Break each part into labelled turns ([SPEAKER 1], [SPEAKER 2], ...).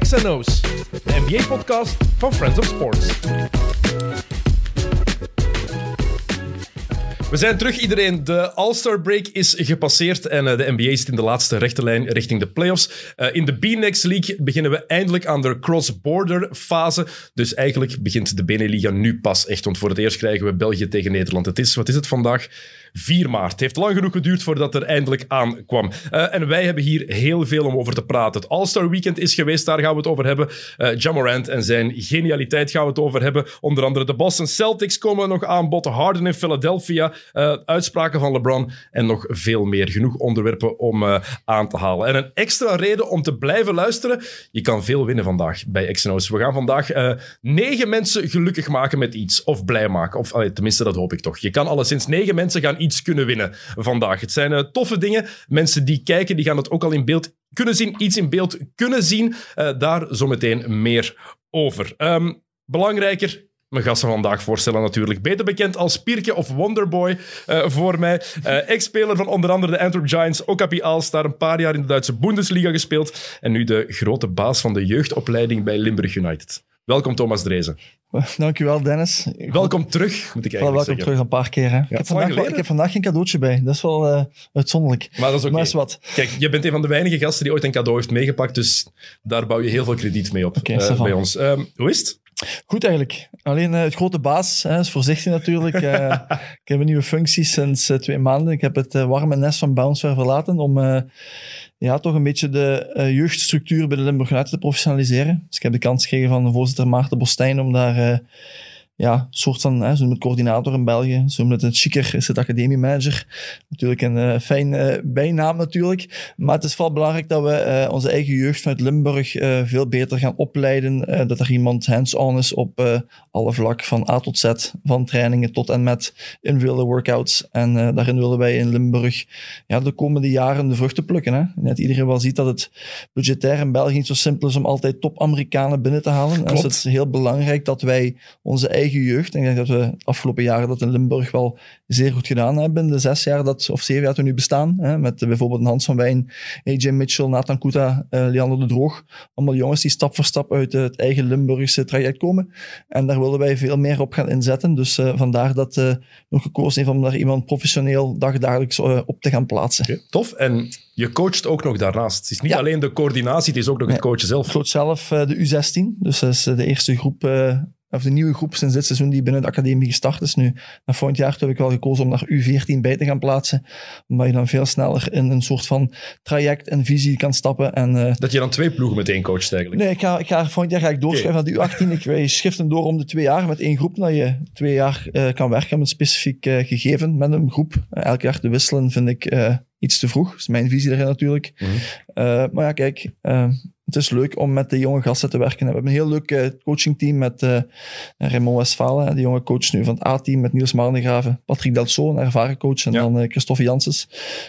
[SPEAKER 1] XNO's, de NBA-podcast van Friends of Sports. We zijn terug, iedereen. De All-Star Break is gepasseerd en eh, de NBA zit in de laatste rechte lijn richting de playoffs. Eh, in de B-Next League beginnen we eindelijk aan de cross-border fase. Dus eigenlijk begint de BNE-liga nu pas echt. Want voor het eerst krijgen we België tegen Nederland. Het is, wat is het vandaag? 4 maart. Het heeft lang genoeg geduurd voordat er eindelijk aankwam. Eh, en wij hebben hier heel veel om over te praten. Het All-Star Weekend is geweest, daar gaan we het over hebben. Eh Jamorant en zijn genialiteit gaan we het over hebben. Onder andere de Boston Celtics komen nog aan bod. Harden in Philadelphia, eh, uitspraken van LeBron en nog veel meer. Genoeg onderwerpen om eh, aan te halen. En een extra reden om te blijven luisteren. Je kan veel winnen vandaag bij XNO's. We gaan vandaag eh, negen mensen gelukkig maken met iets. Of blij maken. Of allee, tenminste, dat hoop ik toch. Je kan alleszins negen mensen gaan iets kunnen winnen vandaag. Het zijn eh, toffe dingen. Mensen die kijken, die gaan het ook al in beeld kunnen zien. Iets in beeld kunnen zien. Eh, daar zometeen meer over. Ehm, belangrijker. Mijn gasten vandaag voorstellen natuurlijk. Beter bekend als Pierke of Wonderboy eh, voor mij. Eh, Ex-speler van onder andere de Antwerp Giants, Okapi Alstar. Een paar jaar in de Duitse Bundesliga gespeeld. En nu de grote baas van de jeugdopleiding bij Limburg United. Welkom Thomas Drezen.
[SPEAKER 2] Dankjewel, Dennis. Ik-
[SPEAKER 1] Welkom terug, moet ik
[SPEAKER 2] Wel,
[SPEAKER 1] eigenlijk
[SPEAKER 2] welkom
[SPEAKER 1] zeggen.
[SPEAKER 2] terug een paar keer. Hè. ik, heb
[SPEAKER 1] lang
[SPEAKER 2] vandaag, wel-
[SPEAKER 1] geleden.
[SPEAKER 2] ik heb vandaag geen cadeautje bij. Dat is wel eh, uitzonderlijk.
[SPEAKER 1] Maar dat is oké.
[SPEAKER 2] Maar is wat.
[SPEAKER 1] Kijk, je bent een van de weinige gasten die ooit een cadeau heeft meegepakt. Dus daar bouw je heel veel krediet mee op
[SPEAKER 2] Oké,
[SPEAKER 1] eh,
[SPEAKER 2] ça va.
[SPEAKER 1] bij ons. Ehm, hoe is het?
[SPEAKER 2] Goed eigenlijk. Alleen eh, het grote baas hè, is voorzichtig natuurlijk. Eh, ik heb een nieuwe functie sinds eh, twee maanden. Ik heb het eh, warme nest van Bouncer verlaten om eh, ja, toch een beetje de eh, jeugdstructuur bij de Limburg United te professionaliseren. Dus ik heb de kans gekregen van voorzitter Maarten Bostijn om daar eh, ja, een soort van, hè, ze noemen het coördinator in België, ze noemen het een chiquer, is het academiemanager. Natuurlijk een eh, fijn eh, bijnaam natuurlijk. Maar het is vooral belangrijk dat we eh, onze eigen jeugd vanuit Limburg eh, veel beter gaan opleiden. eh, dat er iemand hands-on is op eh, alle vlak van A tot Z, van trainingen tot en met individuele workouts. En eh, daarin willen wij in Limburg ja, de komende jaren de vruchten plukken. Hè? Net iedereen wel ziet dat het budgetair in België niet zo simpel is om altijd top-Amerikanen binnen te halen. Dus
[SPEAKER 1] Klopt.
[SPEAKER 2] het is heel belangrijk dat wij onze eigen jeugd, en ik denk dat we de afgelopen jaren dat in Limburg wel zeer goed gedaan hebben, in de zes jaar dat, of zeven jaar dat we nu bestaan, hè? met eh, bijvoorbeeld Hans van Wijn, AJ Mitchell, Nathan Kuta, eh, Leander de Droog. Allemaal jongens die stap voor stap uit eh, het eigen Limburgse traject komen. En daar willen wij veel meer op gaan inzetten. Dus eh, vandaar dat eh nog gekozen heeft om daar iemand professioneel dagdagelijks eh, op te gaan plaatsen.
[SPEAKER 1] Oké, Tof. En je coacht ook nog daarnaast. Het is niet
[SPEAKER 2] Ja.
[SPEAKER 1] alleen de coördinatie, het is ook nog het
[SPEAKER 2] Nee.
[SPEAKER 1] coachen zelf.
[SPEAKER 2] Ik coach zelf eh, de U16, dus dat is eh, de eerste groep, eh, of de nieuwe groep sinds dit seizoen die binnen de academie gestart is nu. En volgend jaar toen heb ik wel gekozen om naar U14 bij te gaan plaatsen, omdat je dan veel sneller in een soort van traject en visie kan stappen en eh,
[SPEAKER 1] Dat je dan twee ploegen meteen coacht eigenlijk.
[SPEAKER 2] Nee, ik ga, ik ga volgend jaar ga ik doorschrijven naar de U18. Ik, wij schiften door om de twee jaar met één groep, dat je twee jaar eh, kan werken met een specifiek eh, gegeven, met een groep. Eh, elk jaar te wisselen vind ik eh, iets te vroeg. Dat is mijn visie daarin natuurlijk.
[SPEAKER 1] Mhm.
[SPEAKER 2] Eh, maar ja, kijk, eh, het is leuk om met de jonge gasten te werken. We hebben een heel leuk eh, coachingteam met eh Raymond Westfalen, hè, de jonge coach nu van het A-team, met Niels Marnegraven, Patrick Delso, een ervaren coach, en
[SPEAKER 1] Ja.
[SPEAKER 2] dan eh Christophe Janssens.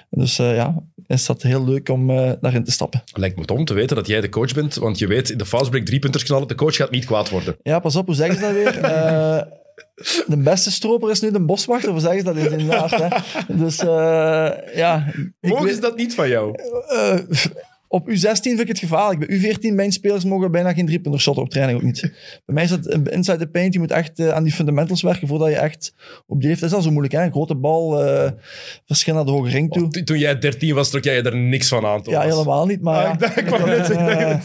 [SPEAKER 2] Dus eh, ja, is dat heel leuk om eh, daarin te stappen.
[SPEAKER 1] Lijkt me tof om te weten dat jij de coach bent, want je weet, in de fastbreak drie punters knallen, de coach gaat niet kwaad worden.
[SPEAKER 2] Ja, pas op, hoe zeggen ze dat weer? Eh, de beste stroper is nu de boswachter, hoe zeggen ze dat inderdaad? Hè? Dus eh, ja. ik
[SPEAKER 1] Mogen
[SPEAKER 2] weet-
[SPEAKER 1] ze dat niet van jou?
[SPEAKER 2] eh, op U16 vind ik het gevaarlijk. Bij U14, mijn spelers mogen bijna geen driepunter shotten op training ook niet. Bij mij is dat eh, inside the paint. Je moet echt eh, aan die fundamentals werken voordat je echt op die leeftijd... Dat is al zo moeilijk, hè? Een grote bal, eh, verschil naar de hoge ring toe.
[SPEAKER 1] Toen jij 13 was, trok jij je er niks van aan, Thomas.
[SPEAKER 2] Ja, helemaal niet,
[SPEAKER 1] Ah,
[SPEAKER 2] maar... ja.
[SPEAKER 1] ik dacht- ik kwam net zeggen.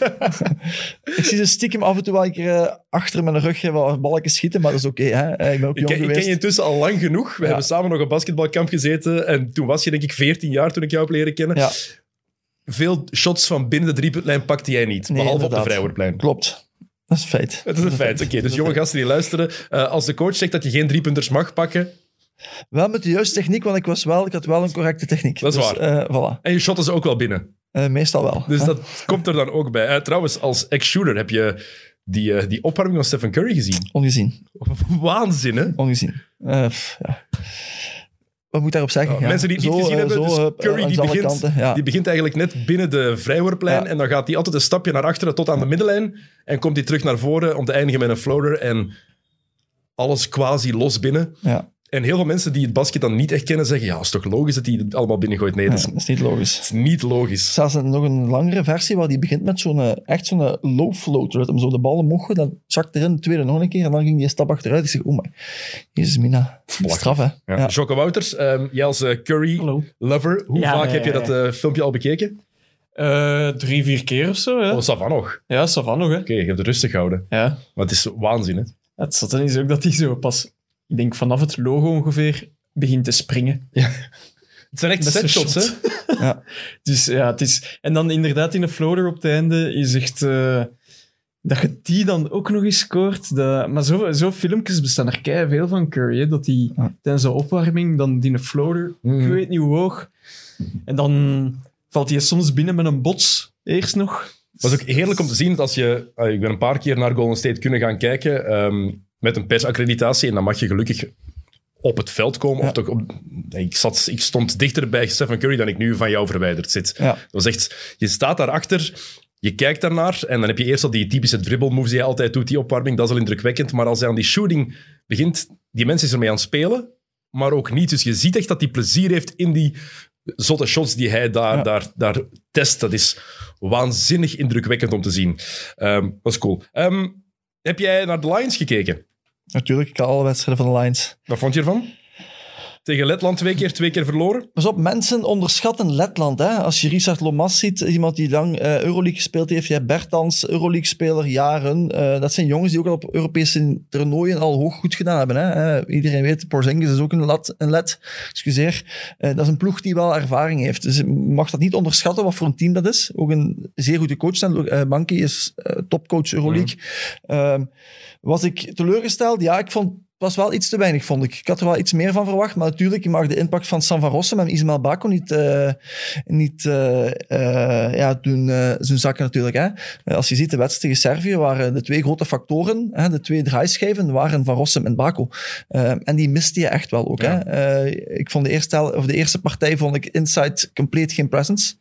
[SPEAKER 2] Ik zie ze stiekem af en toe wel een keer eh, achter mijn rug eh, wat balken schieten, maar dat is oké. hè. Eh, ik ben ook
[SPEAKER 1] Ik
[SPEAKER 2] jong
[SPEAKER 1] ken, ik
[SPEAKER 2] geweest.
[SPEAKER 1] ken je intussen al lang genoeg. We
[SPEAKER 2] Ja.
[SPEAKER 1] hebben samen nog op basketbalkamp gezeten. En toen was je denk ik 14 jaar toen ik jou heb leren kennen.
[SPEAKER 2] Ja.
[SPEAKER 1] Veel shots van binnen de driepuntlijn pakte jij niet.
[SPEAKER 2] Nee,
[SPEAKER 1] behalve op de
[SPEAKER 2] inderdaad.
[SPEAKER 1] vrijwoordplein.
[SPEAKER 2] Klopt. Dat is een feit.
[SPEAKER 1] Het is een feit. Oké, dus jonge gasten die luisteren. eh, als de coach zegt dat je geen driepunters mag pakken,
[SPEAKER 2] Wel met de juiste techniek, want ik, was wel, ik had wel een correcte techniek.
[SPEAKER 1] Dat is
[SPEAKER 2] dus, eh, voilà.
[SPEAKER 1] en je shotten ze ook wel binnen.
[SPEAKER 2] Eh, meestal wel.
[SPEAKER 1] Dus
[SPEAKER 2] hè.
[SPEAKER 1] dat komt er dan ook bij. Eh, trouwens, als ex-shooter heb je die, eh, die opwarming van Stephen Curry gezien.
[SPEAKER 2] Ongezien.
[SPEAKER 1] Waanzin, hè?
[SPEAKER 2] Ongezien. Eh, pff, ja. Wat moet ik daarop zeggen?
[SPEAKER 1] Ja,
[SPEAKER 2] Ja.
[SPEAKER 1] Mensen die het niet
[SPEAKER 2] Zo,
[SPEAKER 1] gezien
[SPEAKER 2] eh,
[SPEAKER 1] hebben,
[SPEAKER 2] zo,
[SPEAKER 1] dus
[SPEAKER 2] hup, eh,
[SPEAKER 1] Curry
[SPEAKER 2] langs
[SPEAKER 1] die
[SPEAKER 2] alle
[SPEAKER 1] begint,
[SPEAKER 2] kanten, ja.
[SPEAKER 1] die begint eigenlijk net binnen de vrijwoordplein
[SPEAKER 2] Ja.
[SPEAKER 1] en dan gaat hij altijd een stapje naar achteren tot aan de middenlijn en komt hij terug naar voren om te eindigen met een floater en alles quasi los binnen.
[SPEAKER 2] Ja.
[SPEAKER 1] En heel veel mensen die het basket dan niet echt kennen, zeggen, ja, is toch logisch dat hij het allemaal binnengooit? Nee, dat is
[SPEAKER 2] dat is niet logisch.
[SPEAKER 1] is niet logisch.
[SPEAKER 2] Zelfs een- nog een langere versie waar die begint met zo'n eh, echt zo'n eh, low floater. Dat hem zo de bal omhoog gooit, dan zakt erin, de tweede nog een keer en dan ging die een stap achteruit. Ik zeg, oh my, jezus mina. Straf hè.
[SPEAKER 1] Ja.
[SPEAKER 2] Ja.
[SPEAKER 1] Jocke Wouters, ehm, jij als eh, Curry
[SPEAKER 3] Hallo.
[SPEAKER 1] lover, hoe
[SPEAKER 3] Ja,
[SPEAKER 1] vaak
[SPEAKER 3] ja,
[SPEAKER 1] heb je
[SPEAKER 3] ja,
[SPEAKER 1] dat eh, filmpje al bekeken?
[SPEAKER 3] Eh, drie, vier keer of zo. Ja,
[SPEAKER 1] Oh, Savan nog. Oké,
[SPEAKER 3] ja Savan nog, hè.
[SPEAKER 1] je hebt het rustig gehouden.
[SPEAKER 3] Ja.
[SPEAKER 1] Maar het is waanzin, hè?
[SPEAKER 3] Het zotte is ook dat hij zo pas, ik denk vanaf het logo ongeveer, begint te springen.
[SPEAKER 1] Het zijn echt
[SPEAKER 3] Met zijn
[SPEAKER 1] setshots,
[SPEAKER 3] shot.
[SPEAKER 1] hè?
[SPEAKER 3] Dus ja, het is... En dan inderdaad in de floater op het einde is echt... eh, dat je die dan ook nog eens scoort. Dat, maar zo, zo filmpjes bestaan er kei veel van Curry. Hè, dat hij
[SPEAKER 2] Ah.
[SPEAKER 3] tijdens de opwarming dan die floater,
[SPEAKER 1] Mhm.
[SPEAKER 3] ik weet niet hoe hoog. En dan valt hij soms binnen met een bots, eerst nog.
[SPEAKER 1] Het was ook heerlijk om te zien dat als je... ah, ik ben een paar keer naar Golden State kunnen gaan kijken ehm, met een persaccreditatie. En dan mag je gelukkig op het veld komen. Of
[SPEAKER 2] Ja.
[SPEAKER 1] toch op, ik, zat, ik stond dichter bij Stephen Curry dan ik nu van jou verwijderd zit.
[SPEAKER 2] Ja.
[SPEAKER 1] Dat was echt... Je staat daarachter, je kijkt daarnaar en dan heb je eerst al die typische dribble moves die hij altijd doet, die opwarming. Dat is al indrukwekkend. Maar als hij aan die shooting begint, die mensen is ermee aan het spelen, maar ook niet. Dus je ziet echt dat hij plezier heeft in die zotte shots die hij daar,
[SPEAKER 2] Ja.
[SPEAKER 1] daar, daar test. Dat is waanzinnig indrukwekkend om te zien. Ehm dat is cool. Ehm, heb jij naar de Lions gekeken?
[SPEAKER 2] Natuurlijk, ik had alle wedstrijden van de Lions.
[SPEAKER 1] Wat vond je ervan? Tegen Letland twee keer, twee keer verloren.
[SPEAKER 2] Pas op, mensen onderschatten Letland. Hè? Als je Richard Lomas ziet, iemand die lang eh, Euroleague gespeeld heeft. Je hebt Bertans, Euroleague-speler, jaren. Eh, dat zijn jongens die ook al op Europese toernooien al hoog goed gedaan hebben. Hè? Eh, iedereen weet, Porzingis is ook een, lat, een let. Excuseer. Eh, dat is een ploeg die wel ervaring heeft. Dus je mag dat niet onderschatten wat voor een team dat is. Ook een zeer goede coach. Uh, Banky is eh, topcoach Euroleague. Ehm, was ik teleurgesteld? Ja, ik vond het was wel iets te weinig, vond ik. Ik had er wel iets meer van verwacht. Maar natuurlijk, je mag de impact van San van Rossum en Ismael Bako niet, eh, niet eh, eh, ja, doen, eh, doen zakken natuurlijk. Hè. Eh, Als je ziet, de wedstrijd tegen Servië waren de twee grote factoren, hè, de twee draaischijven, waren Van Rossum en Bako. Eh, en die miste je echt wel ook.
[SPEAKER 1] Ja.
[SPEAKER 2] Hè. Eh, ik vond de eerste, hel- of de eerste partij vond ik inside compleet geen presence.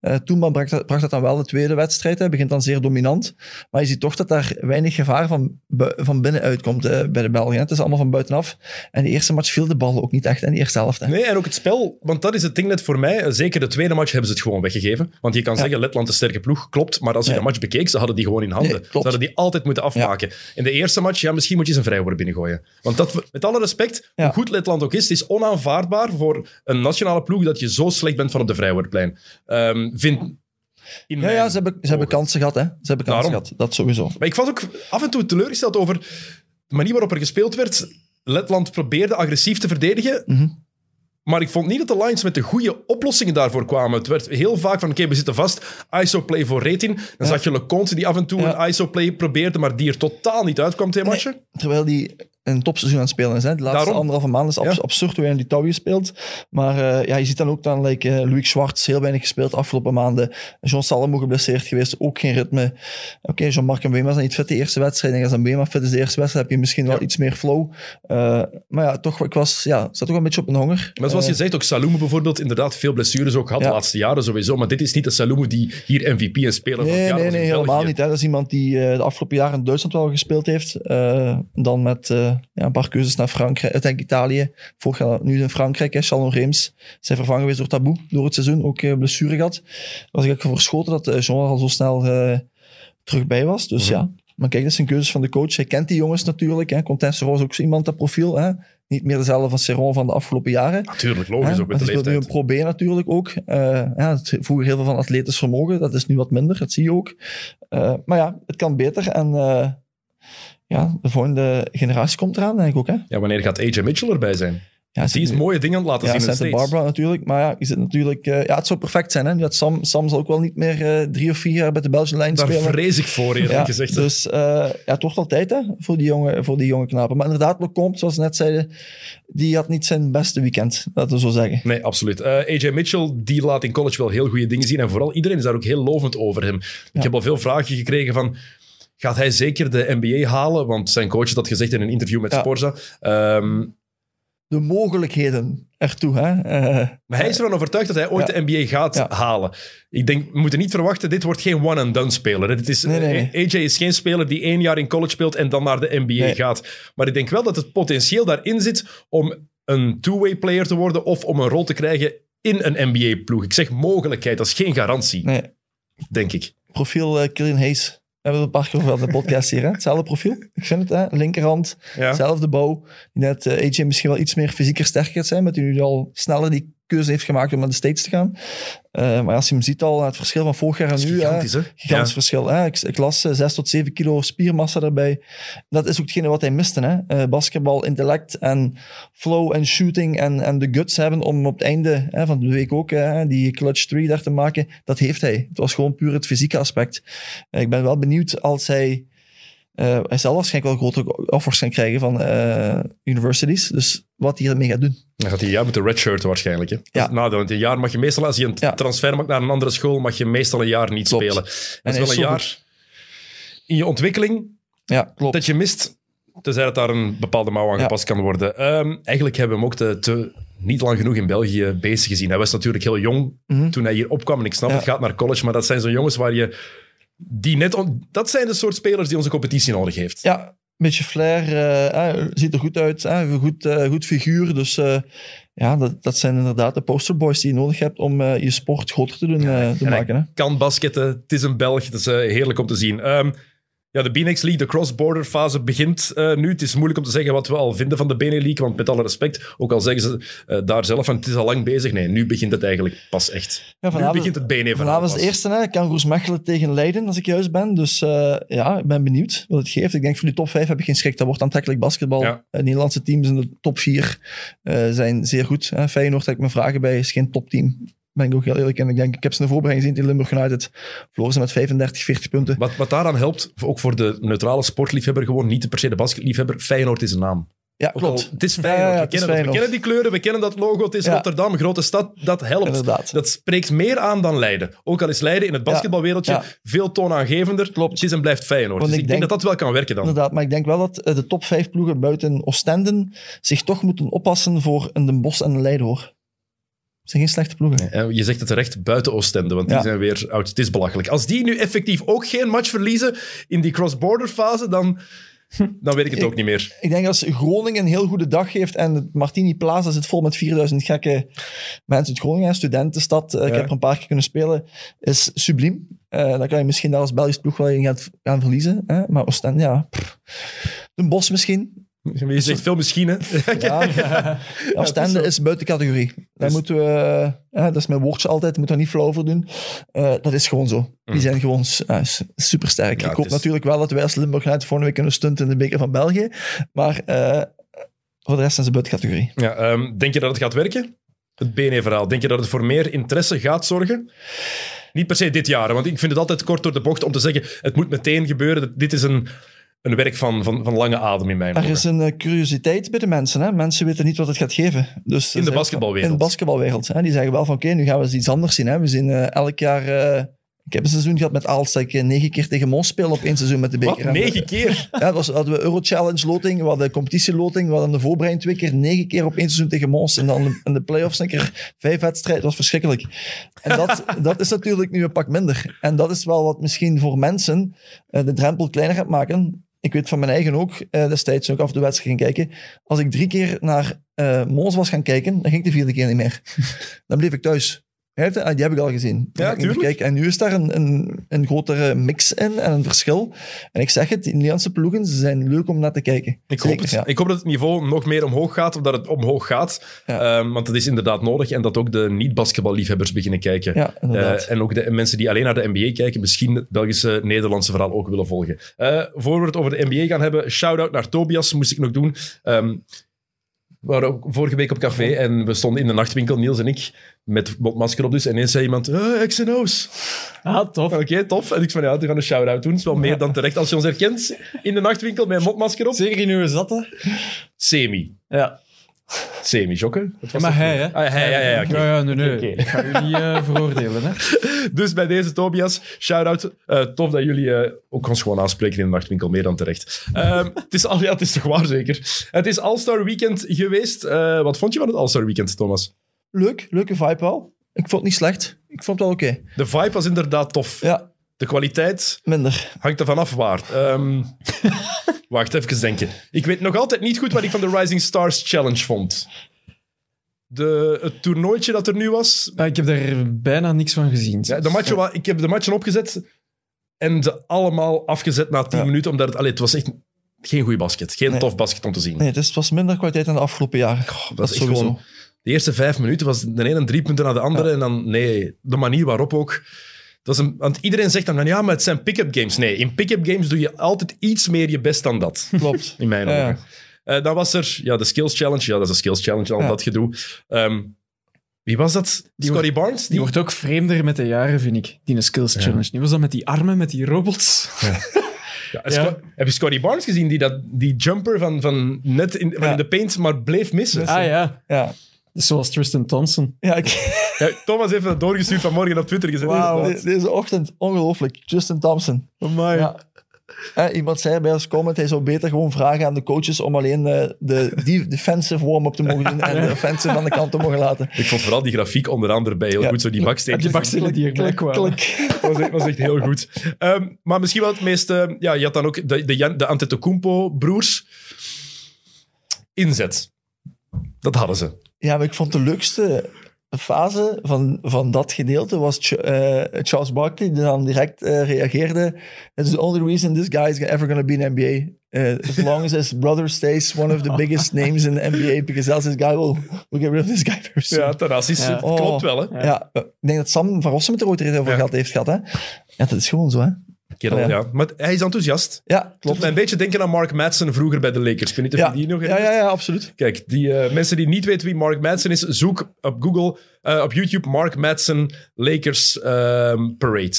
[SPEAKER 2] Eh Toenman bracht dat, bracht dat dan wel de tweede wedstrijd. Hij begint dan zeer dominant. Maar je ziet toch dat daar weinig gevaar van, bu- van binnen uitkomt eh, bij de Belgen. hè. Het is allemaal van buitenaf. En de eerste match viel de bal ook niet echt in de eerste helft. hè.
[SPEAKER 1] Nee, en ook het spel, want dat is het ding net voor mij. Eh, Zeker de tweede match hebben ze het gewoon weggegeven. Want je kan zeggen, Letland is een sterke ploeg, klopt. Maar als je
[SPEAKER 2] Ja.
[SPEAKER 1] de match bekeek, ze hadden die gewoon in handen.
[SPEAKER 2] Nee, klopt.
[SPEAKER 1] ze hadden die altijd moeten afmaken. In de eerste match, ja, misschien moet je eens een vrijwoord binnengooien. Want dat, met alle respect,
[SPEAKER 2] Ja.
[SPEAKER 1] hoe goed Letland ook is, het is onaanvaardbaar voor een nationale ploeg dat je zo slecht bent van op de vrijwoordplein. Ehm vind, in
[SPEAKER 2] Ja,
[SPEAKER 1] mijn
[SPEAKER 2] ja, ze hebben, ze hebben
[SPEAKER 1] ogen.
[SPEAKER 2] kansen gehad, hè. Ze hebben kansen
[SPEAKER 1] Daarom.
[SPEAKER 2] gehad, dat sowieso.
[SPEAKER 1] Maar ik was ook af en toe teleurgesteld over de manier waarop er gespeeld werd. Letland probeerde agressief te verdedigen.
[SPEAKER 2] Mhm.
[SPEAKER 1] Maar ik vond niet dat de Lions met de goede oplossingen daarvoor kwamen. Het werd heel vaak van, oké, we zitten vast. ISO-play voor Retin. Dan zag je Leconte die af en toe
[SPEAKER 2] Ja.
[SPEAKER 1] een ISO-play probeerde, maar die er totaal niet uitkwam tegen
[SPEAKER 2] Nee.
[SPEAKER 1] matchen.
[SPEAKER 2] Terwijl die een topseizoen aan het spelen is. Hè. De laatste
[SPEAKER 1] Daarom.
[SPEAKER 2] anderhalve maand is abs-
[SPEAKER 1] Ja.
[SPEAKER 2] absurd hoe hij in Litouwen speelt. Maar eh, ja, je ziet dan ook dan, like, eh, Louis Schwartz, heel weinig gespeeld de afgelopen maanden. John Salemo geblesseerd geweest, ook geen ritme. Oké, Jean-Marc Mbema is dan niet fit de eerste wedstrijd. En als Mbema fit is de eerste wedstrijd, heb je misschien wel
[SPEAKER 1] Ja.
[SPEAKER 2] iets meer flow. Eh, maar ja, toch, ik was, ja, zat toch wel een beetje op een honger.
[SPEAKER 1] Maar zoals
[SPEAKER 2] Eh,
[SPEAKER 1] je zegt, ook Salumu bijvoorbeeld, inderdaad veel blessures ook gehad
[SPEAKER 2] Ja.
[SPEAKER 1] de laatste jaren sowieso. Maar dit is niet de Salumu die hier MVP en speler van het
[SPEAKER 2] Nee,
[SPEAKER 1] jaar
[SPEAKER 2] nee,
[SPEAKER 1] was in
[SPEAKER 2] nee, helemaal
[SPEAKER 1] België.
[SPEAKER 2] niet. Hè. Dat is iemand die eh, de afgelopen jaren in Duitsland wel gespeeld heeft. Eh, dan met eh, ja, een paar keuzes naar Frankrijk, uiteindelijk Italië. Vorig jaar nu in Frankrijk, hè, Shalom Reems. Zijn vervangen geweest door Taboe, door het seizoen. Ook eh, blessure gehad. Was ik eigenlijk verschoten dat eh, Jean al zo snel eh, terug bij was. Dus
[SPEAKER 1] Mhm.
[SPEAKER 2] ja. Maar kijk, dat is een keuze van de coach. Hij kent die jongens natuurlijk. Hè. Contense was ook zo iemand dat profiel. Hè. Niet meer dezelfde van Seron van de afgelopen jaren.
[SPEAKER 1] Natuurlijk, logisch
[SPEAKER 2] Hè,
[SPEAKER 1] ook met de
[SPEAKER 2] want hij speelt nu
[SPEAKER 1] leeftijd.
[SPEAKER 2] een Pro B natuurlijk ook. Eh, ja, het vroeger heel veel van atletisch vermogen. Dat is nu wat minder, dat zie je ook. Eh, maar ja, het kan beter. En eh, ja, de volgende generatie komt eraan, denk ik ook. Hè?
[SPEAKER 1] Ja, wanneer gaat AJ Mitchell erbij zijn?
[SPEAKER 2] Ja,
[SPEAKER 1] Die is mooie dingen aan het laten
[SPEAKER 2] Ja,
[SPEAKER 1] zien in de
[SPEAKER 2] Santa
[SPEAKER 1] States.
[SPEAKER 2] Barbara natuurlijk. Maar ja, is het, natuurlijk, eh, ja, het zou perfect zijn. Hè? Nu had Sam, Sam zal ook wel niet meer eh, drie of vier jaar bij de Belgian Lions
[SPEAKER 1] Daar
[SPEAKER 2] spelen.
[SPEAKER 1] vrees ik voor, eerlijk
[SPEAKER 2] Ja,
[SPEAKER 1] gezegd.
[SPEAKER 2] dus eh, ja, het wordt wel tijd hè, voor, die jonge, voor die jonge knapen. Maar inderdaad, Lecomte, zoals we net zeiden, die had niet zijn beste weekend, laten we zo zeggen.
[SPEAKER 1] Nee, absoluut. Eh, AJ Mitchell, die laat in college wel heel goede dingen zien. En vooral iedereen is daar ook heel lovend over hem. Ik heb al veel vragen gekregen van... Gaat hij zeker de NBA halen? Want zijn coach had dat gezegd in een interview met
[SPEAKER 2] Ja.
[SPEAKER 1] Sporza. Ehm,
[SPEAKER 2] de mogelijkheden ertoe. Hè? Eh,
[SPEAKER 1] maar hij is ervan overtuigd dat hij ooit
[SPEAKER 2] Ja.
[SPEAKER 1] de NBA gaat
[SPEAKER 2] Ja.
[SPEAKER 1] halen. Ik denk, we moeten niet verwachten, dit wordt geen one-and-done speler. hè. Dit is,
[SPEAKER 2] Nee, nee,
[SPEAKER 1] AJ is geen speler die één jaar in college speelt en dan naar de NBA
[SPEAKER 2] Nee.
[SPEAKER 1] gaat. Maar ik denk wel dat het potentieel daarin zit om een two-way player te worden of om een rol te krijgen in een NBA-ploeg. Ik zeg mogelijkheid, dat is geen garantie,
[SPEAKER 2] Nee,
[SPEAKER 1] denk ik.
[SPEAKER 2] profiel eh Killian Hayes. We hebben het een paar keer over gehad in de podcast hier. Hè? Hetzelfde profiel. Ik vind het, hè? linkerhand,
[SPEAKER 1] Ja.
[SPEAKER 2] zelfde bouw. Net eh, AJ misschien wel iets meer fysieker sterker gaat zijn, met die nu al sneller die keuze heeft gemaakt om naar de States te gaan. Eh, maar als je hem ziet al, het verschil van vorig jaar
[SPEAKER 1] Dat
[SPEAKER 2] en
[SPEAKER 1] is
[SPEAKER 2] nu... eh, hè,
[SPEAKER 1] gigantisch, hè?
[SPEAKER 2] Gigantisch verschil. Hè? Ik, ik las eh, 6 tot 7 kilo spiermassa erbij. Dat is ook hetgene wat hij miste. Hè? Eh, basketbal, intellect en flow en shooting en, en de guts hebben om op het einde hè, van de week ook hè, die clutch 3 daar te maken. Dat heeft hij. Het was gewoon puur het fysieke aspect. Eh, ik ben wel benieuwd als hij... eh, hij zal waarschijnlijk wel grote offers gaan krijgen van eh, universities. Dus wat hij ermee gaat doen.
[SPEAKER 1] Dan gaat hij jou met de redshirten waarschijnlijk. Hè?
[SPEAKER 2] Ja.
[SPEAKER 1] Nou, want een jaar mag je meestal, als je een
[SPEAKER 2] Ja.
[SPEAKER 1] transfer maakt naar een andere school, mag je meestal een jaar niet
[SPEAKER 2] Klopt.
[SPEAKER 1] spelen. Dat
[SPEAKER 2] hij
[SPEAKER 1] is wel
[SPEAKER 2] is
[SPEAKER 1] een
[SPEAKER 2] zo
[SPEAKER 1] jaar
[SPEAKER 2] goed.
[SPEAKER 1] in je ontwikkeling
[SPEAKER 2] Ja, klopt.
[SPEAKER 1] dat je mist. Tenzij dat daar een bepaalde mouw aan
[SPEAKER 2] Ja.
[SPEAKER 1] gepast kan worden. Ehm, eigenlijk hebben we hem ook te, te- niet lang genoeg in België bezig gezien. Hij was natuurlijk heel jong
[SPEAKER 2] Mhm.
[SPEAKER 1] toen hij hier opkwam. En ik snap,
[SPEAKER 2] Ja.
[SPEAKER 1] het gaat naar college, maar dat zijn zo'n jongens waar je... Die net on- dat zijn de soort spelers die onze competitie nodig heeft.
[SPEAKER 2] Ja, een beetje flair. eh, eh, ziet er goed uit. eh, goed, eh, goed figuur. Dus eh, ja, dat, dat zijn inderdaad de posterboys die je nodig hebt om eh, je sport groter te doen eh, te
[SPEAKER 1] en
[SPEAKER 2] maken. Hè?
[SPEAKER 1] Kan basketten, het is een Belg, het is eh, heerlijk om te zien. Ehm, ja, de Benex League, de cross-border fase begint eh, nu. Het is moeilijk om te zeggen wat we al vinden van de Benelux League, want met alle respect, ook al zeggen ze eh, daar zelf van het is al lang bezig. Nee, nu begint het eigenlijk pas echt.
[SPEAKER 2] Ja,
[SPEAKER 1] nu
[SPEAKER 2] vanavond-
[SPEAKER 1] begint het BNE verhaal
[SPEAKER 2] Vanavond is
[SPEAKER 1] pas.
[SPEAKER 2] de eerste, hè? Kangoers Mechelen tegen Leiden, als ik juist ben. Dus eh, ja, ik ben benieuwd wat het geeft. Ik denk voor die top 5 heb ik geen schrik. Dat wordt aantrekkelijk basketbal.
[SPEAKER 1] Ja.
[SPEAKER 2] Eh, Nederlandse teams in de top 4 zijn zeer goed. Hè? Feyenoord heb ik mijn vragen bij, is geen topteam. Ben ik ook heel eerlijk. En ik denk, ik heb ze in de voorbereiding gezien tegen Limburg United. Verloren ze met 35, 40 punten.
[SPEAKER 1] Wat, wat daaraan helpt, ook voor de neutrale sportliefhebber, gewoon niet per se de basketliefhebber, Feyenoord is een naam.
[SPEAKER 2] Ja,
[SPEAKER 1] Ook al,
[SPEAKER 2] klopt.
[SPEAKER 1] het is Feyenoord,
[SPEAKER 2] Ja, ja,
[SPEAKER 1] we,
[SPEAKER 2] het is
[SPEAKER 1] kennen het. we
[SPEAKER 2] Feyenoord.
[SPEAKER 1] kennen die kleuren, we kennen dat logo, het is
[SPEAKER 2] Ja.
[SPEAKER 1] Rotterdam, grote stad, dat helpt.
[SPEAKER 2] Inderdaad.
[SPEAKER 1] Dat spreekt meer aan dan Leiden. Ook al is Leiden in het basketbalwereldje
[SPEAKER 2] Ja.
[SPEAKER 1] veel toonaangevender. Klopt. Het is en blijft Feyenoord.
[SPEAKER 2] Want
[SPEAKER 1] dus ik
[SPEAKER 2] ik
[SPEAKER 1] denk,
[SPEAKER 2] denk-
[SPEAKER 1] dat dat wel kan werken dan.
[SPEAKER 2] Inderdaad, maar ik denk wel dat eh, de top 5 ploegen buiten Oostenden zich toch moeten oppassen voor een Den Bosch en een Leiden, hoor. Het zijn geen slechte ploegen.
[SPEAKER 1] Eh, Je zegt het terecht, buiten Oostende, want die
[SPEAKER 2] Ja.
[SPEAKER 1] zijn weer oud. Het is belachelijk. Als die nu effectief ook geen match verliezen in die cross-border fase, dan, dan weet ik het ook niet meer.
[SPEAKER 2] Ik denk als Groningen een heel goede dag geeft en het Martini Plaza zit vol met 4000 gekke mensen uit Groningen, een studentenstad, eh, ik
[SPEAKER 1] Ja.
[SPEAKER 2] heb er een paar keer kunnen spelen, is subliem. Eh, dan kan je misschien daar als Belgisch ploeg wel in gaan, gaan verliezen. Hè? Maar Oostende, ja. pff. Den Bosch misschien.
[SPEAKER 1] Je zegt veel misschien, hè?
[SPEAKER 2] Ja, Oostende
[SPEAKER 3] zo.
[SPEAKER 2] is, buiten categorie. Daar
[SPEAKER 1] Dus-
[SPEAKER 2] moeten we, eh, dat is mijn woordje altijd, ik moet daar niet flauw over doen. Eh, dat is gewoon zo. Die
[SPEAKER 1] Mm.
[SPEAKER 2] zijn gewoon eh, s- supersterk.
[SPEAKER 1] Ja,
[SPEAKER 2] ik
[SPEAKER 1] het
[SPEAKER 2] hoop
[SPEAKER 1] is-
[SPEAKER 2] natuurlijk wel dat wij als Limburg United volgende week kunnen stunten in de beker van België. Maar eh, voor de rest zijn ze buiten categorie.
[SPEAKER 1] Ja, ehm, denk je dat het gaat werken? Het BNE-verhaal. Denk je dat het voor meer interesse gaat zorgen? Niet per se dit jaar, hè, want ik vind het altijd kort door de bocht om te zeggen: het moet meteen gebeuren. Dat- Dit is een, een werk van, van, van lange adem in mijn
[SPEAKER 2] Er
[SPEAKER 1] ogen.
[SPEAKER 2] is een eh, curiositeit bij de mensen. Hè? Mensen weten niet wat het gaat geven. Dus ze
[SPEAKER 1] de
[SPEAKER 2] zeggen-
[SPEAKER 1] basketbalwereld.
[SPEAKER 2] In de basketbalwereld. Hè? Die zeggen wel van oké, nu gaan we eens iets anders zien. Hè? We zien eh, elk jaar... eh, ik heb een seizoen gehad met Aalst dat ik eh, negen keer tegen Mons speel op één seizoen met de beker.
[SPEAKER 1] Wat?
[SPEAKER 2] En, eh,
[SPEAKER 1] Negen keer?
[SPEAKER 2] Ja, dat was, hadden we Eurochallenge loting, we hadden competitieloting, we hadden de voorbereiding twee keer, negen keer op één seizoen tegen Mons en dan in de playoffs een keer vijf wedstrijden. Dat was verschrikkelijk. En dat, dat is natuurlijk nu een pak minder. En dat is wel wat misschien voor mensen eh, de drempel kleiner gaat maken. Ik weet van mijn eigen ook, eh, destijds toen ik af de wedstrijd ging kijken, als ik drie keer naar eh Mons was gaan kijken, dan ging ik de vierde keer niet meer. Dan bleef ik thuis. Hij heeft- ah, Die heb ik al gezien. Dan ga ik niet meer
[SPEAKER 1] tuurlijk.
[SPEAKER 2] kijken. En nu is daar een, een, een grotere mix in en een verschil. En ik zeg het, die Nederlandse ploegen ze zijn leuk om naar te kijken.
[SPEAKER 1] Ik hoop,
[SPEAKER 2] Zeker,
[SPEAKER 1] het.
[SPEAKER 2] ja.
[SPEAKER 1] ik hoop dat het niveau nog meer omhoog gaat, omdat het omhoog gaat.
[SPEAKER 2] Ja.
[SPEAKER 1] Ehm, want dat is inderdaad nodig. En dat ook de niet-basketballiefhebbers beginnen kijken.
[SPEAKER 2] Ja, inderdaad.
[SPEAKER 1] Eh, en ook de mensen die alleen naar de NBA kijken, misschien het Belgische, Nederlandse verhaal ook willen volgen. Eh voor we het over de NBA gaan hebben, shout-out naar Tobias, moest ik nog doen. Ehm, we waren ook vorige week op café en we stonden in de nachtwinkel, Niels en ik, met mondmasker op dus. En ineens zei iemand, eh X en O's.
[SPEAKER 3] Ah, tof.
[SPEAKER 1] Oké, tof. En ik van, ja, we gaan een shout-out doen. Het is wel meer dan terecht als je ons herkent in de nachtwinkel met een mondmasker op.
[SPEAKER 3] Zeker in uw zatten.
[SPEAKER 1] Semi.
[SPEAKER 3] Ja.
[SPEAKER 1] Semi, jokken.
[SPEAKER 3] Ja, maar hij, hè?
[SPEAKER 1] Ah, hij, ja, ja, ja, oké.
[SPEAKER 3] Ja, ja, nee, nee.
[SPEAKER 1] Oké.
[SPEAKER 3] Ik ga jullie eh, veroordelen, hè.
[SPEAKER 1] Dus bij deze, Tobias, shout-out. Eh, tof dat jullie eh, ook ons gewoon aanspreken in de nachtwinkel, meer dan terecht. Ehm, het, is al, ja, het is toch waar, zeker. Het is All-Star Weekend geweest. Eh, wat vond je van het All-Star Weekend, Thomas?
[SPEAKER 2] Leuk, leuke vibe wel. Ik vond het niet slecht. Ik vond het wel oké.
[SPEAKER 1] De vibe was inderdaad tof.
[SPEAKER 2] Ja,
[SPEAKER 1] De kwaliteit
[SPEAKER 2] minder.
[SPEAKER 1] hangt ervan af waar. Ehm, wacht, even denken. Ik weet nog altijd niet goed wat ik van de Rising Stars Challenge vond. de, het toernooitje dat er nu was.
[SPEAKER 3] Ah, ik heb daar bijna niks van gezien.
[SPEAKER 1] Ja, de matchen, wa- ik heb de matchen opgezet en ze allemaal afgezet na 10
[SPEAKER 2] Ja.
[SPEAKER 1] minuten, omdat het, allee, het was echt geen goede basket. Geen
[SPEAKER 2] Nee.
[SPEAKER 1] tof basket om te zien.
[SPEAKER 2] Nee, het, is, het was minder kwaliteit dan de afgelopen jaren.
[SPEAKER 1] dat,
[SPEAKER 2] dat
[SPEAKER 1] is echt
[SPEAKER 2] is sowieso.
[SPEAKER 1] gewoon... De eerste vijf minuten was de ene drie punten naar de andere. En dan, nee, de manier waarop ook. Dat is een, want iedereen zegt dan, van, ja, maar het zijn pick-up games. Nee, in pick-up games doe je altijd iets meer je best dan dat.
[SPEAKER 2] Klopt.
[SPEAKER 1] In mijn
[SPEAKER 2] Ja,
[SPEAKER 1] ogen.
[SPEAKER 2] ja.
[SPEAKER 1] Eh, dan was er ja, de skills challenge. Ja, dat is een skills challenge, al
[SPEAKER 2] Ja.
[SPEAKER 1] dat gedoe. Ehm, wie was dat?
[SPEAKER 3] Die
[SPEAKER 1] Scotty Barnes?
[SPEAKER 3] Die wordt ook vreemder met de jaren, vind ik. Die skills challenge. Die was dat met die armen, met die robots.
[SPEAKER 1] Ja, en Sco- Heb je Scotty Barnes gezien die dat, die jumper van, van net in, van
[SPEAKER 2] Ja.
[SPEAKER 1] in de paint, maar bleef missen?
[SPEAKER 3] Ah ja,
[SPEAKER 2] Ja,
[SPEAKER 3] Dat is zoals Tristan Thompson.
[SPEAKER 2] ja ik,
[SPEAKER 1] Ja, Thomas heeft dat doorgestuurd vanmorgen op Twitter gezet.
[SPEAKER 2] de- deze ochtend, ongelooflijk. Justin Thompson. Ja. Eh, iemand zei bij ons comment, hij zou beter gewoon vragen aan de coaches om alleen eh, de die defensive warm-up te mogen doen en de offensive aan de kant te mogen laten.
[SPEAKER 1] Ik vond vooral die grafiek onder andere bij heel
[SPEAKER 2] Ja.
[SPEAKER 1] goed. Zo die baksteentjes.
[SPEAKER 3] Die bakstenen die erbij
[SPEAKER 2] Klik,
[SPEAKER 3] kwamen.
[SPEAKER 2] klik.
[SPEAKER 1] was, echt, was echt heel goed. Ehm, maar misschien wel het meeste... Ja, je had dan ook de, de, Jan- de Antetokounmpo-broers. Inzet. Dat hadden ze.
[SPEAKER 2] Ja, maar ik vond de leukste fase van, van dat gedeelte was Ch- eh, Charles Barkley, die dan direct eh, reageerde. It's the only reason this guy is ever going to be in NBA. Eh, as long as his brother stays one of the biggest names in the NBA, because else this guy will, will get rid of this guy very soon.
[SPEAKER 1] Ja, terras is...
[SPEAKER 3] Ja.
[SPEAKER 1] het Klopt
[SPEAKER 2] Oh.
[SPEAKER 1] wel, hè.
[SPEAKER 2] Ja, eh, ik denk dat Sam van Rossum het er ooit eens over
[SPEAKER 1] Ja.
[SPEAKER 2] gehad heeft gehad. Hè? Ja, dat is gewoon zo, hè?
[SPEAKER 1] Kerel, ja.
[SPEAKER 2] Ja.
[SPEAKER 1] Maar hij is enthousiast.
[SPEAKER 2] Ja,
[SPEAKER 1] Klopt.
[SPEAKER 2] klopt.
[SPEAKER 1] Mij een beetje denken aan Mark Madsen vroeger bij de Lakers. Ik weet niet of
[SPEAKER 2] Ja,
[SPEAKER 1] je die nog
[SPEAKER 2] ja, ja, ja, absoluut.
[SPEAKER 1] Kijk, die eh, mensen die niet weten wie Mark Madsen is, zoek op Google, eh, op YouTube Mark Madsen Lakers ehm, Parade.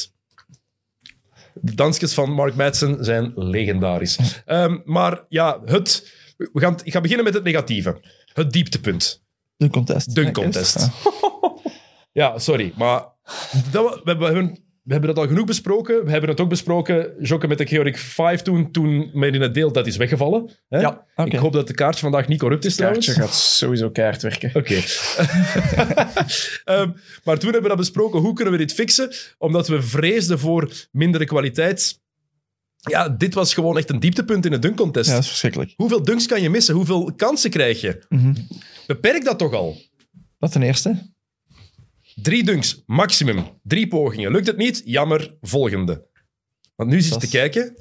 [SPEAKER 1] De dansjes van Mark Madsen zijn legendarisch. Ehm, maar ja, het, we gaan, ik ga beginnen met het negatieve. Het dieptepunt.
[SPEAKER 2] De contest.
[SPEAKER 1] Dunk contest. Ja, sorry, maar dat, we, we, hebben, we hebben dat al genoeg besproken. We hebben het ook besproken, Jokke met de Georg 5 toen, toen in het deel dat is weggevallen. Hè?
[SPEAKER 3] Ja,
[SPEAKER 2] oké.
[SPEAKER 1] Ik hoop dat de kaartje vandaag niet corrupt is trouwens.
[SPEAKER 3] Kaartje gaat sowieso keihard werken.
[SPEAKER 1] Oké. Ehm, maar toen hebben we dat besproken. Hoe kunnen we dit fixen? Omdat we vreesden voor mindere kwaliteit. Ja, dit was gewoon echt een dieptepunt in het dunkcontest.
[SPEAKER 2] Ja, dat is verschrikkelijk.
[SPEAKER 1] Hoeveel dunks kan je missen? Hoeveel kansen krijg je?
[SPEAKER 2] Mhm.
[SPEAKER 1] Beperk dat toch al.
[SPEAKER 2] Dat ten eerste.
[SPEAKER 1] Drie dunks, maximum. Drie pogingen. Lukt het niet? Jammer, volgende. Want nu zit je
[SPEAKER 2] Dat
[SPEAKER 1] te
[SPEAKER 2] is-
[SPEAKER 1] kijken.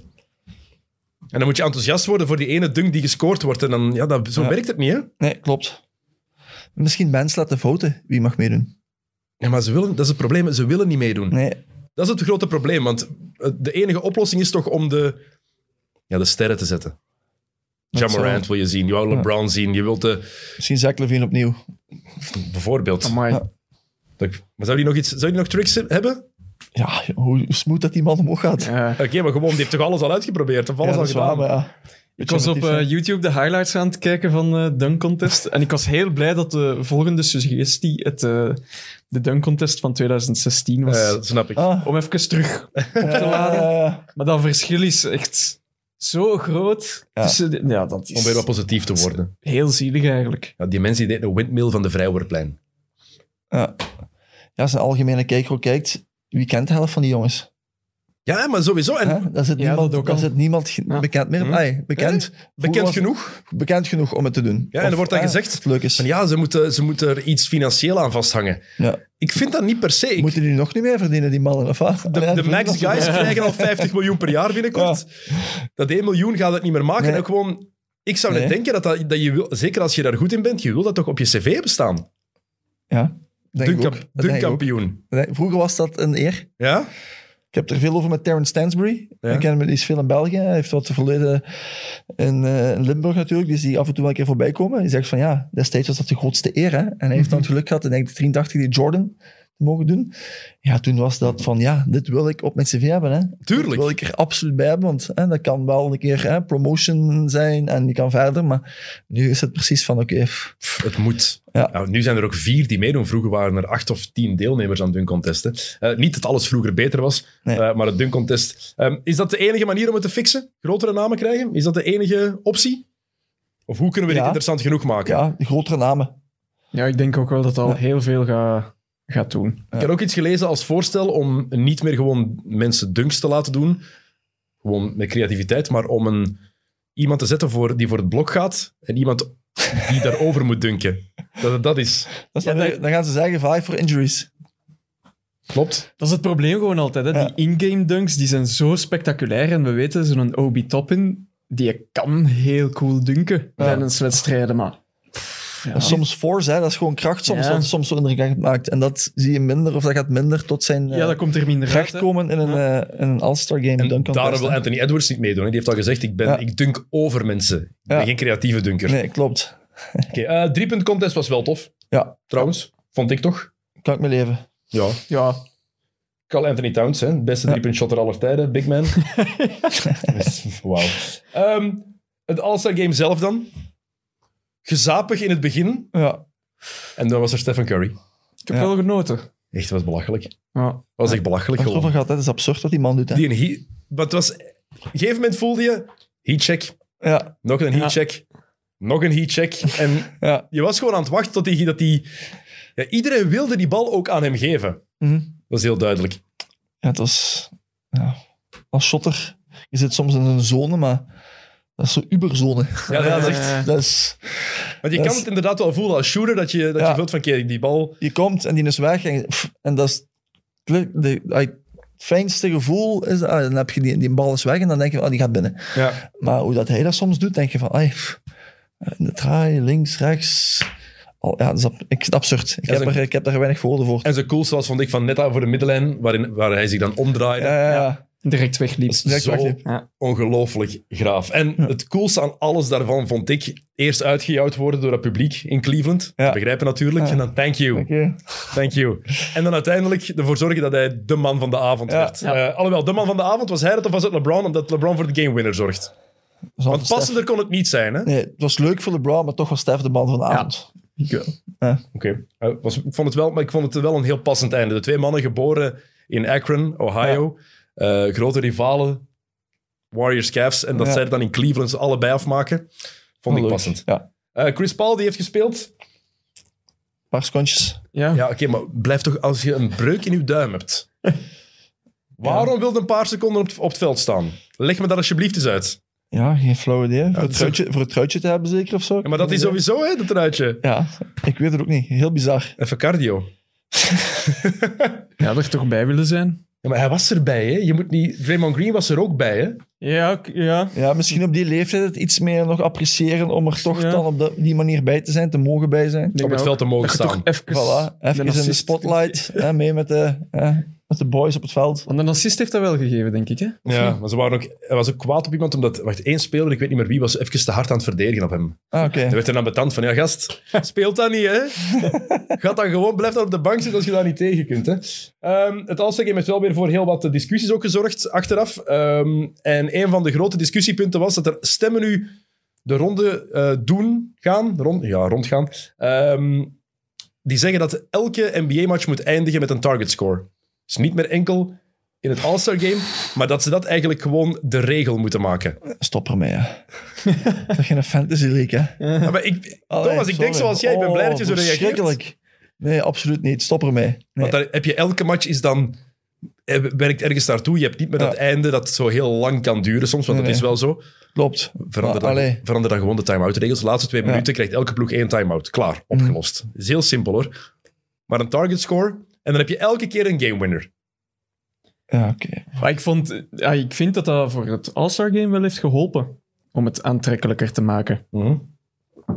[SPEAKER 1] En dan moet je enthousiast worden voor die ene dunk die gescoord wordt. En dan, ja, dat, zo
[SPEAKER 2] Ja.
[SPEAKER 1] werkt het niet, hè?
[SPEAKER 2] Nee, klopt. Misschien mensen laten voten wie mag meedoen.
[SPEAKER 1] Ja, maar ze willen, dat is het probleem. Ze willen niet meedoen.
[SPEAKER 2] Nee,
[SPEAKER 1] Dat is het grote probleem, want eh, de enige oplossing is toch om de, ja, de sterren te zetten.
[SPEAKER 2] Dat
[SPEAKER 1] John
[SPEAKER 2] zal-
[SPEAKER 1] Morant wil je zien, je wil LeBron zien, je wilt de,
[SPEAKER 2] misschien Zach Levine opnieuw.
[SPEAKER 1] bijvoorbeeld.
[SPEAKER 3] Amai.
[SPEAKER 2] Ja.
[SPEAKER 1] Dat- Maar zou die nog, iets, zou die nog tricks hebben? Oké,
[SPEAKER 2] Ja, joh, hoe smooth dat die man omhoog gaat. Ja,
[SPEAKER 3] Ja.
[SPEAKER 1] maar gewoon, die heeft toch alles al uitgeprobeerd? Of alles
[SPEAKER 2] dat
[SPEAKER 1] al
[SPEAKER 2] is waar,
[SPEAKER 1] gedaan?
[SPEAKER 2] maar ja.
[SPEAKER 3] Ik was op eh, YouTube de highlights aan het kijken van eh Dunk Contest. En ik was heel blij dat de volgende suggestie het, eh, de Dunk Contest van 2016 was.
[SPEAKER 1] Eh, dat snap ik.
[SPEAKER 2] Ah,
[SPEAKER 3] Om even terug
[SPEAKER 2] ja, ja, ja.
[SPEAKER 3] Maar dat verschil is echt zo groot.
[SPEAKER 2] Ja.
[SPEAKER 3] Tussen de- ja, dat
[SPEAKER 1] Om weer
[SPEAKER 3] is
[SPEAKER 1] wat positief te worden.
[SPEAKER 3] heel zielig eigenlijk.
[SPEAKER 1] Ja, die mensen die deden een windmill van de Vrijwoordplein.
[SPEAKER 2] ja. Ja, als een algemene kijker ook kijkt, wie kent de helft van die jongens?
[SPEAKER 1] Ja, maar sowieso. En
[SPEAKER 2] Hè? Daar zit
[SPEAKER 3] Ja,
[SPEAKER 2] niemand,
[SPEAKER 3] dat ook
[SPEAKER 2] daar
[SPEAKER 3] al.
[SPEAKER 2] zit niemand ge-
[SPEAKER 3] Ja.
[SPEAKER 2] bekend meer.
[SPEAKER 3] Hm.
[SPEAKER 2] Nee, bekend. Vroeger
[SPEAKER 1] bekend
[SPEAKER 2] was-
[SPEAKER 1] genoeg.
[SPEAKER 2] Bekend genoeg om het te doen.
[SPEAKER 1] Ja, en er
[SPEAKER 2] Of,
[SPEAKER 1] wordt dan
[SPEAKER 2] eh,
[SPEAKER 1] gezegd
[SPEAKER 2] het leuk is.
[SPEAKER 1] Van ja, ze moeten, ze moeten er iets financieel aan vasthangen.
[SPEAKER 2] Ja.
[SPEAKER 1] Ik vind dat niet per se. Ik-
[SPEAKER 2] Moeten die nog niet meer verdienen, die mannen? Of wat?
[SPEAKER 1] De, de Max Guys krijgen al 50 miljoen per jaar binnenkort. Dat 1 miljoen gaat het niet meer maken.
[SPEAKER 2] Nee.
[SPEAKER 1] En ook gewoon, ik zou net
[SPEAKER 2] Nee.
[SPEAKER 1] denken dat, dat, dat je wil, zeker als je daar goed in bent, je wil dat toch op je cv hebben staan.
[SPEAKER 2] Ja, denk ik ook.
[SPEAKER 1] Dunkamp-
[SPEAKER 2] Dat denk ik ook.
[SPEAKER 1] Dunkkampioen.
[SPEAKER 2] Nee, Vroeger was dat een eer.
[SPEAKER 1] Ja?
[SPEAKER 2] Ik heb er veel over met Terence Stansbury.
[SPEAKER 1] Ja.
[SPEAKER 2] Ik ken hem, die is veel in België. Hij heeft wat verleden in, eh, in Limburg natuurlijk. Dus die af en toe wel een keer voorbij komen. Hij zegt van ja, destijds was dat de grootste eer. Hè? En hij heeft dan
[SPEAKER 1] Mhm.
[SPEAKER 2] het geluk gehad, in denk ik, 83 die Jordan te mogen doen. Ja, toen was dat van ja, dit wil ik op mijn cv hebben. Hè? Dat
[SPEAKER 1] Tuurlijk.
[SPEAKER 2] wil ik er absoluut bij hebben, want hè, dat kan wel een keer hè, promotion zijn en je kan verder. Maar nu is het precies van, oké, pff,
[SPEAKER 1] Pff, het moet.
[SPEAKER 2] Ja.
[SPEAKER 1] Nou, nu zijn er ook vier die meedoen. Vroeger waren er acht of tien deelnemers aan dunkcontesten. Eh niet dat alles vroeger beter was,
[SPEAKER 2] Nee.
[SPEAKER 1] eh, maar het dunkontest. Ehm is dat de enige manier om het te fixen? Grotere namen krijgen? Is dat de enige optie? Of hoe kunnen we dit
[SPEAKER 2] Ja.
[SPEAKER 1] interessant genoeg maken?
[SPEAKER 2] ja, de grotere namen.
[SPEAKER 3] Ja, ik denk ook wel dat dat al
[SPEAKER 2] Ja.
[SPEAKER 3] heel veel ga- gaat doen.
[SPEAKER 1] Ik had ook iets gelezen als voorstel om niet meer gewoon mensen dunks te laten doen, gewoon met creativiteit, maar om een, iemand te zetten voor, die voor het blok gaat en iemand die daarover moet dunken. Dat het dat is.
[SPEAKER 2] Dat is dan, weer- dan gaan ze zeggen, vaak voor injuries.
[SPEAKER 1] Klopt.
[SPEAKER 3] Dat is het probleem gewoon altijd. Hè? Die in-game dunks die zijn zo spectaculair. En we weten, zo'n Obi Toppin, die kan heel cool dunken
[SPEAKER 2] Ja.
[SPEAKER 3] tijdens wedstrijden. Maar pff, ja.
[SPEAKER 2] En soms force, hè, dat is gewoon kracht soms,
[SPEAKER 3] Ja.
[SPEAKER 2] dat soms zo indruk echt maakt. En dat zie je minder, of dat gaat minder tot zijn
[SPEAKER 3] ja, dat komt er minder uit.
[SPEAKER 2] recht
[SPEAKER 3] hè.
[SPEAKER 2] komen in een, eh, in een All-Star game.
[SPEAKER 1] En
[SPEAKER 2] dunk contest,
[SPEAKER 1] daarom wil
[SPEAKER 2] hè.
[SPEAKER 1] Anthony Edwards niet meedoen. hè. Die heeft al gezegd, ik, ben,
[SPEAKER 2] Ja.
[SPEAKER 1] ik dunk over mensen. Ik ben
[SPEAKER 2] Ja.
[SPEAKER 1] geen creatieve dunker.
[SPEAKER 2] Nee, klopt.
[SPEAKER 1] Oké, eh, drie-punt contest was wel tof,
[SPEAKER 2] Ja,
[SPEAKER 1] trouwens. Vond ik toch?
[SPEAKER 2] kan ik me leven.
[SPEAKER 1] Ja.
[SPEAKER 3] Ja,
[SPEAKER 1] Carl Anthony Towns, hè? beste
[SPEAKER 2] Ja.
[SPEAKER 1] drie-punt shotter aller tijden. Big man. Dus, Wauw. Ehm, het All-Star Game zelf dan. Gezapig in het begin.
[SPEAKER 2] Ja,
[SPEAKER 1] En dan was er Stephen Curry.
[SPEAKER 3] ik heb
[SPEAKER 2] Ja.
[SPEAKER 3] wel genoten.
[SPEAKER 1] Echt, was belachelijk.
[SPEAKER 3] Ja.
[SPEAKER 1] Was echt belachelijk
[SPEAKER 2] dat is
[SPEAKER 1] gewoon.
[SPEAKER 2] over gehad, hè. dat is absurd wat die man doet. Hè.
[SPEAKER 1] Die een heat... Maar het was... Op een gegeven moment voelde je... Heatcheck.
[SPEAKER 2] Ja,
[SPEAKER 1] Nog een
[SPEAKER 3] Ja.
[SPEAKER 1] heatcheck. Nog een heatcheck. En
[SPEAKER 2] ja.
[SPEAKER 1] je was gewoon aan het wachten tot die... Dat die ja, iedereen wilde die bal ook aan hem geven.
[SPEAKER 2] Mhm.
[SPEAKER 1] Dat is heel duidelijk.
[SPEAKER 2] Ja, het was... Ja. Als shotter, je zit soms in een zone, maar dat is zo'n uberzone.
[SPEAKER 1] Ja, dat is echt...
[SPEAKER 3] Eh,
[SPEAKER 2] Dat is...
[SPEAKER 1] Want je
[SPEAKER 2] dat
[SPEAKER 1] kan
[SPEAKER 2] is-
[SPEAKER 1] het inderdaad wel voelen als shooter, dat je, dat
[SPEAKER 2] Ja.
[SPEAKER 1] je voelt van, kijk, die bal...
[SPEAKER 2] Je komt en die is weg en, pff, en dat is... de- de- Het fijnste gevoel is... ah, dan heb je die, die bal is weg en dan denk je, ah, die gaat binnen.
[SPEAKER 1] Ja.
[SPEAKER 2] Maar hoe dat hij dat soms doet, denk je van... Ai, pff, in de traai, links, rechts... Al, ja, dat is ab- ik, absurd. Ik
[SPEAKER 1] Dat is
[SPEAKER 2] heb,
[SPEAKER 1] een-
[SPEAKER 2] er, ik heb daar weinig woorden voor.
[SPEAKER 1] En zo coolste was, vond ik, van net aan voor de middenlijn, waarin, waar hij zich dan omdraaide.
[SPEAKER 2] Ja, ja, ja.
[SPEAKER 3] Direct wegliep.
[SPEAKER 2] Dat is direct
[SPEAKER 1] Zo
[SPEAKER 2] wegliep.
[SPEAKER 1] ongelooflijk graaf. En
[SPEAKER 2] Ja.
[SPEAKER 1] het coolste aan alles daarvan vond ik eerst uitgejouwd worden door het publiek in Cleveland.
[SPEAKER 2] Ja.
[SPEAKER 1] Te begrijpen natuurlijk.
[SPEAKER 2] Ja.
[SPEAKER 1] En dan thank you,
[SPEAKER 2] Oké.
[SPEAKER 1] thank you. En dan uiteindelijk ervoor zorgen dat hij de man van de avond
[SPEAKER 2] Ja.
[SPEAKER 1] werd.
[SPEAKER 3] Ja.
[SPEAKER 1] Eh, alhoewel, de man van de avond was hij dat of was het LeBron? Omdat LeBron voor de game winner zorgt.
[SPEAKER 2] Zal
[SPEAKER 1] Want
[SPEAKER 2] voor Stef-
[SPEAKER 1] passender kon het niet zijn, hè?
[SPEAKER 2] Nee, het was leuk voor LeBron, maar toch was Stef de man van de avond.
[SPEAKER 3] Ik wel.
[SPEAKER 1] Oké. Eh, was- ik vond het wel, maar ik vond het wel een heel passend einde. De twee mannen geboren in Akron, Ohio. Eh, grote rivalen, Warriors, Cavs. En dat
[SPEAKER 2] Ja.
[SPEAKER 1] zij er dan in Cleveland ze allebei afmaken. Vond ik
[SPEAKER 2] Leuk.
[SPEAKER 1] passend.
[SPEAKER 2] Ja, een
[SPEAKER 1] Eh, Chris Paul die heeft gespeeld.
[SPEAKER 2] paar skontjes.
[SPEAKER 3] Ja.
[SPEAKER 1] Ja, oké, maar blijf toch als je een breuk in je duim hebt. Waarom wilde een paar seconden op, het- op het veld staan? Leg me dat alsjeblieft eens uit.
[SPEAKER 2] Ja, geen flauw idee. voor,
[SPEAKER 1] het
[SPEAKER 2] het
[SPEAKER 1] is
[SPEAKER 2] truitje, voor het truitje te hebben zeker of zo.
[SPEAKER 1] Ja, maar dat is sowieso, hè, dat eruitje.
[SPEAKER 2] Ja, ik weet het ook niet. Heel bizar.
[SPEAKER 1] Even cardio.
[SPEAKER 3] ja, er toch bij willen zijn.
[SPEAKER 1] Ja, maar hij was erbij, hè. Je moet niet... Draymond Green was er ook bij, hè.
[SPEAKER 3] Ja, ik- ja.
[SPEAKER 2] Ja, misschien op die leeftijd het iets meer nog appreciëren om er toch
[SPEAKER 3] Ja.
[SPEAKER 2] dan op dat- die manier bij te zijn, te mogen bij zijn.
[SPEAKER 1] Om het veld te mogen
[SPEAKER 3] Dat je
[SPEAKER 1] staan.
[SPEAKER 3] toch even, eh,
[SPEAKER 2] Voilà, even in de
[SPEAKER 3] assist-
[SPEAKER 2] spotlight, hè, mee met de, hè, met de boys op het veld.
[SPEAKER 3] Want een assist heeft dat wel gegeven, denk ik. Hè?
[SPEAKER 1] Ja, maar ze waren ook, hij was ook kwaad op iemand, omdat... Wacht, één speler, ik weet niet meer wie, was even te hard aan het verdedigen op hem.
[SPEAKER 2] Ah, oké.
[SPEAKER 1] Hij werd er dan betand van, ja gast, speelt dat niet, hè? Gaat dan gewoon, blijf dan op de bank zitten als je daar niet tegen kunt, hè? Ehm, het All-Star Game heeft wel weer voor heel wat eh, discussies ook gezorgd achteraf. Ehm, en een van de grote discussiepunten was dat er stemmen nu de ronde eh, doen gaan, rond, ja, rondgaan, Ehm, die zeggen dat elke NBA-match moet eindigen met een target score. Dus niet meer enkel in het All-Star Game, maar dat ze dat eigenlijk gewoon de regel moeten maken.
[SPEAKER 2] Stop ermee, hè. Dat is geen fantasy league, hè.
[SPEAKER 1] Ja, maar ik,
[SPEAKER 2] Allee,
[SPEAKER 1] Thomas, ik denk
[SPEAKER 2] sorry.
[SPEAKER 1] zoals jij, ik ben blij dat je zo
[SPEAKER 2] Oh,
[SPEAKER 1] reageert. eh?
[SPEAKER 2] verschrikkelijk. Nee, absoluut niet. Stop ermee. Nee.
[SPEAKER 1] Want daar heb je elke match is dan eh, werkt ergens naartoe. Je hebt niet meer
[SPEAKER 2] Ja.
[SPEAKER 1] dat einde dat zo heel lang kan duren soms, want
[SPEAKER 2] Nee,
[SPEAKER 1] dat is wel zo.
[SPEAKER 2] Klopt.
[SPEAKER 1] Verander,
[SPEAKER 2] Maar,
[SPEAKER 1] dan,
[SPEAKER 2] allee.
[SPEAKER 1] verander dan gewoon de time-out-regels. De laatste twee
[SPEAKER 2] Ja. Mhm.
[SPEAKER 1] minuten krijgt elke ploeg één time-out. Klaar, opgelost. Is heel simpel hoor. Maar een target score en dan heb je elke keer een game winner.
[SPEAKER 2] Ja, oké.
[SPEAKER 3] Maar ik, vond, ja, ik vind dat dat voor het All-Star Game wel heeft geholpen. Om het aantrekkelijker te maken.
[SPEAKER 2] Mhm.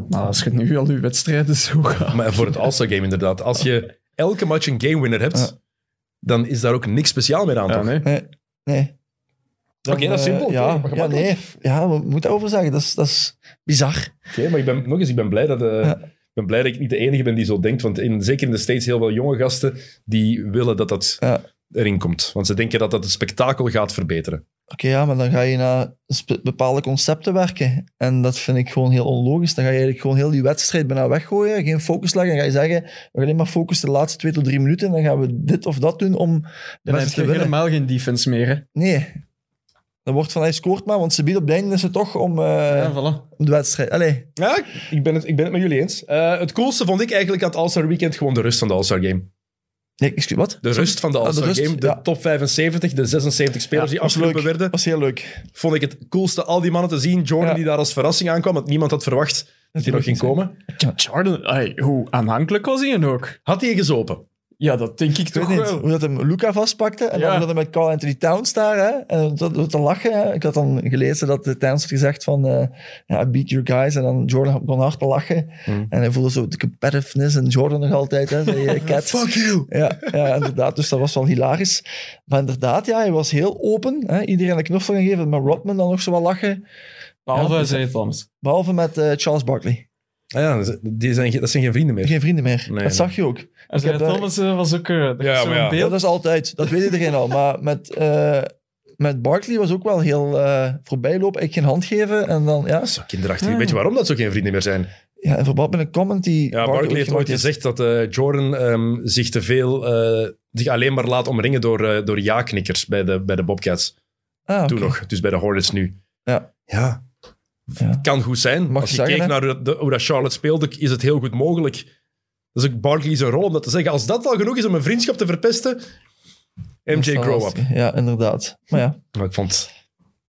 [SPEAKER 3] Maar als je nu al je wedstrijden zo gaat.
[SPEAKER 1] Maar voor het All-Star Game inderdaad. Als je elke match een game winner hebt,
[SPEAKER 2] Ja.
[SPEAKER 1] dan is daar ook niks speciaal meer aan.
[SPEAKER 3] Ja,
[SPEAKER 1] toch?
[SPEAKER 3] nee.
[SPEAKER 2] Nee. nee. Dan,
[SPEAKER 1] Oké, dat is
[SPEAKER 2] eh,
[SPEAKER 1] simpel,
[SPEAKER 2] Ja,
[SPEAKER 1] toch?
[SPEAKER 2] ja, nee. Ja, we moeten over zeggen. Dat is, dat is bizar.
[SPEAKER 1] Oké, maar ik ben, nog eens, ik ben blij dat... eh,
[SPEAKER 2] Ja.
[SPEAKER 1] Ik ben blij dat ik niet de enige ben die zo denkt, want in, zeker in de States heel veel jonge gasten die willen dat dat
[SPEAKER 2] Ja. Oké,
[SPEAKER 1] erin komt. Want ze denken dat dat het spektakel gaat verbeteren.
[SPEAKER 2] ja, maar dan ga je naar spe- bepaalde concepten werken. En dat vind ik gewoon heel onlogisch. Dan ga je eigenlijk gewoon heel die wedstrijd bijna weggooien. Geen focus leggen. Dan ga je zeggen, we gaan alleen maar focussen de laatste twee tot drie minuten. En dan gaan we dit of dat doen om de
[SPEAKER 3] Dan heb
[SPEAKER 2] wedstrijd
[SPEAKER 3] je
[SPEAKER 2] te winnen.
[SPEAKER 3] helemaal geen defense meer. Hè?
[SPEAKER 2] Nee. Dan wordt van, hij scoort maar, want ze biedt op de einde is het toch om, eh,
[SPEAKER 3] Ja, voilà.
[SPEAKER 2] om de wedstrijd. Allee.
[SPEAKER 1] Ja, ik- ik ben het, ik ben het met jullie eens. Eh, het coolste vond ik eigenlijk aan het All-Star Weekend gewoon de rust van de All-Star Game.
[SPEAKER 2] Nee, excuus, wat?
[SPEAKER 1] De rust van de
[SPEAKER 2] Ah, de
[SPEAKER 1] All-Star
[SPEAKER 2] rust,
[SPEAKER 1] Game, de
[SPEAKER 2] ja.
[SPEAKER 1] top 75, de 76 spelers die
[SPEAKER 2] was
[SPEAKER 1] afgelopen
[SPEAKER 2] leuk.
[SPEAKER 1] werden,
[SPEAKER 2] Dat was heel leuk.
[SPEAKER 1] vond ik het coolste al die mannen te zien. Jordan
[SPEAKER 2] Ja.
[SPEAKER 1] die daar als verrassing aankwam, want niemand had verwacht Dat hij nog ging komen.
[SPEAKER 3] Jordan, ai, hoe aanhankelijk was hij dan ook?
[SPEAKER 1] Had hij gezopen?
[SPEAKER 3] Ja, dat denk ik
[SPEAKER 2] Ik weet
[SPEAKER 3] toch
[SPEAKER 2] niet
[SPEAKER 3] wel.
[SPEAKER 2] hoe dat hem Luca vastpakte en
[SPEAKER 3] Ja.
[SPEAKER 2] dan dat hij met Carl Anthony Towns daar. Hè, en dat dat te lachen. Hè. Ik had dan gelezen dat de Towns had gezegd van eh, ja, beat your guys. En dan Jordan begon hard te lachen.
[SPEAKER 1] Hmm.
[SPEAKER 2] En hij voelde zo de competitiveness en Jordan nog altijd. Hè, zei, eh, cat.
[SPEAKER 1] you!
[SPEAKER 2] Ja, ja, inderdaad. Dus dat was wel hilarisch. Maar inderdaad, ja, hij was heel open. Hè. Iedereen een knuffel gegeven. Maar Rodman dan nog zo wat lachen.
[SPEAKER 3] Behalve
[SPEAKER 2] Ja,
[SPEAKER 3] ja,
[SPEAKER 2] dus- Behalve met eh, Charles Barkley.
[SPEAKER 1] Ah ja, dat zijn- die zijn, geen- dat zijn geen vrienden meer.
[SPEAKER 2] Geen vrienden meer.
[SPEAKER 1] Nee,
[SPEAKER 2] dat
[SPEAKER 1] nee.
[SPEAKER 2] zag je ook.
[SPEAKER 3] En
[SPEAKER 2] heb
[SPEAKER 3] Zaya
[SPEAKER 2] daar-
[SPEAKER 3] Thomas eh, was ook eh, dat
[SPEAKER 1] Ja,
[SPEAKER 3] is zo'n
[SPEAKER 1] maar ja.
[SPEAKER 2] Ja,
[SPEAKER 3] beeld.
[SPEAKER 2] dat is altijd. Dat weet iedereen al. Maar met, eh met Barkley was ook wel heel eh voorbijlopen. Ik geen hand geven. En dan, ja.
[SPEAKER 1] Dat is Ah, zo kinderachtig.
[SPEAKER 3] Ja.
[SPEAKER 1] Weet je waarom dat zo geen vrienden meer zijn?
[SPEAKER 2] ja in verband met een comment die.
[SPEAKER 1] Ja, Barkley heeft ooit
[SPEAKER 2] gemaakt
[SPEAKER 1] gezegd dat eh, Jordan ehm, zich te veel... eh, zich alleen maar laat omringen door, eh, door ja-knikkers bij de, bij de Bobcats.
[SPEAKER 2] Ah,
[SPEAKER 1] Toen
[SPEAKER 2] oké.
[SPEAKER 1] nog, dus bij de Hornets nu.
[SPEAKER 2] Ja.
[SPEAKER 1] Ja.
[SPEAKER 2] Ja.
[SPEAKER 1] Kan goed zijn.
[SPEAKER 2] Mag
[SPEAKER 1] Als je
[SPEAKER 2] je zeggen,
[SPEAKER 1] keek
[SPEAKER 2] hè?
[SPEAKER 1] naar hoe dat- hoe dat Charlotte speelde, is het heel goed mogelijk. Dat is ook Barkley zijn rol om dat te zeggen. Als dat al genoeg is om een vriendschap te verpesten,
[SPEAKER 2] Dat
[SPEAKER 1] MJ
[SPEAKER 2] is wel
[SPEAKER 1] grow up.
[SPEAKER 2] lastig. Ja, inderdaad. Maar ja.
[SPEAKER 1] Maar ik vond...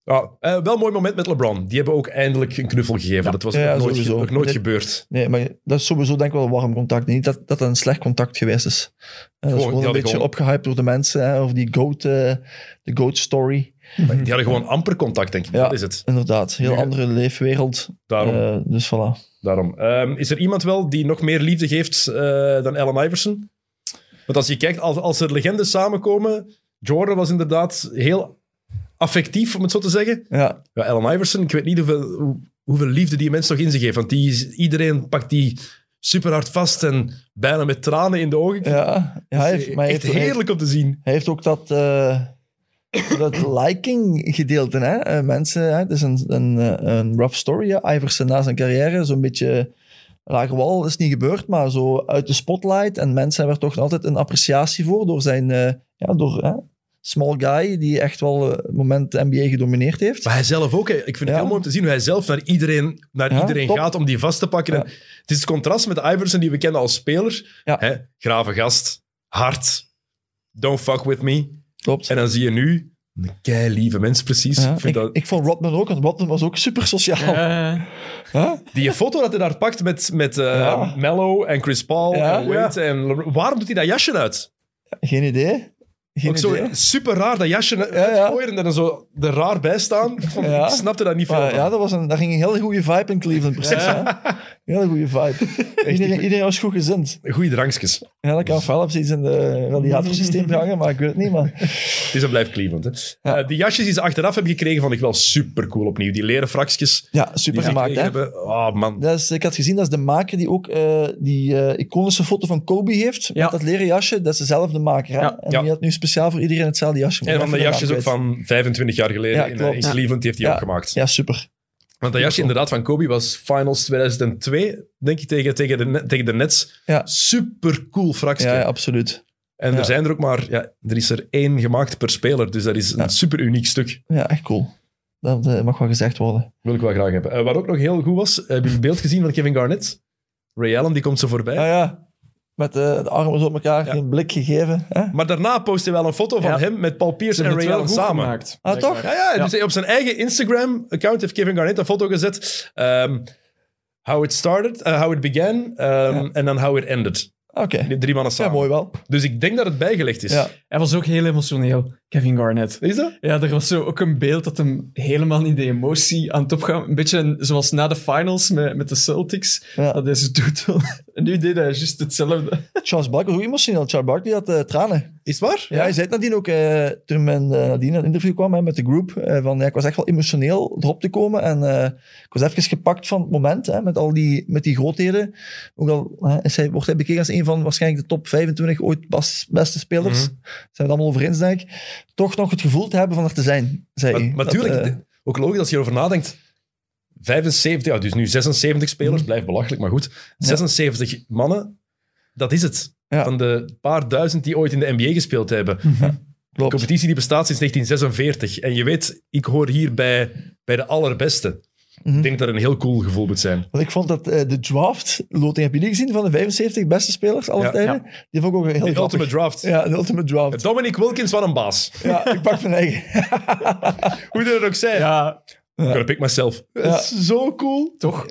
[SPEAKER 1] Ja, eh, wel een mooi moment met LeBron. Die hebben ook eindelijk een knuffel gegeven. Dat was
[SPEAKER 2] Ja,
[SPEAKER 1] nog nooit,
[SPEAKER 2] sowieso.
[SPEAKER 1] nog nooit
[SPEAKER 2] Dit-
[SPEAKER 1] gebeurd.
[SPEAKER 2] Nee, maar dat is sowieso denk ik wel een warm contact. Niet dat dat een slecht contact geweest is. Eh,
[SPEAKER 1] die
[SPEAKER 2] dat is gewoon
[SPEAKER 1] hadden
[SPEAKER 2] een beetje
[SPEAKER 1] gewoon-
[SPEAKER 2] opgehyped door de mensen. Hè, of die goat, eh, de goat story.
[SPEAKER 1] Die hadden gewoon amper contact, denk ik.
[SPEAKER 2] Ja.
[SPEAKER 1] Dat is het.
[SPEAKER 2] Inderdaad. Heel
[SPEAKER 1] Ja.
[SPEAKER 2] andere leefwereld.
[SPEAKER 1] Daarom.
[SPEAKER 2] Eh, dus voilà.
[SPEAKER 1] daarom. Ehm, is er iemand wel die nog meer liefde geeft eh, dan Allen Iverson? Want als je kijkt, als, als er legendes samenkomen... Jordan was inderdaad heel affectief, om het zo te zeggen.
[SPEAKER 2] Ja,
[SPEAKER 1] Ja, Allen Iverson, ik weet niet hoeveel, hoe- hoeveel liefde die mens nog in zich heeft. Want die, is- iedereen pakt die super hard vast en bijna met tranen in de ogen.
[SPEAKER 2] ja. ja hij heeft, maar hij
[SPEAKER 1] Echt
[SPEAKER 2] heeft- hij-
[SPEAKER 1] heerlijk om te zien.
[SPEAKER 2] Hij heeft ook dat, eh, dat liking gedeelte. Hè? Eh, mensen, hè? het is een, een, eh, een rough story. Hè? Iverson na zijn carrière, zo'n beetje lager wal is niet gebeurd, maar zo uit de spotlight. En mensen hebben er toch altijd een appreciatie voor door zijn eh, ja, door, hè? small guy, die echt wel eh, het moment de NBA gedomineerd heeft.
[SPEAKER 1] Maar hij zelf ook. hè. Ik vind het
[SPEAKER 2] Ja.
[SPEAKER 1] heel mooi om te zien hoe hij zelf naar iedereen, naar
[SPEAKER 2] Ja,
[SPEAKER 1] iedereen
[SPEAKER 2] top.
[SPEAKER 1] gaat om die vast te pakken.
[SPEAKER 2] Ja.
[SPEAKER 1] En het is het contrast met Iverson die we kennen als speler.
[SPEAKER 2] Ja.
[SPEAKER 1] Hè? Grave gast, hard, don't fuck with me.
[SPEAKER 2] Klopt.
[SPEAKER 1] En dan zie je nu een kei lieve mens precies.
[SPEAKER 2] Ja,
[SPEAKER 1] Ik vind
[SPEAKER 2] ik,
[SPEAKER 1] dat,
[SPEAKER 2] ik vond Rodman ook, want Rodman was ook super sociaal.
[SPEAKER 3] Ja.
[SPEAKER 2] Huh?
[SPEAKER 1] die foto dat hij daar pakt met, met eh,
[SPEAKER 2] Ja.
[SPEAKER 1] Mello en Chris Paul
[SPEAKER 2] Ja.
[SPEAKER 1] en Wade. En LeBron. waarom doet hij dat jasje uit?
[SPEAKER 2] Geen idee. Geen
[SPEAKER 1] ook zo
[SPEAKER 2] idee.
[SPEAKER 1] super raar dat jasje
[SPEAKER 2] ja.
[SPEAKER 1] uitgooien en dan zo er raar bij staan. Ik vond-
[SPEAKER 2] Ja.
[SPEAKER 1] Ik snapte dat niet veel
[SPEAKER 2] Maar
[SPEAKER 1] van.
[SPEAKER 2] Ah, ja, dat was een, daar ging een hele goede vibe in Cleveland, precies. Hè? Hele goede vibe. Iedereen, iedereen was goed gezind.
[SPEAKER 1] Goeie drankjes.
[SPEAKER 2] Ja, dan kan Phelps iets in de radiatorsysteem hangen, maar ik weet het niet, man.
[SPEAKER 1] Het is en blijft Cleveland. Hè.
[SPEAKER 2] Ja.
[SPEAKER 1] Eh, die jasjes die ze achteraf hebben gekregen, vond ik wel super cool opnieuw. Die leren frakjes.
[SPEAKER 2] Ja,
[SPEAKER 1] Die
[SPEAKER 2] super
[SPEAKER 1] ze
[SPEAKER 2] gemaakt,
[SPEAKER 1] gekregen
[SPEAKER 2] hè.
[SPEAKER 1] hebben. Oh man.
[SPEAKER 2] Dat is, ik had gezien, dat is de maker die ook eh, die eh, iconische foto van Kobe heeft.
[SPEAKER 3] Ja.
[SPEAKER 2] Met dat leren jasje, dat is dezelfde maker, hè.
[SPEAKER 3] Ja.
[SPEAKER 2] En
[SPEAKER 1] Ja.
[SPEAKER 2] die had nu speciaal voor iedereen hetzelfde jasje.
[SPEAKER 1] En
[SPEAKER 2] Ik
[SPEAKER 1] dan de
[SPEAKER 2] ben even
[SPEAKER 1] jasjes
[SPEAKER 2] naam
[SPEAKER 1] ook
[SPEAKER 2] kwijt.
[SPEAKER 1] van 25 jaar geleden
[SPEAKER 2] Ja,
[SPEAKER 1] in, eh,
[SPEAKER 2] klopt.
[SPEAKER 1] in
[SPEAKER 3] Ja.
[SPEAKER 1] Cleveland, die heeft die
[SPEAKER 2] Ja.
[SPEAKER 1] opgemaakt.
[SPEAKER 2] Ja, super.
[SPEAKER 1] Want dat jasje inderdaad van Kobe was finals 2002, denk ik, tegen, tegen, de, Net- tegen de Nets.
[SPEAKER 2] Ja.
[SPEAKER 1] Super cool frakje.
[SPEAKER 2] Ja, ja, absoluut.
[SPEAKER 1] En er
[SPEAKER 2] Ja.
[SPEAKER 1] zijn er ook maar, ja, er is er één gemaakt per speler, dus dat is een
[SPEAKER 2] Ja.
[SPEAKER 1] super uniek stuk.
[SPEAKER 2] Ja, echt cool. Dat eh, mag wel gezegd worden.
[SPEAKER 1] Wil ik wel graag hebben. Eh, wat ook nog heel goed was, heb je het beeld gezien van Kevin Garnett? Ray Allen, die komt zo voorbij.
[SPEAKER 2] Ja, Ah ja. Met eh, de armen zo op elkaar,
[SPEAKER 1] Ja.
[SPEAKER 2] een blik gegeven. Hè?
[SPEAKER 1] Maar daarna postte wel een foto van
[SPEAKER 3] Ja.
[SPEAKER 1] hem met Paul Pierce en Ray Allen samen.
[SPEAKER 3] Gemaakt,
[SPEAKER 2] Ah, toch?
[SPEAKER 1] Ja, ja,
[SPEAKER 3] Ja.
[SPEAKER 1] dus hij op zijn eigen Instagram-account heeft Kevin Garnett een foto gezet. ehm, how it started, eh, how it began ehm, en dan how it ended.
[SPEAKER 2] Oké.
[SPEAKER 1] Die drie mannen
[SPEAKER 2] Ja,
[SPEAKER 1] samen.
[SPEAKER 2] mooi wel.
[SPEAKER 1] Dus ik denk dat het bijgelegd is.
[SPEAKER 2] Ja.
[SPEAKER 3] Hij was ook heel emotioneel, Kevin Garnett.
[SPEAKER 1] Is dat?
[SPEAKER 3] Ja, er was zo ook een beeld dat hem helemaal in de emotie aan het opgaan. Een beetje een- zoals na de finals met, met de Celtics.
[SPEAKER 2] Ja.
[SPEAKER 3] Dat hij zo doet. En nu deed hij juist hetzelfde.
[SPEAKER 2] Charles Barkley was ook emotioneel. Charles Barkley had eh, tranen.
[SPEAKER 1] Is het waar?
[SPEAKER 2] Ja, hij zei het nadien ook, eh, toen men eh, nadien in een interview kwam hè, met de groep, eh, van ja, ik was echt wel emotioneel erop te komen. En eh, ik was even gepakt van het moment, hè, met al die, met die grootheden. Ook al hè, is hij, wordt hij bekeken als een van waarschijnlijk de top 25 ooit bas- beste spelers.
[SPEAKER 1] Mhm.
[SPEAKER 2] Zijn we het allemaal over eens, denk ik. Toch nog het gevoel te hebben van er te zijn, zei
[SPEAKER 1] Maar,
[SPEAKER 2] hij.
[SPEAKER 1] maar
[SPEAKER 2] Dat,
[SPEAKER 1] tuurlijk,
[SPEAKER 2] eh,
[SPEAKER 1] d- ook logisch als je erover nadenkt. 75, ja, dus nu 76 spelers,
[SPEAKER 2] Mhm.
[SPEAKER 1] blijft belachelijk, maar goed. 76 mannen, dat is het.
[SPEAKER 2] Ja.
[SPEAKER 1] Van de paar duizend die ooit in de NBA gespeeld hebben. De
[SPEAKER 2] klopt.
[SPEAKER 1] competitie die bestaat sinds 1946. En je weet, ik hoor hier bij, bij de allerbeste.
[SPEAKER 2] Mhm.
[SPEAKER 1] Ik denk dat het een heel cool gevoel moet zijn.
[SPEAKER 2] Want ik vond dat eh, de draft, loting heb je die gezien van de 75 beste spelers aller
[SPEAKER 1] Ja,
[SPEAKER 2] tijden? Die vond ik ook heel
[SPEAKER 1] De
[SPEAKER 2] grappig.
[SPEAKER 1] ultimate draft.
[SPEAKER 2] Ja, de ultimate draft.
[SPEAKER 1] Dominic Wilkins, wat een baas.
[SPEAKER 2] Ja, ik pak mijn eigen.
[SPEAKER 1] Hoe dat ook zijn.
[SPEAKER 3] Ja,
[SPEAKER 1] Ik pick myself. Dat is zo cool.
[SPEAKER 3] toch?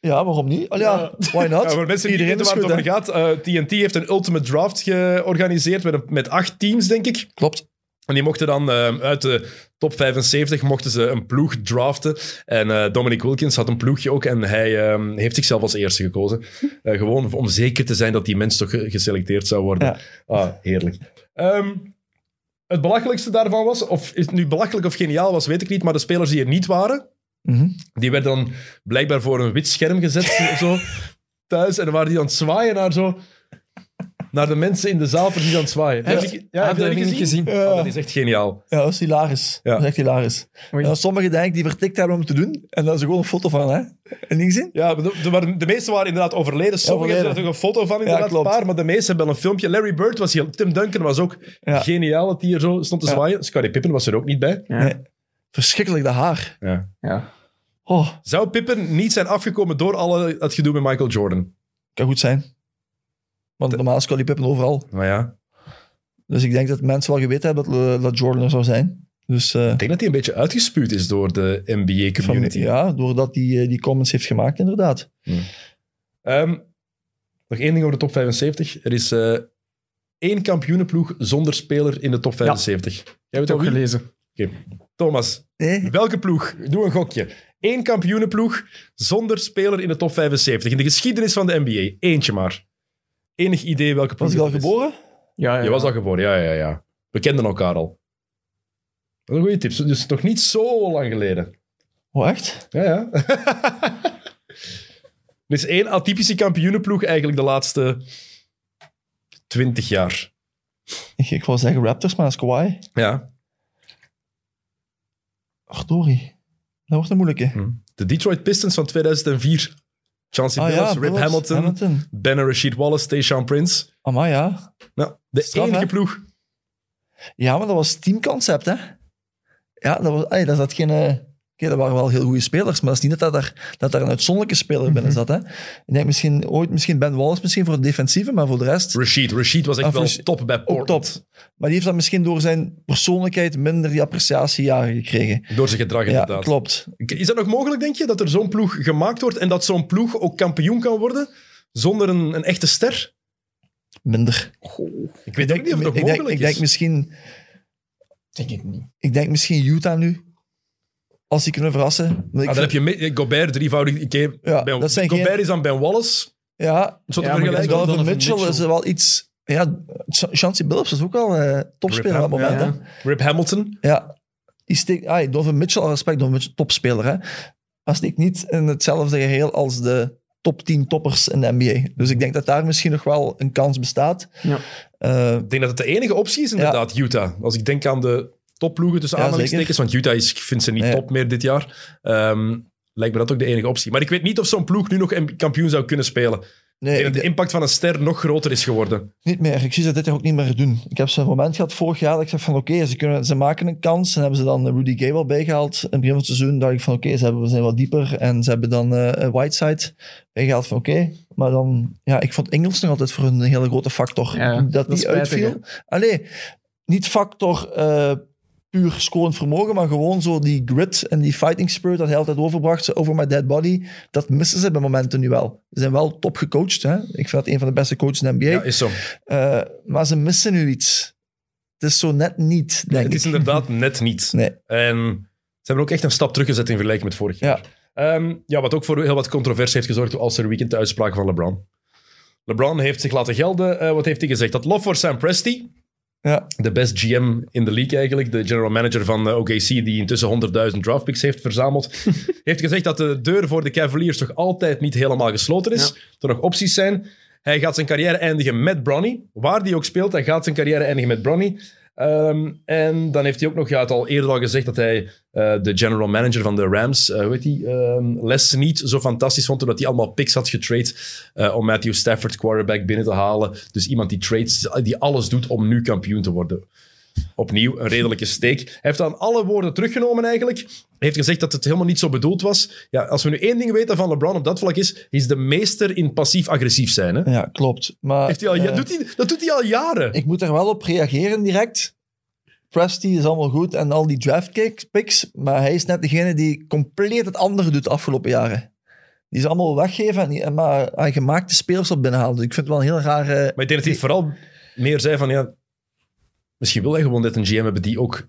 [SPEAKER 2] Ja, waarom niet? Allee, ja, why not?
[SPEAKER 1] Ja, voor mensen die niet
[SPEAKER 2] Iedereen
[SPEAKER 1] weten
[SPEAKER 2] is
[SPEAKER 1] waar
[SPEAKER 2] goed, hè?
[SPEAKER 1] het over gaat, eh, TNT heeft een ultimate draft georganiseerd met, een- met acht teams, denk ik.
[SPEAKER 2] Klopt.
[SPEAKER 1] En die mochten dan eh, uit de top 75 mochten ze een ploeg draften. En eh, Dominic Wilkins had een ploegje ook en hij eh, heeft zichzelf als eerste gekozen. Eh, gewoon om zeker te zijn dat die mens toch ge- geselecteerd zou worden.
[SPEAKER 2] Ja.
[SPEAKER 1] Ah, heerlijk. Ehm, het belachelijkste daarvan was, of is het nu belachelijk of geniaal was, weet ik niet, maar de spelers die er niet waren,
[SPEAKER 2] Mhm.
[SPEAKER 1] die werden dan blijkbaar voor een wit scherm gezet of zo, thuis. En dan waren die aan het zwaaien naar zo... Naar de mensen in de zaal precies aan het zwaaien.
[SPEAKER 3] Heb
[SPEAKER 1] Heb
[SPEAKER 3] ik-
[SPEAKER 1] je-
[SPEAKER 3] heb
[SPEAKER 1] heb je
[SPEAKER 3] dat
[SPEAKER 1] dat
[SPEAKER 3] niet gezien?
[SPEAKER 1] Ah, dat is echt geniaal.
[SPEAKER 2] Ja, dat is hilarisch.
[SPEAKER 1] Ja.
[SPEAKER 2] Dat is echt hilarisch.
[SPEAKER 3] Oei.
[SPEAKER 2] Ja, sommigen denk ik die vertikt hebben om te doen. En daar is er gewoon een foto van, hè? En niet gezien?
[SPEAKER 1] Ja, maar de, de, maar de meeste waren inderdaad overleden. Sommigen
[SPEAKER 2] Overleden.
[SPEAKER 1] hebben er toch een foto van, inderdaad, een
[SPEAKER 2] klopt.
[SPEAKER 1] paar. Maar de meeste hebben wel een filmpje. Larry Bird was hier. Tim Duncan was ook
[SPEAKER 2] Ja.
[SPEAKER 1] geniaal dat hij er zo stond te
[SPEAKER 2] Ja.
[SPEAKER 1] zwaaien. Scottie Pippen was er ook niet bij.
[SPEAKER 3] Ja.
[SPEAKER 2] Nee. Verschrikkelijk, dat haar.
[SPEAKER 1] Ja.
[SPEAKER 3] Ja.
[SPEAKER 2] Oh,
[SPEAKER 1] Zou Pippen niet zijn afgekomen door alle, dat gedoe met Michael Jordan?
[SPEAKER 2] kan goed zijn. Want normaal is Collie Pippen overal.
[SPEAKER 1] Maar ja,
[SPEAKER 2] Dus ik denk dat mensen wel geweten hebben dat, eh, dat Jordan er zou zijn. Dus eh,
[SPEAKER 1] ik denk dat hij een beetje uitgespuwd is door de
[SPEAKER 2] van-
[SPEAKER 1] NBA-community.
[SPEAKER 2] ja, doordat hij eh, die comments heeft gemaakt, inderdaad.
[SPEAKER 1] Ehm, nog één ding over de top 75. Er is eh, één kampioenenploeg zonder speler in de top 75. Jij weet
[SPEAKER 3] Toch
[SPEAKER 1] ook wie?
[SPEAKER 3] gelezen.
[SPEAKER 1] Thomas,
[SPEAKER 2] Nee?
[SPEAKER 1] Welke ploeg? Doe een gokje. Eén kampioenenploeg zonder speler in de top 75. In de geschiedenis van de NBA. Eentje maar. Enig idee welke ploeg
[SPEAKER 2] Was ik al
[SPEAKER 1] dat is?
[SPEAKER 2] geboren?
[SPEAKER 3] Ja, ja,
[SPEAKER 1] Je was al geboren, ja, ja, ja. We kenden elkaar al. Dat is een goede tip. Dus nog niet zo lang geleden.
[SPEAKER 2] Oh, echt?
[SPEAKER 1] Ja, ja. er is één atypische kampioenenploeg eigenlijk de laatste 20 jaar.
[SPEAKER 2] Ik, ik wou zeggen Raptors, maar dat is Kawhi.
[SPEAKER 1] Ja.
[SPEAKER 2] Ach, Dori. Dat wordt een moeilijke.
[SPEAKER 1] De Detroit Pistons van 2004. Chauncey
[SPEAKER 2] Ah
[SPEAKER 1] Billups, Rip
[SPEAKER 2] ja, Billups,
[SPEAKER 1] Hamilton,
[SPEAKER 2] Hamilton.
[SPEAKER 1] Banner Rashid Wallace, Tayshaun Prince.
[SPEAKER 2] Amai, ja.
[SPEAKER 1] Nou, de
[SPEAKER 2] Straf,
[SPEAKER 1] enige
[SPEAKER 2] hè?
[SPEAKER 1] ploeg.
[SPEAKER 2] Ja, maar dat was teamconcept, hè? Ja, dat was, ey, dat zat geen. eh, Oké, dat waren wel heel goede spelers, maar dat is niet dat daar, dat daar een uitzonderlijke speler
[SPEAKER 1] Mhm.
[SPEAKER 2] binnen zat. Hè? Ik denk misschien ooit, misschien Ben Wallace misschien voor het defensieve, maar voor de rest
[SPEAKER 1] Rashid. Rashid was echt
[SPEAKER 2] Ah,
[SPEAKER 1] wel
[SPEAKER 2] Rashid-
[SPEAKER 1] top bij
[SPEAKER 2] ook top.
[SPEAKER 1] Portland.
[SPEAKER 2] Maar die heeft dan misschien door zijn persoonlijkheid minder die appreciatiejaren gekregen.
[SPEAKER 1] Door zijn gedrag
[SPEAKER 2] Ja,
[SPEAKER 1] inderdaad.
[SPEAKER 2] klopt.
[SPEAKER 1] Is dat nog mogelijk, denk je, dat er zo'n ploeg gemaakt wordt en dat zo'n ploeg ook kampioen kan worden zonder een, een echte ster?
[SPEAKER 2] Minder.
[SPEAKER 1] Ik weet ook niet of het nog
[SPEAKER 2] ik, denk,
[SPEAKER 1] mogelijk
[SPEAKER 2] ik denk
[SPEAKER 1] is.
[SPEAKER 2] misschien,
[SPEAKER 3] Denk ik niet.
[SPEAKER 2] ik denk misschien Utah nu. Als die kunnen verrassen. Want ik
[SPEAKER 1] Ah, dan
[SPEAKER 2] vind-
[SPEAKER 1] heb je me- Gobert, drievoudig. oké,
[SPEAKER 2] Ja,
[SPEAKER 1] Ben-
[SPEAKER 2] dat zijn
[SPEAKER 1] Gobert
[SPEAKER 2] geen-
[SPEAKER 1] is aan Ben Wallace. Zo te
[SPEAKER 2] ja,
[SPEAKER 3] Ja, maar je
[SPEAKER 1] vergelijken.
[SPEAKER 3] hebt wel-
[SPEAKER 2] Donovan
[SPEAKER 3] Donovan
[SPEAKER 2] Mitchell,
[SPEAKER 3] Mitchell.
[SPEAKER 2] is er wel iets... Ja, Ch- Chauncey Billups is ook wel eh, topspeler
[SPEAKER 1] Rip
[SPEAKER 2] op het moment.
[SPEAKER 3] Ham-
[SPEAKER 2] hè.
[SPEAKER 1] Rip Hamilton.
[SPEAKER 2] Ja, die steekt. Ah, Donovan Mitchell, al respect, Donovan Mitchell, topspeler. Hè? Maar steekt niet in hetzelfde geheel als de top 10 toppers in de NBA. Dus ik denk dat daar misschien nog wel een kans bestaat.
[SPEAKER 3] Ja.
[SPEAKER 2] Eh,
[SPEAKER 1] Ik denk dat het de enige optie is, inderdaad, Utah. Als ik denk aan de topploegen tussen
[SPEAKER 2] Ja,
[SPEAKER 1] aanhalingstekens, want Utah is, ik vind ze niet
[SPEAKER 2] Nee.
[SPEAKER 1] top meer dit jaar. Ehm, lijkt me dat ook de enige optie. Maar ik weet niet of zo'n ploeg nu nog een kampioen zou kunnen spelen.
[SPEAKER 2] nee,
[SPEAKER 1] Ik denk
[SPEAKER 2] ik
[SPEAKER 1] dat de
[SPEAKER 2] denk
[SPEAKER 1] impact van een ster nog groter is geworden.
[SPEAKER 2] niet meer. Ik zie ze dit jaar ook niet meer doen. Ik heb ze een moment gehad vorig jaar dat ik zeg van oké, ze kunnen ze maken een kans. En hebben ze dan eh, Rudy Gay wel bijgehaald. In het begin van het seizoen dacht ik van oké, ze hebben we zijn wat dieper. En ze hebben dan eh Whiteside bijgehaald van oké. Maar dan, ja, ik vond Engels nog altijd voor hun een hele grote factor.
[SPEAKER 3] Ja,
[SPEAKER 2] dat
[SPEAKER 3] dat is
[SPEAKER 2] die
[SPEAKER 3] spijtig,
[SPEAKER 2] uitviel. Allee, niet factor eh, puur scorend vermogen, maar gewoon zo die grit en die fighting spirit dat hij altijd overbracht, zo over my dead body, dat missen ze bij momenten nu wel. Ze zijn wel top gecoacht. Hè? Ik vind dat een van de beste coaches in de NBA.
[SPEAKER 1] Ja, is zo.
[SPEAKER 2] Eh, maar ze missen nu iets. Het is zo net niet, denk
[SPEAKER 1] Het
[SPEAKER 2] ik.
[SPEAKER 1] is inderdaad net niet.
[SPEAKER 2] Nee.
[SPEAKER 1] En ze hebben ook echt een stap teruggezet in vergelijking met vorig jaar.
[SPEAKER 2] Ja.
[SPEAKER 1] Ehm, ja, wat ook voor heel wat controverse heeft gezorgd als er weekend de uitspraak van LeBron. LeBron heeft zich laten gelden. Eh, wat heeft hij gezegd? Dat lof voor Sam Presti,
[SPEAKER 2] Ja.
[SPEAKER 1] de best GM in de league eigenlijk, de general manager van eh, OKC, die intussen 100.000 draftpicks heeft verzameld, heeft gezegd dat de deur voor de Cavaliers toch altijd niet helemaal gesloten is. Dat er nog opties zijn. Hij gaat zijn carrière eindigen met Bronny. Waar die ook speelt, hij gaat zijn carrière eindigen met Bronny. Ehm, en dan heeft hij ook nog, ja, het al eerder al gezegd, dat hij eh, de general manager van de Rams, eh, hoe heet die, ehm, Les niet zo fantastisch vond, omdat hij allemaal picks had getrade eh, om Matthew Stafford quarterback binnen te halen. Dus iemand die trades, die alles doet om nu kampioen te worden. Opnieuw een redelijke steek. Hij heeft dan alle woorden teruggenomen eigenlijk. Hij heeft gezegd dat het helemaal niet zo bedoeld was. Ja, als we nu één ding weten van LeBron op dat vlak is, hij is de meester in passief-agressief zijn. Hè?
[SPEAKER 2] ja, klopt. Maar,
[SPEAKER 1] Heeft hij al, ja-
[SPEAKER 2] eh,
[SPEAKER 1] doet hij, dat doet hij al jaren.
[SPEAKER 2] Ik moet daar wel op reageren direct. Presti is allemaal goed en al die draft picks, maar hij is net degene die compleet het andere doet de afgelopen jaren. die ze allemaal weggeven en, die- en maar aan gemaakte spelers op binnenhalen. Dus ik vind het wel een heel raar... eh,
[SPEAKER 1] Maar ik denk dat hij vooral meer zei van ja, misschien wil hij gewoon net een GM hebben die ook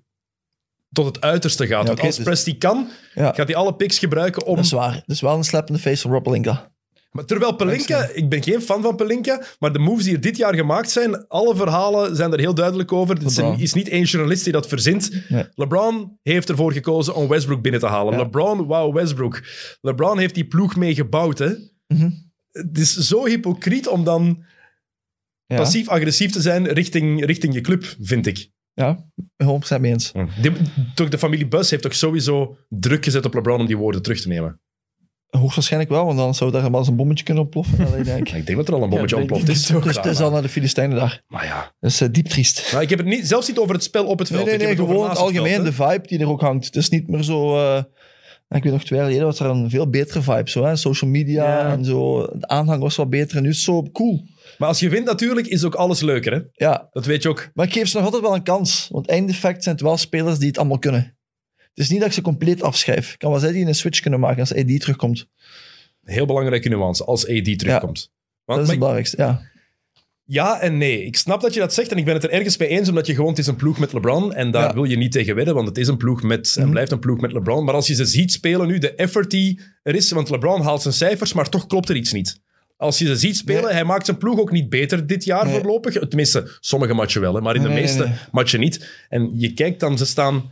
[SPEAKER 1] tot het uiterste gaat.
[SPEAKER 2] Ja,
[SPEAKER 1] Want
[SPEAKER 2] oké,
[SPEAKER 1] als
[SPEAKER 2] dus-
[SPEAKER 1] Presti kan,
[SPEAKER 2] ja,
[SPEAKER 1] gaat hij alle picks gebruiken om...
[SPEAKER 2] dat is waar. Dat is wel een slap in de face van Rob Linka.
[SPEAKER 1] Maar terwijl Pelinka, ik ben geen fan van Pelinka, maar de moves die er dit jaar gemaakt zijn, alle verhalen zijn er heel duidelijk over. Het is-
[SPEAKER 2] LeBron.
[SPEAKER 1] is niet één journalist die dat verzint.
[SPEAKER 2] Nee.
[SPEAKER 1] LeBron heeft ervoor gekozen om Westbrook binnen te halen.
[SPEAKER 2] Ja.
[SPEAKER 1] LeBron, wauw, Westbrook. LeBron heeft die ploeg mee gebouwd, hè.
[SPEAKER 2] Mhm.
[SPEAKER 1] Het is zo hypocriet om dan
[SPEAKER 2] Ja,
[SPEAKER 1] passief-agressief te zijn richting, richting je club, vind ik.
[SPEAKER 2] ja 100% mee eens.
[SPEAKER 1] Die- toch, de familie Bus heeft toch sowieso druk gezet op LeBron om die woorden terug te nemen.
[SPEAKER 2] Hoogstwaarschijnlijk wel, want dan zou daar wel eens een bommetje kunnen ontploffen. Allee, denk ik.
[SPEAKER 1] Ik denk dat er al een bommetje
[SPEAKER 3] Ja, denk ik
[SPEAKER 1] ontploft is.
[SPEAKER 2] Dus het is al naar de Filistijnen daar.
[SPEAKER 1] Maar ja.
[SPEAKER 2] Dat is eh, diep triest.
[SPEAKER 1] Maar ik heb het niet, zelfs niet over het spel op het
[SPEAKER 2] Nee,
[SPEAKER 1] veld.
[SPEAKER 2] nee,
[SPEAKER 1] Ik
[SPEAKER 2] nee,
[SPEAKER 1] heb het over
[SPEAKER 2] gewoon het
[SPEAKER 1] naast het
[SPEAKER 2] algemeen
[SPEAKER 1] veld, hè.
[SPEAKER 2] de vibe die er ook hangt. Het is niet meer zo... eh, ik weet nog, twee jaar geleden was er een veel betere vibe. Zo, hè? Social media
[SPEAKER 3] Ja.
[SPEAKER 2] en zo. De aanhang was wat beter en nu is het zo cool.
[SPEAKER 1] Maar als je wint natuurlijk, is ook alles leuker. Hè?
[SPEAKER 2] Ja,
[SPEAKER 1] Dat weet je ook.
[SPEAKER 2] maar ik geef ze nog altijd wel een kans. Want eindeffect zijn het wel spelers die het allemaal kunnen. Het is niet dat ik ze compleet afschrijf. Ik kan wel zijn die een switch kunnen maken als AD terugkomt.
[SPEAKER 1] Een Heel belangrijke nuance, als AD terugkomt.
[SPEAKER 2] Dat
[SPEAKER 1] Want,
[SPEAKER 2] is het
[SPEAKER 1] maar-
[SPEAKER 2] belangrijkste, ja.
[SPEAKER 1] ja en nee. Ik snap dat je dat zegt en ik ben het er ergens mee eens, omdat je gewoon, het is een ploeg met LeBron en daar
[SPEAKER 2] Ja.
[SPEAKER 1] wil je niet tegen wedden, want het is een ploeg met, en
[SPEAKER 2] Mhm.
[SPEAKER 1] blijft een ploeg met LeBron. Maar als je ze ziet spelen nu, de effort die er is, want LeBron haalt zijn cijfers, maar toch klopt er iets niet. Als je ze ziet spelen,
[SPEAKER 2] Nee.
[SPEAKER 1] hij maakt zijn ploeg ook niet beter dit jaar
[SPEAKER 2] Nee.
[SPEAKER 1] voorlopig. Tenminste, sommige matchen wel, hè, maar in de
[SPEAKER 2] Nee, nee,
[SPEAKER 1] meeste
[SPEAKER 2] nee.
[SPEAKER 1] matchen niet. En je kijkt dan, ze staan,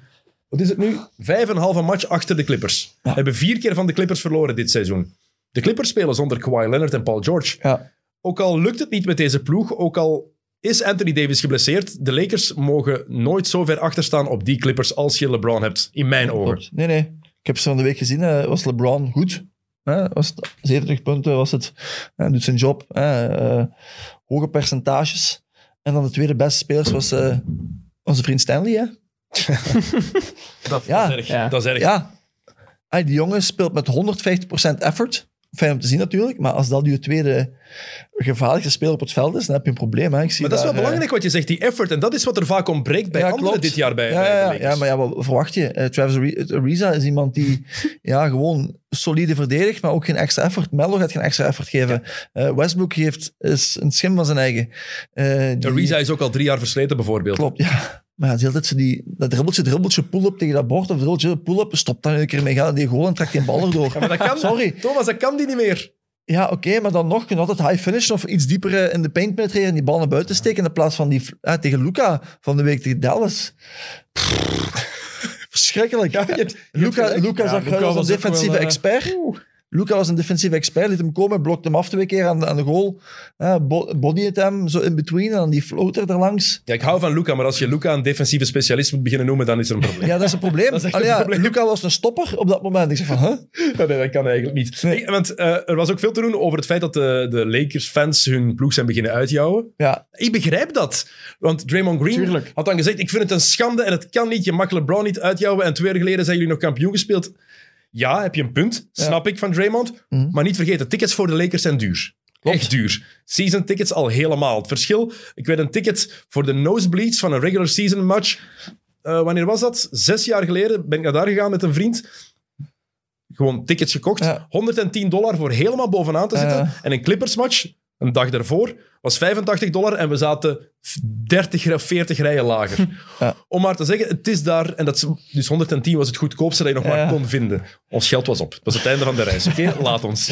[SPEAKER 1] wat is het nu? Vijf en een halve match achter de Clippers.
[SPEAKER 2] Ja.
[SPEAKER 1] Hebben vier keer van de Clippers verloren dit seizoen. De Clippers spelen zonder Kawhi Leonard en Paul George.
[SPEAKER 2] Ja.
[SPEAKER 1] Ook al lukt het niet met deze ploeg, ook al is Anthony Davis geblesseerd, de Lakers mogen nooit zo ver achterstaan op die Clippers als je LeBron hebt, in mijn ogen.
[SPEAKER 2] Klopt. Nee, nee. Ik heb ze van de week gezien. eh, was LeBron goed? Hè, was het 70 punten was het. Hè, doet zijn job. hè, eh, hoge percentages. En dan de tweede beste spelers was eh, onze vriend Stanley. Hè?
[SPEAKER 1] Dat,
[SPEAKER 2] Ja.
[SPEAKER 1] is erg.
[SPEAKER 3] Ja.
[SPEAKER 1] Dat is erg.
[SPEAKER 2] Ja. Hij, die jongen speelt met 150% effort. Fijn om te zien natuurlijk. Maar als dat je tweede gevaarlijkste speler op het veld is, dan heb je een probleem. Hè? Ik zie
[SPEAKER 1] Maar dat is wel
[SPEAKER 2] daar, eh,
[SPEAKER 1] belangrijk wat je zegt, die effort. En dat is wat er vaak ontbreekt bij
[SPEAKER 2] Ja,
[SPEAKER 1] anderen
[SPEAKER 2] klopt.
[SPEAKER 1] dit jaar bij,
[SPEAKER 2] Ja,
[SPEAKER 1] bij
[SPEAKER 2] ja,
[SPEAKER 1] de
[SPEAKER 2] ja,
[SPEAKER 1] Lakers.
[SPEAKER 2] ja, maar ja, wat verwacht je? Eh, Travis Ari- Ariza is iemand die ja, gewoon solide verdedigt, maar ook geen extra effort. Melo gaat geen extra effort geven. Eh, Westbrook heeft is een schim van zijn eigen. Eh, die-
[SPEAKER 1] Ariza is ook al drie jaar versleten, bijvoorbeeld.
[SPEAKER 2] Klopt, ja. Maar ja, de hele tijd ze die, dat dribbeltje, dribbeltje, pull-up tegen dat bord of dribbeltje, pull-up, stop daar nu een keer mee, ga naar die goal en trek die bal erdoor.
[SPEAKER 1] Ja, maar dat kan,
[SPEAKER 2] Sorry.
[SPEAKER 1] Thomas, dat kan die niet meer.
[SPEAKER 2] Ja, oké, maar dan nog kun je altijd high finish of iets dieper eh, in de paint penetreren en die bal naar buiten steken in plaats van die v- eh, tegen Luca van de week tegen Dallas. Pff, verschrikkelijk.
[SPEAKER 1] je hebt- je hebt
[SPEAKER 2] Luca,
[SPEAKER 1] gelijk.
[SPEAKER 2] Luca
[SPEAKER 3] Ja,
[SPEAKER 2] zag
[SPEAKER 3] Luca
[SPEAKER 2] eruit als
[SPEAKER 3] was
[SPEAKER 2] een
[SPEAKER 3] ook
[SPEAKER 2] defensieve
[SPEAKER 3] wel, eh,
[SPEAKER 2] expert. Luca was een defensieve expert, liet hem komen, blokte hem af twee keer aan de, aan de goal. Eh, bo- bodyed hem zo in between en dan die floater erlangs.
[SPEAKER 1] Ja, ik hou van Luca, maar als je Luca een defensieve specialist moet beginnen noemen, dan is er een probleem.
[SPEAKER 2] Ja, dat is een probleem.
[SPEAKER 1] Dat is echt
[SPEAKER 2] Allee,
[SPEAKER 1] een
[SPEAKER 2] ja,
[SPEAKER 1] probleem.
[SPEAKER 2] Luca was een stopper op dat moment. Ik zeg van, huh?
[SPEAKER 1] Ja, nee, dat kan eigenlijk niet. Nee, want eh, er was ook veel te doen over het feit dat de, de Lakers-fans hun ploeg zijn beginnen uitjouwen.
[SPEAKER 2] Ja,
[SPEAKER 1] Ik begrijp dat. Want Draymond Green
[SPEAKER 3] Tuurlijk.
[SPEAKER 1] had dan gezegd, ik vind het een schande en het kan niet. Je mag LeBron niet uitjouwen. En twee jaar geleden zijn jullie nog kampioen gespeeld. Ja, heb je een punt.
[SPEAKER 2] Ja.
[SPEAKER 1] Snap ik van Draymond.
[SPEAKER 2] Mhm.
[SPEAKER 1] Maar niet vergeten, tickets voor de Lakers zijn duur. Echt duur. Season tickets al helemaal. Het verschil, ik weet een ticket voor de nosebleeds van een regular season match. eh, wanneer was dat? Zes jaar geleden ben ik naar daar gegaan met een vriend. Gewoon tickets gekocht.
[SPEAKER 2] Ja.
[SPEAKER 1] 110 dollar voor helemaal bovenaan te
[SPEAKER 2] Ja.
[SPEAKER 1] zitten. En een Clippers match, een dag daarvoor, was 85 dollar. En we zaten 30, of 40 rijen lager.
[SPEAKER 2] Ja.
[SPEAKER 1] Om maar te zeggen, het is daar. En dat is, dus 110 was het goedkoopste dat je nog
[SPEAKER 2] Ja.
[SPEAKER 1] maar kon vinden. Ons geld was op. Dat was het einde van de reis. Oké, laat ons.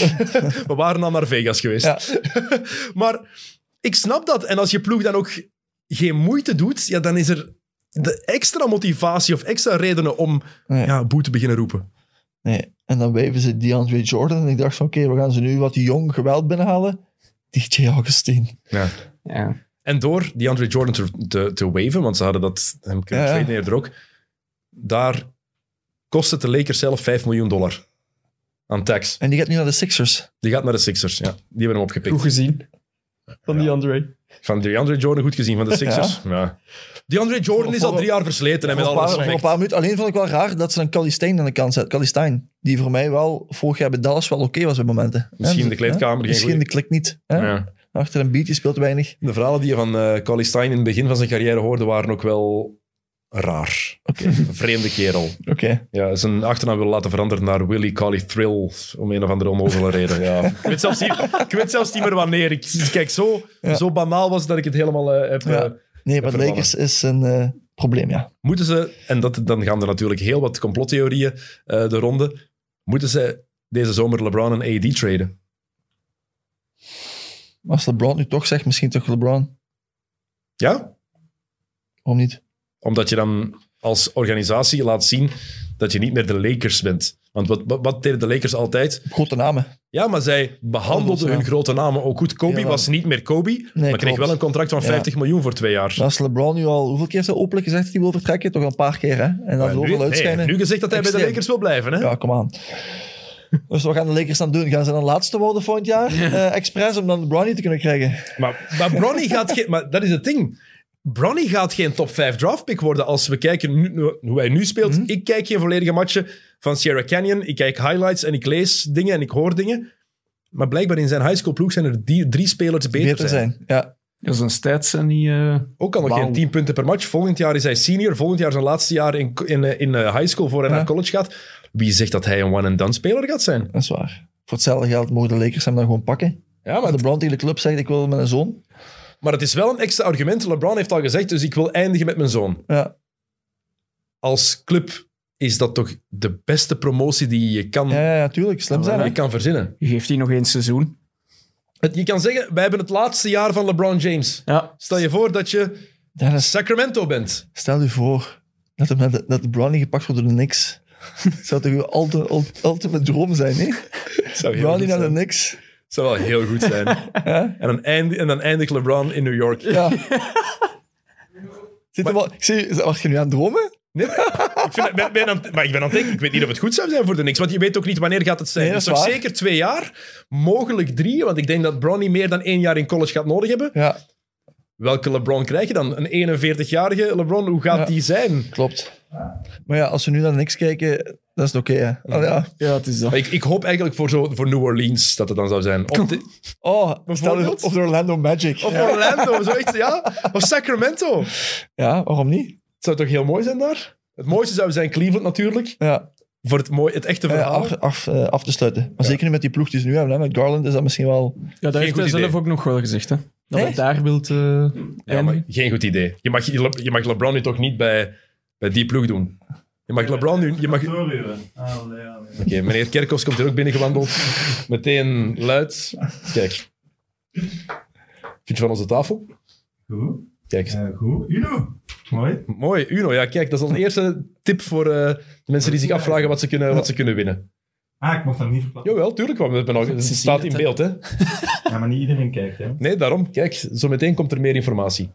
[SPEAKER 1] we waren al naar Vegas geweest.
[SPEAKER 2] Ja.
[SPEAKER 1] maar ik snap dat. En als je ploeg dan ook geen moeite doet, ja, dan is er de extra motivatie of extra redenen om
[SPEAKER 2] Nee.
[SPEAKER 1] ja, boe te beginnen roepen.
[SPEAKER 2] Nee. En dan weven ze DeAndre Jordan. En ik dacht van, oké, we gaan ze nu wat jong geweld binnenhalen. DJ Augustine.
[SPEAKER 1] Ja.
[SPEAKER 3] Ja.
[SPEAKER 1] En door die Andre Jordan te, te, te waven, want ze hadden dat hem kunnen
[SPEAKER 2] Ja, ja.
[SPEAKER 1] traden eerder ook, daar kost het de Lakers zelf 5 miljoen dollar aan tax.
[SPEAKER 2] En die gaat nu naar de Sixers.
[SPEAKER 1] Die gaat naar de Sixers, ja. Die hebben hem opgepikt.
[SPEAKER 3] Goed gezien. Van die André.
[SPEAKER 1] Van DeAndre Jordan goed gezien, van de Sixers. Ja. DeAndre Jordan is al drie jaar versleten, en met
[SPEAKER 2] voor,
[SPEAKER 1] alle
[SPEAKER 2] een paar, voor een
[SPEAKER 1] respect.
[SPEAKER 2] paar minuten. Alleen vond ik wel raar dat ze een Kalistijn aan de kant zetten. Kalistijn, die voor mij wel vorig jaar bij Dallas wel oké was op momenten.
[SPEAKER 1] Misschien
[SPEAKER 2] Hè?
[SPEAKER 1] de kleedkamer
[SPEAKER 2] Hè?
[SPEAKER 1] geen
[SPEAKER 2] Misschien
[SPEAKER 1] goeie-
[SPEAKER 2] de klik niet. Hè?
[SPEAKER 1] Ja.
[SPEAKER 2] Achter een beat, die speelt weinig.
[SPEAKER 1] De verhalen die je van eh Collie Stein in het begin van zijn carrière hoorde, waren ook wel raar. Een vreemde kerel.
[SPEAKER 2] Oké.
[SPEAKER 1] Ja, zijn achternaam wil laten veranderen naar Willy Collie Thrill. Om een of andere onnozele reden. Ja. Ik, weet zelfs niet, ik weet zelfs niet meer wanneer. Ik, dus kijk, zo,
[SPEAKER 2] Ja.
[SPEAKER 1] zo banaal was het dat ik het helemaal eh, heb.
[SPEAKER 2] Ja.
[SPEAKER 1] eh,
[SPEAKER 2] Nee, maar
[SPEAKER 1] verbannen.
[SPEAKER 2] Lakers is een eh, probleem, ja.
[SPEAKER 1] moeten ze, en dat, dan gaan er natuurlijk heel wat complottheorieën eh, de ronde. Moeten ze deze zomer LeBron en AD traden?
[SPEAKER 2] Als LeBron nu toch zegt, misschien toch LeBron.
[SPEAKER 1] Ja?
[SPEAKER 2] Waarom niet?
[SPEAKER 1] Omdat je dan als organisatie laat zien dat je niet meer de Lakers bent. Want wat, wat, wat deden de Lakers altijd?
[SPEAKER 2] Grote namen.
[SPEAKER 1] Ja, maar zij behandelden
[SPEAKER 2] Handels, ja.
[SPEAKER 1] hun grote namen ook goed. Kobe
[SPEAKER 2] Ja.
[SPEAKER 1] was niet meer Kobe, maar kreeg
[SPEAKER 2] klopt.
[SPEAKER 1] wel een contract van
[SPEAKER 2] Ja.
[SPEAKER 1] 50 miljoen voor twee jaar.
[SPEAKER 2] Maar Als LeBron nu al, hoeveel keer heeft hij openlijk gezegd dat hij wil vertrekken? Toch al een paar keer, hè? En dat
[SPEAKER 1] Maar nu,
[SPEAKER 2] wil wel
[SPEAKER 1] nee, hij heeft
[SPEAKER 2] uitschijnen.
[SPEAKER 1] nu gezegd dat hij bij de
[SPEAKER 2] Extreem.
[SPEAKER 1] Lakers wil blijven. Hè?
[SPEAKER 2] Ja, kom aan. Dus wat gaan de Lakers dan doen? Gaan ze dan laatste worden volgend jaar? Eh, expres om dan LeBron niet te kunnen krijgen.
[SPEAKER 1] Maar, maar Bronny gaat geen... Maar dat is het ding. Bronny gaat geen top 5 draftpick worden als we kijken nu- hoe hij nu speelt.
[SPEAKER 2] Mhm.
[SPEAKER 1] Ik kijk geen volledige matchen van Sierra Canyon. Ik kijk highlights en ik lees dingen en ik hoor dingen. Maar blijkbaar in zijn high school ploeg zijn er die, drie spelers beter,
[SPEAKER 2] Beter
[SPEAKER 1] zijn.
[SPEAKER 2] zijn. Ja.
[SPEAKER 3] Ja, zijn stats zijn niet... eh,
[SPEAKER 1] Ook al nog
[SPEAKER 3] Wauw.
[SPEAKER 1] geen 10 punten per match. Volgend jaar is hij senior. Volgend jaar zijn laatste jaar in, in, eh, in eh, high school voor hij
[SPEAKER 2] Ja.
[SPEAKER 1] naar college gaat. Wie zegt dat hij een one-and-done speler gaat zijn?
[SPEAKER 2] Dat is waar. Voor hetzelfde geld mogen de Lakers hem dan gewoon pakken.
[SPEAKER 1] Ja, maar
[SPEAKER 2] Als LeBron tegen de club zegt, ik wil met een zoon.
[SPEAKER 1] Maar het is wel een extra argument. LeBron heeft al gezegd, dus ik wil eindigen met mijn zoon.
[SPEAKER 2] Ja,
[SPEAKER 1] Als club is dat toch de beste promotie die je kan,
[SPEAKER 2] ja, ja, ja tuurlijk. Slim zijn.
[SPEAKER 1] je kan verzinnen.
[SPEAKER 3] je geeft die nog één seizoen.
[SPEAKER 1] Het- je kan zeggen, wij hebben het laatste jaar van LeBron James.
[SPEAKER 3] Ja.
[SPEAKER 1] Stel je voor dat je
[SPEAKER 2] Dennis,
[SPEAKER 1] Sacramento bent.
[SPEAKER 2] dus stel u voor dat, hem net- dat LeBron niet gepakt wordt door de Knicks. zou toch uw ulti- ult- ultimate droom zijn, hè?
[SPEAKER 1] Zou
[SPEAKER 2] LeBron
[SPEAKER 1] goed
[SPEAKER 2] niet naar de
[SPEAKER 1] zijn.
[SPEAKER 2] Knicks.
[SPEAKER 1] Zou wel heel goed zijn. en, dan eind, en dan eindigt LeBron in New York.
[SPEAKER 2] Ja. Zit er wel, ik zie, wacht je nu aan het dromen?
[SPEAKER 1] Nee, maar, ik vind, dat- ben, ben aan, het- maar ik ben aan het denken, ik weet niet of het goed zou zijn voor de Knicks. Want je weet ook niet wanneer gaat het zijn.
[SPEAKER 2] Nee, dat
[SPEAKER 1] dus
[SPEAKER 2] is
[SPEAKER 1] toch
[SPEAKER 2] waar.
[SPEAKER 1] zeker twee jaar, mogelijk drie. Want ik denk dat Bron niet meer dan één jaar in college gaat nodig hebben.
[SPEAKER 2] Ja,
[SPEAKER 1] Welke LeBron krijg je dan? Een 41-jarige LeBron, hoe gaat
[SPEAKER 2] Ja.
[SPEAKER 1] die zijn?
[SPEAKER 2] klopt. Maar ja, als we nu naar niks kijken, dat is het oké, hè? Oh, ja.
[SPEAKER 3] Ja, het is dat.
[SPEAKER 1] Ik, ik hoop eigenlijk voor, zo, voor New Orleans dat het dan zou zijn. Of, de-
[SPEAKER 2] oh stel je-
[SPEAKER 1] Bijvoorbeeld?
[SPEAKER 2] of de Orlando Magic.
[SPEAKER 1] of
[SPEAKER 2] ja.
[SPEAKER 1] Orlando, zo echt, ja. Of Sacramento.
[SPEAKER 2] Ja, waarom niet?
[SPEAKER 1] Het zou toch heel mooi zijn daar? Het mooiste zou zijn Cleveland natuurlijk.
[SPEAKER 2] Ja,
[SPEAKER 1] Voor het, mooi, het echte
[SPEAKER 2] eh,
[SPEAKER 1] verhaal.
[SPEAKER 2] af, af, eh, af te sluiten. Maar zeker nu met die ploeg die ze nu hebben, hè? met Garland is dat misschien wel...
[SPEAKER 3] Ja, dat heeft
[SPEAKER 1] goed
[SPEAKER 3] hij zelf
[SPEAKER 1] idee.
[SPEAKER 3] ook nog wel gezegd, hè. Dat hij
[SPEAKER 2] Echt?
[SPEAKER 3] daar wilt... eh,
[SPEAKER 1] ja,
[SPEAKER 3] eindigen.
[SPEAKER 1] maar geen goed idee. Je mag, je, Le- je mag LeBron nu toch niet bij, bij die ploeg doen. Je mag LeBron nu... Je mag, Oké,
[SPEAKER 4] Oh,
[SPEAKER 1] meneer Kerkhoffs komt hier ook binnengewandeld. Meteen luid. Kijk. Vind je van onze tafel?
[SPEAKER 4] Goed.
[SPEAKER 1] Kijk,
[SPEAKER 4] Eh, goed. Uno. Mooi.
[SPEAKER 1] Mooi, Uno. Ja, kijk, dat is al een eerste tip voor eh, de mensen die zich afvragen wat ze kunnen, wat ze kunnen winnen.
[SPEAKER 4] Ah, ik mocht dat niet verklappen.
[SPEAKER 1] Jawel, tuurlijk. Want we hebben al, het staat in beeld, hè?
[SPEAKER 4] Ja, maar niet iedereen kijkt, hè.
[SPEAKER 1] Nee, daarom. Kijk, zometeen komt er meer informatie.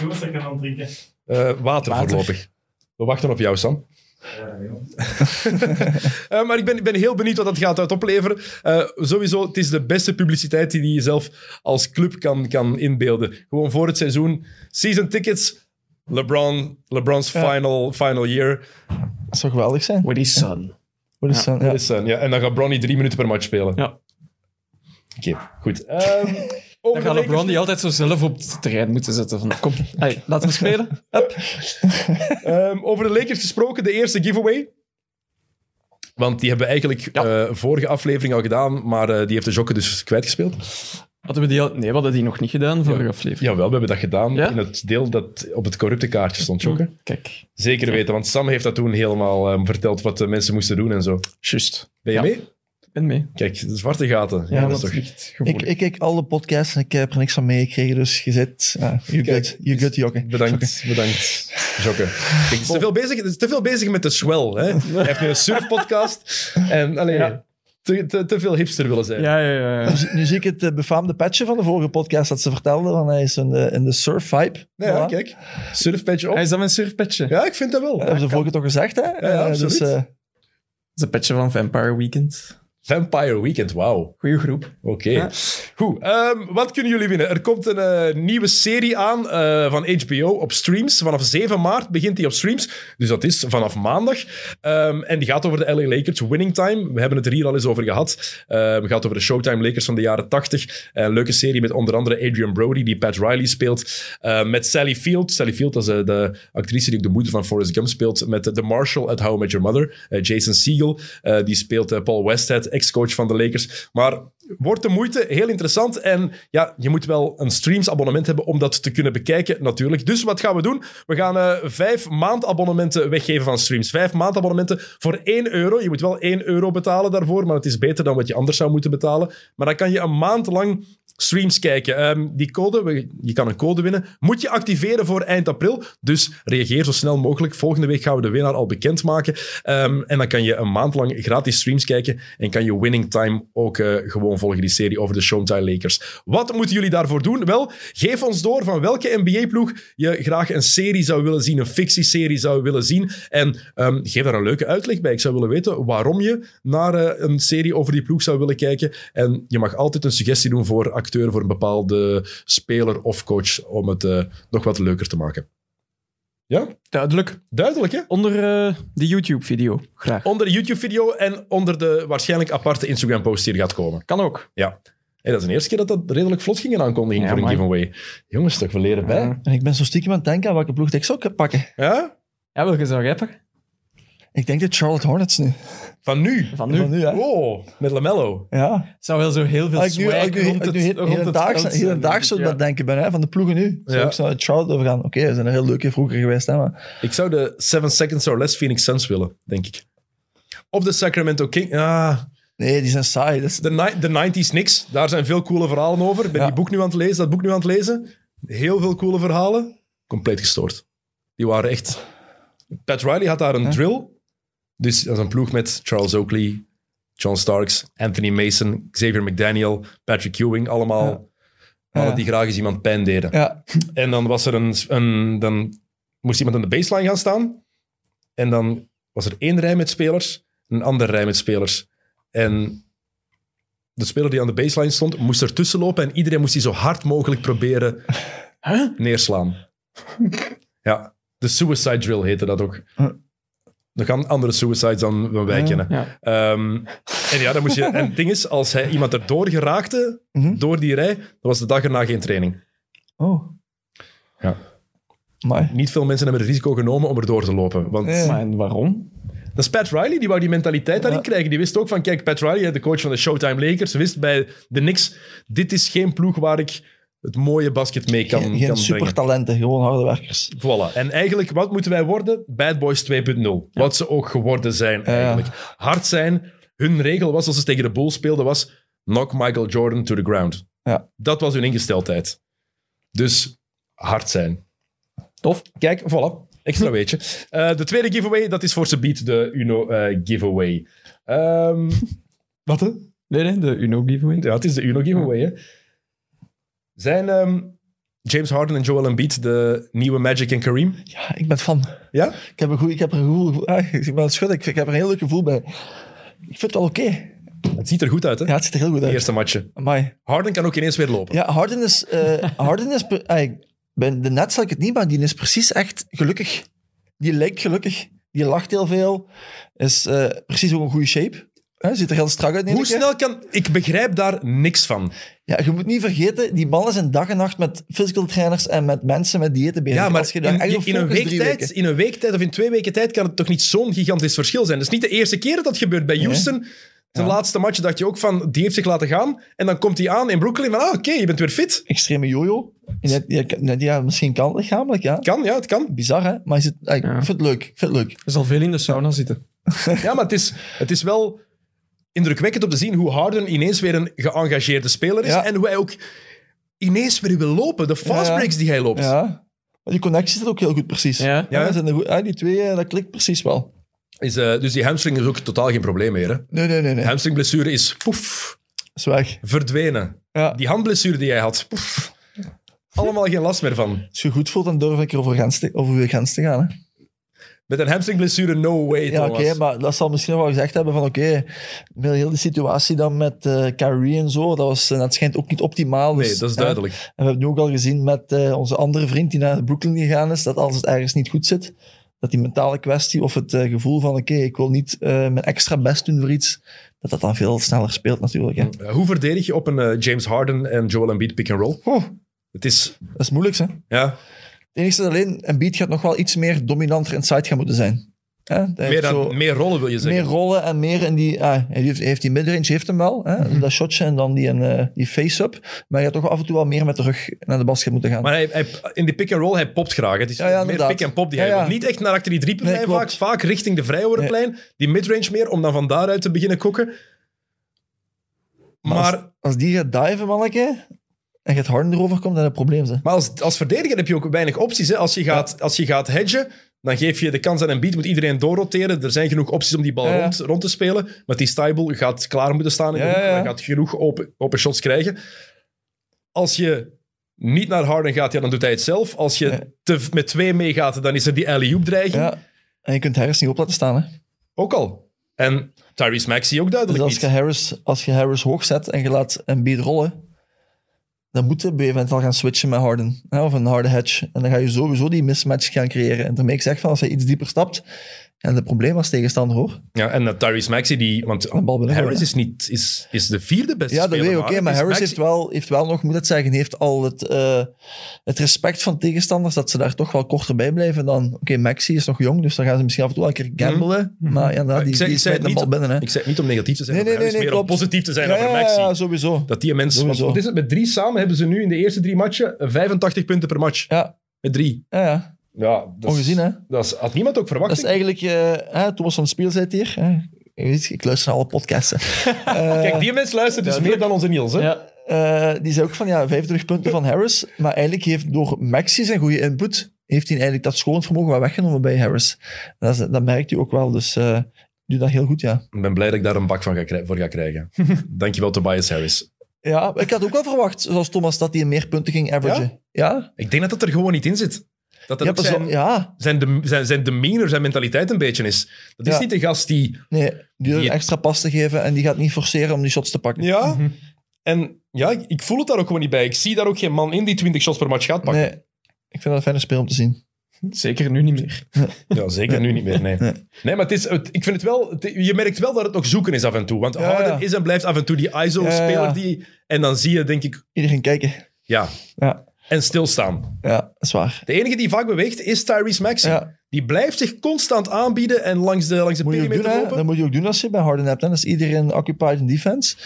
[SPEAKER 4] Jongens, ik kan aan het drinken.
[SPEAKER 1] Eh, water,
[SPEAKER 3] Water.
[SPEAKER 1] voorlopig. We wachten op jou, Sam.
[SPEAKER 4] Ja, joh.
[SPEAKER 1] Eh, maar ik ben, ik ben heel benieuwd wat dat gaat uit opleveren. Eh, sowieso, het is de beste publiciteit die je zelf als club kan, kan inbeelden. Gewoon voor het seizoen. Season tickets. LeBron, LeBron's
[SPEAKER 2] Ja.
[SPEAKER 1] final, final year.
[SPEAKER 2] Dat zou geweldig zijn.
[SPEAKER 3] What is son?
[SPEAKER 2] Wat is dan- ja.
[SPEAKER 1] Dat is zijn, Dus, eh, ja. En dan gaat Bronny drie minuten per match spelen.
[SPEAKER 3] Ja.
[SPEAKER 1] Oké, goed. Ehm over
[SPEAKER 3] Dan
[SPEAKER 1] de
[SPEAKER 3] gaat LeBron
[SPEAKER 1] Lakers-
[SPEAKER 3] die altijd zo zelf op het terrein moeten zetten. Van, kom, hey, laten we spelen.
[SPEAKER 1] Ehm, over de Lakers gesproken, de eerste giveaway. Want die hebben we eigenlijk eh, vorige aflevering al gedaan, maar eh, die heeft de jokken dus kwijtgespeeld.
[SPEAKER 3] Hadden we die al... Nee, we hadden die nog niet gedaan vorige aflevering.
[SPEAKER 1] Jawel, we hebben dat gedaan
[SPEAKER 3] Ja? Mm-hmm.
[SPEAKER 1] in het deel dat op het corrupte kaartje stond, jokken.
[SPEAKER 3] Kijk,
[SPEAKER 1] Zeker weten, want Sam heeft dat toen helemaal ehm, verteld wat de mensen moesten doen en zo.
[SPEAKER 3] juist.
[SPEAKER 1] Ben je
[SPEAKER 3] Ja.
[SPEAKER 1] mee?
[SPEAKER 3] Ik ben mee.
[SPEAKER 1] Kijk, de zwarte gaten. Ja,
[SPEAKER 3] Ja,
[SPEAKER 1] dat is
[SPEAKER 3] want
[SPEAKER 1] toch...
[SPEAKER 3] het ligt
[SPEAKER 2] Ik,
[SPEAKER 3] gevoelig.
[SPEAKER 2] ik kijk alle podcasts en ik heb er niks van meegekregen, dus je zit... ja, you
[SPEAKER 1] Kijk,
[SPEAKER 2] good, you good, jokken.
[SPEAKER 1] Bedankt, bedankt, Jokke. Kijk, het is te veel bezig, het is te veel bezig met de swell. Hè? Hij heeft nu een surfpodcast en alleen,
[SPEAKER 3] Ja.
[SPEAKER 1] te, te, te veel hipster willen zijn.
[SPEAKER 3] Ja, ja, ja. ja.
[SPEAKER 2] Nu zie- Nu zie ik het eh, befaamde patje van de vorige podcast dat ze vertelde, want hij is in de, in de surf vibe.
[SPEAKER 1] Nee, ja,
[SPEAKER 2] Voilà.
[SPEAKER 1] kijk, surfpatch op.
[SPEAKER 3] Hij is dat mijn surfpetje?
[SPEAKER 1] Ja, ik vind dat wel.
[SPEAKER 2] Dat hebben ze vorige toch gezegd, hè?
[SPEAKER 1] ja,
[SPEAKER 2] Eh,
[SPEAKER 1] absoluut.
[SPEAKER 2] Dus, eh,
[SPEAKER 3] Dat is een petje van Vampire Weekend.
[SPEAKER 1] Vampire Weekend, wauw.
[SPEAKER 3] Goeie groep.
[SPEAKER 1] Oké.
[SPEAKER 3] Ja.
[SPEAKER 1] Goed, ehm, wat kunnen jullie winnen? Er komt een eh, nieuwe serie aan eh, van HBO op streams. Vanaf 7 maart begint die op streams. Dus dat is vanaf maandag. Ehm, en die gaat over de LA Lakers, Winning Time. We hebben het er hier al eens over gehad. Ehm gaat over de Showtime Lakers van de jaren 80. Een leuke serie met onder andere Adrian Brody, die Pat Riley speelt. Eh, met Sally Field. Sally Field, dat is eh, de actrice die ook de moeder van Forrest Gump speelt. Met eh, The Marshall uit How I Met Your Mother. Eh, Jason Segel, eh, die speelt eh, Paul Westhead, ex-coach van de Lakers. Maar Wordt de moeite, heel interessant. En ja, je moet wel een streams-abonnement hebben om dat te kunnen bekijken, natuurlijk. Dus wat gaan we doen? We gaan eh, vijf maandabonnementen weggeven van streams. Vijf maandabonnementen voor 1 euro. Je moet wel 1 euro betalen daarvoor, maar het is beter dan wat je anders zou moeten betalen. Maar dan kan je een maand lang streams kijken. Ehm, die code, we- je kan een code winnen, moet je activeren voor eind april. Dus reageer zo snel mogelijk. Volgende week gaan we de winnaar al bekendmaken. Ehm, en dan kan je een maand lang gratis streams kijken en kan je Winning Time ook eh, gewoon volgen, die serie over de Showtime Lakers. Wat moeten jullie daarvoor doen? Wel, geef ons door van welke NBA-ploeg je graag een serie zou willen zien, een fictieserie zou willen zien. En ehm, geef daar een leuke uitleg bij. Ik zou willen weten waarom je naar eh, een serie over die ploeg zou willen kijken. En je mag altijd een suggestie doen voor acteur, voor een bepaalde speler of coach, om het eh, nog wat leuker te maken.
[SPEAKER 3] Duidelijk.
[SPEAKER 1] Duidelijk, hè?
[SPEAKER 3] Onder eh, de YouTube-video, graag.
[SPEAKER 1] Onder de YouTube-video en onder de waarschijnlijk aparte Instagram-post die er gaat komen.
[SPEAKER 3] Kan ook.
[SPEAKER 1] Hé, dat is de eerste keer dat dat redelijk vlot ging, een aankondiging
[SPEAKER 3] Ja,
[SPEAKER 1] voor een
[SPEAKER 3] man.
[SPEAKER 1] giveaway. Jongens, toch, we leren bij.
[SPEAKER 2] En ik ben zo stiekem aan het denken aan welke ploeg dat ik zou kunnen pakken.
[SPEAKER 1] Ja?
[SPEAKER 3] Ja, welke zou jij pakken?
[SPEAKER 2] Ik denk de Charlotte Hornets nu.
[SPEAKER 1] Van nu. Oh.
[SPEAKER 3] Van nu.
[SPEAKER 2] Van nu, hè?
[SPEAKER 1] Wow, met Lamello.
[SPEAKER 2] Ja.
[SPEAKER 3] Zou wel zo heel veel
[SPEAKER 2] Als ik nu, als ik
[SPEAKER 3] swag
[SPEAKER 2] nu,
[SPEAKER 3] rond
[SPEAKER 2] als ik
[SPEAKER 3] het
[SPEAKER 2] nu heel,
[SPEAKER 3] rond
[SPEAKER 2] heel
[SPEAKER 3] het eh,
[SPEAKER 2] daags,
[SPEAKER 3] veld
[SPEAKER 2] heel
[SPEAKER 3] zijn,
[SPEAKER 2] daags
[SPEAKER 3] denk
[SPEAKER 2] zou
[SPEAKER 3] ik,
[SPEAKER 2] ik dat denken ben, hè, van de ploegen nu. Zou
[SPEAKER 1] Ja.
[SPEAKER 2] ik snel naar Charlotte overgaan. Oké, ze zijn een heel leuke vroeger geweest, hè, maar...
[SPEAKER 1] Ik zou de 7 Seconds or Less Phoenix Suns willen, denk ik. Of de Sacramento King. Ah,
[SPEAKER 2] Nee, die zijn saai. Dat is-
[SPEAKER 1] de, ni- de 90s niks. Daar zijn veel coole verhalen over. Ik ben
[SPEAKER 2] Ja.
[SPEAKER 1] die boek nu aan het lezen, dat boek nu aan het lezen. Heel veel coole verhalen. Compleet gestoord. Die waren echt... Pat Riley had daar een drill. Dus dat is een ploeg met Charles Oakley, John Starks, Anthony Mason, Xavier McDaniel, Patrick Ewing. Allemaal mannen
[SPEAKER 2] Ja.
[SPEAKER 1] die graag eens iemand pijn deden.
[SPEAKER 2] Ja,
[SPEAKER 1] En dan was er een, een... Dan moest iemand aan de baseline gaan staan. En dan was er één rij met spelers, een andere rij met spelers. En de speler die aan de baseline stond, moest ertussen lopen. En iedereen moest die zo hard mogelijk proberen neerslaan. ja, de suicide drill heette dat ook.
[SPEAKER 2] Huh.
[SPEAKER 1] Er gaan andere suicides dan dan wij
[SPEAKER 2] Ja.
[SPEAKER 1] kennen.
[SPEAKER 3] Ja.
[SPEAKER 1] Ehm, en ja, dan moest je... En het ding is, als hij iemand erdoor geraakte,
[SPEAKER 2] Mhm.
[SPEAKER 1] door die rij, dan was de dag erna geen training.
[SPEAKER 2] Oh.
[SPEAKER 1] Ja.
[SPEAKER 2] Maar
[SPEAKER 1] niet veel mensen hebben het risico genomen om erdoor te lopen. Want
[SPEAKER 2] Ja.
[SPEAKER 3] Maar en waarom?
[SPEAKER 1] dat is Pat Riley, die wou die mentaliteit daarin
[SPEAKER 2] Ja.
[SPEAKER 1] krijgen. Die wist ook van, kijk, Pat Riley, de coach van de Showtime Lakers, wist bij de Knicks, dit is geen ploeg waar ik het mooie basket mee kan,
[SPEAKER 2] geen, geen
[SPEAKER 1] kan brengen.
[SPEAKER 2] supertalenten, gewoon harde werkers.
[SPEAKER 1] Voilà. En eigenlijk, wat moeten wij worden? Bad Boys 2.0. Wat ze ook geworden zijn eigenlijk. Hard zijn. Hun regel was, als ze tegen de Bulls speelden, was knock Michael Jordan to the ground.
[SPEAKER 2] Ja.
[SPEAKER 1] Dat was hun ingesteldheid. Dus hard zijn.
[SPEAKER 3] Tof.
[SPEAKER 1] Kijk, voilà. Extra weetje. Eh, de tweede giveaway, dat is voor Sabiet, de Uno eh, giveaway. Ehm, wat hè?
[SPEAKER 3] Nee, nee, de Uno giveaway.
[SPEAKER 1] Ja, het is de Uno giveaway. Hè. Zijn ehm, James Harden en Joel Embiid de nieuwe Magic en Kareem?
[SPEAKER 2] Ja, ik ben fan.
[SPEAKER 1] Ja?
[SPEAKER 2] Ik heb een goed, ik heb er een goed gevoel. Ah, ik ben aan het schudden. Ik, vind- ik heb er een heel leuk gevoel bij. Ik vind het wel oké.
[SPEAKER 1] Het ziet er goed uit, hè?
[SPEAKER 2] Ja, het ziet er heel goed
[SPEAKER 1] De
[SPEAKER 2] uit.
[SPEAKER 1] eerste matje.
[SPEAKER 2] Amai.
[SPEAKER 1] Harden kan ook ineens weer lopen.
[SPEAKER 2] Ja, Harden is... eh, Harden is pre- ah, ik- bij de net zal ik het niet, maar die is precies echt gelukkig. Die lijkt gelukkig. Die lacht heel veel. Is eh, precies ook een goede shape. Hè, ziet er heel strak uit. de
[SPEAKER 1] Hoe
[SPEAKER 2] ene keer.
[SPEAKER 1] snel kan... Ik begrijp daar niks van.
[SPEAKER 2] Ja, je moet niet vergeten, die mannen zijn dag en nacht met physical trainers en met mensen met diëten bezig.
[SPEAKER 1] Ja, maar
[SPEAKER 2] Als je daar
[SPEAKER 1] in,
[SPEAKER 2] echt op
[SPEAKER 1] in een
[SPEAKER 2] focust,
[SPEAKER 1] week
[SPEAKER 2] drie
[SPEAKER 1] tijd,
[SPEAKER 2] weken.
[SPEAKER 1] in een week tijd of in twee weken tijd kan het toch niet zo'n gigantisch verschil zijn. Dat is niet de eerste keer dat dat gebeurt. Bij Houston, zijn laatste match, dacht je ook van, die heeft zich laten gaan. En dan komt hij aan in Brooklyn van, ah, oké, je bent weer fit.
[SPEAKER 2] Extreme jojo. Ja, ja, ja, misschien kan het lichamelijk, ja.
[SPEAKER 1] Kan, ja, het kan.
[SPEAKER 2] Bizar, hè? Maar is het, ik
[SPEAKER 3] Ja.
[SPEAKER 2] vind het leuk. Ik vind het leuk.
[SPEAKER 3] Er zal veel in de sauna zitten.
[SPEAKER 1] Ja, maar het is, het is wel indrukwekkend om te zien hoe Harden ineens weer een geëngageerde speler is.
[SPEAKER 2] Ja.
[SPEAKER 1] En hoe hij ook ineens weer wil lopen. De fast
[SPEAKER 2] Ja, ja.
[SPEAKER 1] breaks die hij loopt.
[SPEAKER 2] Ja. Maar die connectie zit ook heel goed, precies.
[SPEAKER 3] Ja.
[SPEAKER 1] Ja.
[SPEAKER 2] dat zijn er goed, ja, die twee, eh, dat klikt precies wel.
[SPEAKER 1] Is, eh, dus die hamstring is ook totaal geen probleem meer. Hè?
[SPEAKER 2] Nee, nee, nee. nee.
[SPEAKER 1] De hamstringblessure is poef,
[SPEAKER 2] is weg.
[SPEAKER 1] verdwenen.
[SPEAKER 2] Ja.
[SPEAKER 1] Die handblessure die jij had, poef, allemaal geen last meer van.
[SPEAKER 2] Als je goed voelt, dan durf ik er over, grens te, over je grens te gaan. Hè.
[SPEAKER 1] Met een hamstringblessure, no way,
[SPEAKER 2] Ja, oké,
[SPEAKER 1] Thomas.
[SPEAKER 2] maar dat zal misschien wel gezegd hebben van oké, met heel die situatie dan met eh Kyrie en zo, dat, was, eh, dat schijnt ook niet optimaal.
[SPEAKER 1] Nee,
[SPEAKER 2] dus,
[SPEAKER 1] dat is
[SPEAKER 2] eh,
[SPEAKER 1] duidelijk.
[SPEAKER 2] en we hebben nu ook al gezien met eh, onze andere vriend die naar Brooklyn gegaan is, dat als het ergens niet goed zit, dat die mentale kwestie of het eh, gevoel van oké, ik wil niet eh, mijn extra best doen voor iets, dat dat dan veel sneller speelt natuurlijk. Hè.
[SPEAKER 1] Uh, hoe verdedig je op een eh, James Harden en Joel Embiid pick-and-roll?
[SPEAKER 2] Oeh,
[SPEAKER 1] Het is,
[SPEAKER 2] dat is moeilijk, hè?
[SPEAKER 1] ja,
[SPEAKER 2] Het enige is alleen, een beat gaat nog wel iets meer dominanter in side gaan moeten zijn. Hè? Dat heeft
[SPEAKER 1] meer, dan,
[SPEAKER 2] zo-
[SPEAKER 1] meer rollen wil je
[SPEAKER 2] meer
[SPEAKER 1] zeggen.
[SPEAKER 2] rollen en meer in die... Ah, hij heeft, heeft die midrange, heeft hem wel. Hè?
[SPEAKER 1] Mhm.
[SPEAKER 2] Dat shotje en dan die, eh, die face-up. Maar je gaat toch af en toe wel meer met de rug naar de basket moeten gaan.
[SPEAKER 1] Maar hij, hij- in die pick-and-roll, hij popt graag. Het is
[SPEAKER 2] Ja, ja,
[SPEAKER 1] meer
[SPEAKER 2] inderdaad.
[SPEAKER 1] pick-and-pop die
[SPEAKER 2] Ja,
[SPEAKER 1] hij
[SPEAKER 2] ja.
[SPEAKER 1] wil. Niet echt naar achter die driepuntlijn
[SPEAKER 2] Nee,
[SPEAKER 1] vaak.
[SPEAKER 2] klopt.
[SPEAKER 1] Vaak richting de vrijwoordenplein. Die midrange meer, om dan van daaruit te beginnen kokken.
[SPEAKER 2] Maar
[SPEAKER 1] Maar,
[SPEAKER 2] als, als die gaat diven, manneke, en gaat Harden erover komt, dan heb je een probleem. Ze.
[SPEAKER 1] maar als, als verdediger heb je ook weinig opties. Hè. Als, je gaat, als je gaat hedgen, dan geef je de kans aan Embiid. Moet iedereen doorroteren. Er zijn genoeg opties om die bal
[SPEAKER 2] Ja, ja.
[SPEAKER 1] Rond, rond te spelen. Maar die Steibel gaat klaar moeten staan. In de
[SPEAKER 2] Ja,
[SPEAKER 1] hoek,
[SPEAKER 2] ja.
[SPEAKER 1] maar gaat genoeg open, open shots krijgen. Als je niet naar Harden gaat, ja, dan doet hij het zelf. Als je
[SPEAKER 2] Ja.
[SPEAKER 1] te, met twee meegaat, dan is er die alley-oop dreiging.
[SPEAKER 2] Ja. En je kunt Harris niet op laten staan. Hè?
[SPEAKER 1] Ook al. En Tyrese Maxey ook
[SPEAKER 2] Dus
[SPEAKER 1] duidelijk
[SPEAKER 2] als je,
[SPEAKER 1] niet.
[SPEAKER 2] Harris, als je Harris hoog zet en je laat een beat rollen, dan moet je eventueel gaan switchen met Harden. Hè? Of een harde hedge. En dan ga je sowieso die mismatch gaan creëren. En daarmee ik zeg van, als hij iets dieper stapt, en de probleem als tegenstander hoor.
[SPEAKER 1] Ja, en dat Tyrese Maxey, die, want
[SPEAKER 2] Een bal binnen
[SPEAKER 1] Harris
[SPEAKER 2] gooien.
[SPEAKER 1] is, niet, is, is de vierde beste
[SPEAKER 2] Ja, dat
[SPEAKER 1] speler.
[SPEAKER 2] weet ik, oké.
[SPEAKER 1] het
[SPEAKER 2] maar
[SPEAKER 1] is
[SPEAKER 2] Harris
[SPEAKER 1] Maxey.
[SPEAKER 2] heeft wel, heeft wel nog, moet het zeggen, heeft al het, eh, het respect van tegenstanders dat ze daar toch wel korter bij blijven dan... Oké, Maxi is nog jong, dus dan gaan ze misschien af en toe wel een keer gambelen. Maar ja,
[SPEAKER 1] Maar
[SPEAKER 2] die,
[SPEAKER 1] Mhm. ik zeg-
[SPEAKER 2] die
[SPEAKER 1] ik zeg
[SPEAKER 2] smijt de
[SPEAKER 1] niet-
[SPEAKER 2] bal binnen, hè.
[SPEAKER 1] Ik zeg niet om negatief te zijn,
[SPEAKER 2] Nee,
[SPEAKER 1] over
[SPEAKER 2] nee,
[SPEAKER 1] Harris,
[SPEAKER 2] nee, nee,
[SPEAKER 1] meer om
[SPEAKER 2] klopt.
[SPEAKER 1] positief te zijn
[SPEAKER 2] ja,
[SPEAKER 1] over
[SPEAKER 2] ja,
[SPEAKER 1] Maxey.
[SPEAKER 2] ja, sowieso.
[SPEAKER 1] Dat die mensen...
[SPEAKER 2] Sowieso.
[SPEAKER 1] Wat is het? Met drie samen hebben ze nu in de eerste drie matchen 85 punten per match.
[SPEAKER 2] Ja.
[SPEAKER 1] Met drie.
[SPEAKER 2] Ja, ja.
[SPEAKER 1] Ja, dat,
[SPEAKER 2] Ongezien, hè.
[SPEAKER 1] dat is- had niemand ook verwacht.
[SPEAKER 2] Dat is eigenlijk... eh, hè, Thomas van Spiel zei het hier. hè. Je weet, ik luister naar alle podcasts. hè. Eh,
[SPEAKER 1] Kijk, die mensen luisteren dus meer dan onze Niels. Hè?
[SPEAKER 3] Ja,
[SPEAKER 2] eh, die zei ook van, ja, 25 punten van Harris. Maar eigenlijk heeft door Maxi zijn goede input, heeft hij eigenlijk dat scorend vermogen wel weggenomen bij Harris. Dat, is- dat merkt hij ook wel, dus eh doet dat heel goed, ja.
[SPEAKER 1] Ik ben blij dat ik daar een bak van ga, krij- voor ga krijgen. Dankjewel, Tobias Harris.
[SPEAKER 2] Ja, ik had ook wel verwacht, zoals Thomas, dat hij meer punten ging averagen. Ja?
[SPEAKER 1] Ik denk dat dat er gewoon niet in zit. Dat
[SPEAKER 2] Ja,
[SPEAKER 1] dat ook
[SPEAKER 2] pas op,
[SPEAKER 1] zijn,
[SPEAKER 2] ja.
[SPEAKER 1] zijn, de, zijn, zijn demeanor, zijn mentaliteit een beetje is. Dat is
[SPEAKER 2] Ja.
[SPEAKER 1] niet de gast die...
[SPEAKER 2] nee, die
[SPEAKER 1] Die-
[SPEAKER 2] een extra pas te geven en die gaat niet forceren om die shots te pakken.
[SPEAKER 1] Ja, en ja, ik, ik voel het daar ook gewoon niet bij. Ik zie daar ook geen man in die 20 shots per match gaat pakken.
[SPEAKER 2] Nee, ik vind dat een fijne speel om te zien.
[SPEAKER 3] zeker nu niet meer.
[SPEAKER 1] Ja, zeker nu niet meer, nee. Nee,
[SPEAKER 2] Nee.
[SPEAKER 1] maar het is, het- ik vind het wel... het- je merkt wel dat het nog zoeken is af en toe. Want
[SPEAKER 2] Ja,
[SPEAKER 1] Harden
[SPEAKER 2] ja.
[SPEAKER 1] is en blijft af en toe die
[SPEAKER 2] Ja,
[SPEAKER 1] ISO-speler
[SPEAKER 2] ja.
[SPEAKER 1] die... En dan zie je, denk ik,
[SPEAKER 2] Iedereen kijken.
[SPEAKER 1] ja...
[SPEAKER 2] Ja.
[SPEAKER 1] En stilstaan.
[SPEAKER 2] Ja, dat is waar.
[SPEAKER 1] De enige die vaak beweegt is Tyrese Maxey.
[SPEAKER 2] Ja,
[SPEAKER 1] Die blijft zich constant aanbieden en langs de, langs de
[SPEAKER 2] moet je ook doen,
[SPEAKER 1] perimeter
[SPEAKER 2] hè.
[SPEAKER 1] lopen.
[SPEAKER 2] dat moet je ook doen als je bij Harden hebt. hè. Dan is iedereen occupied in defense.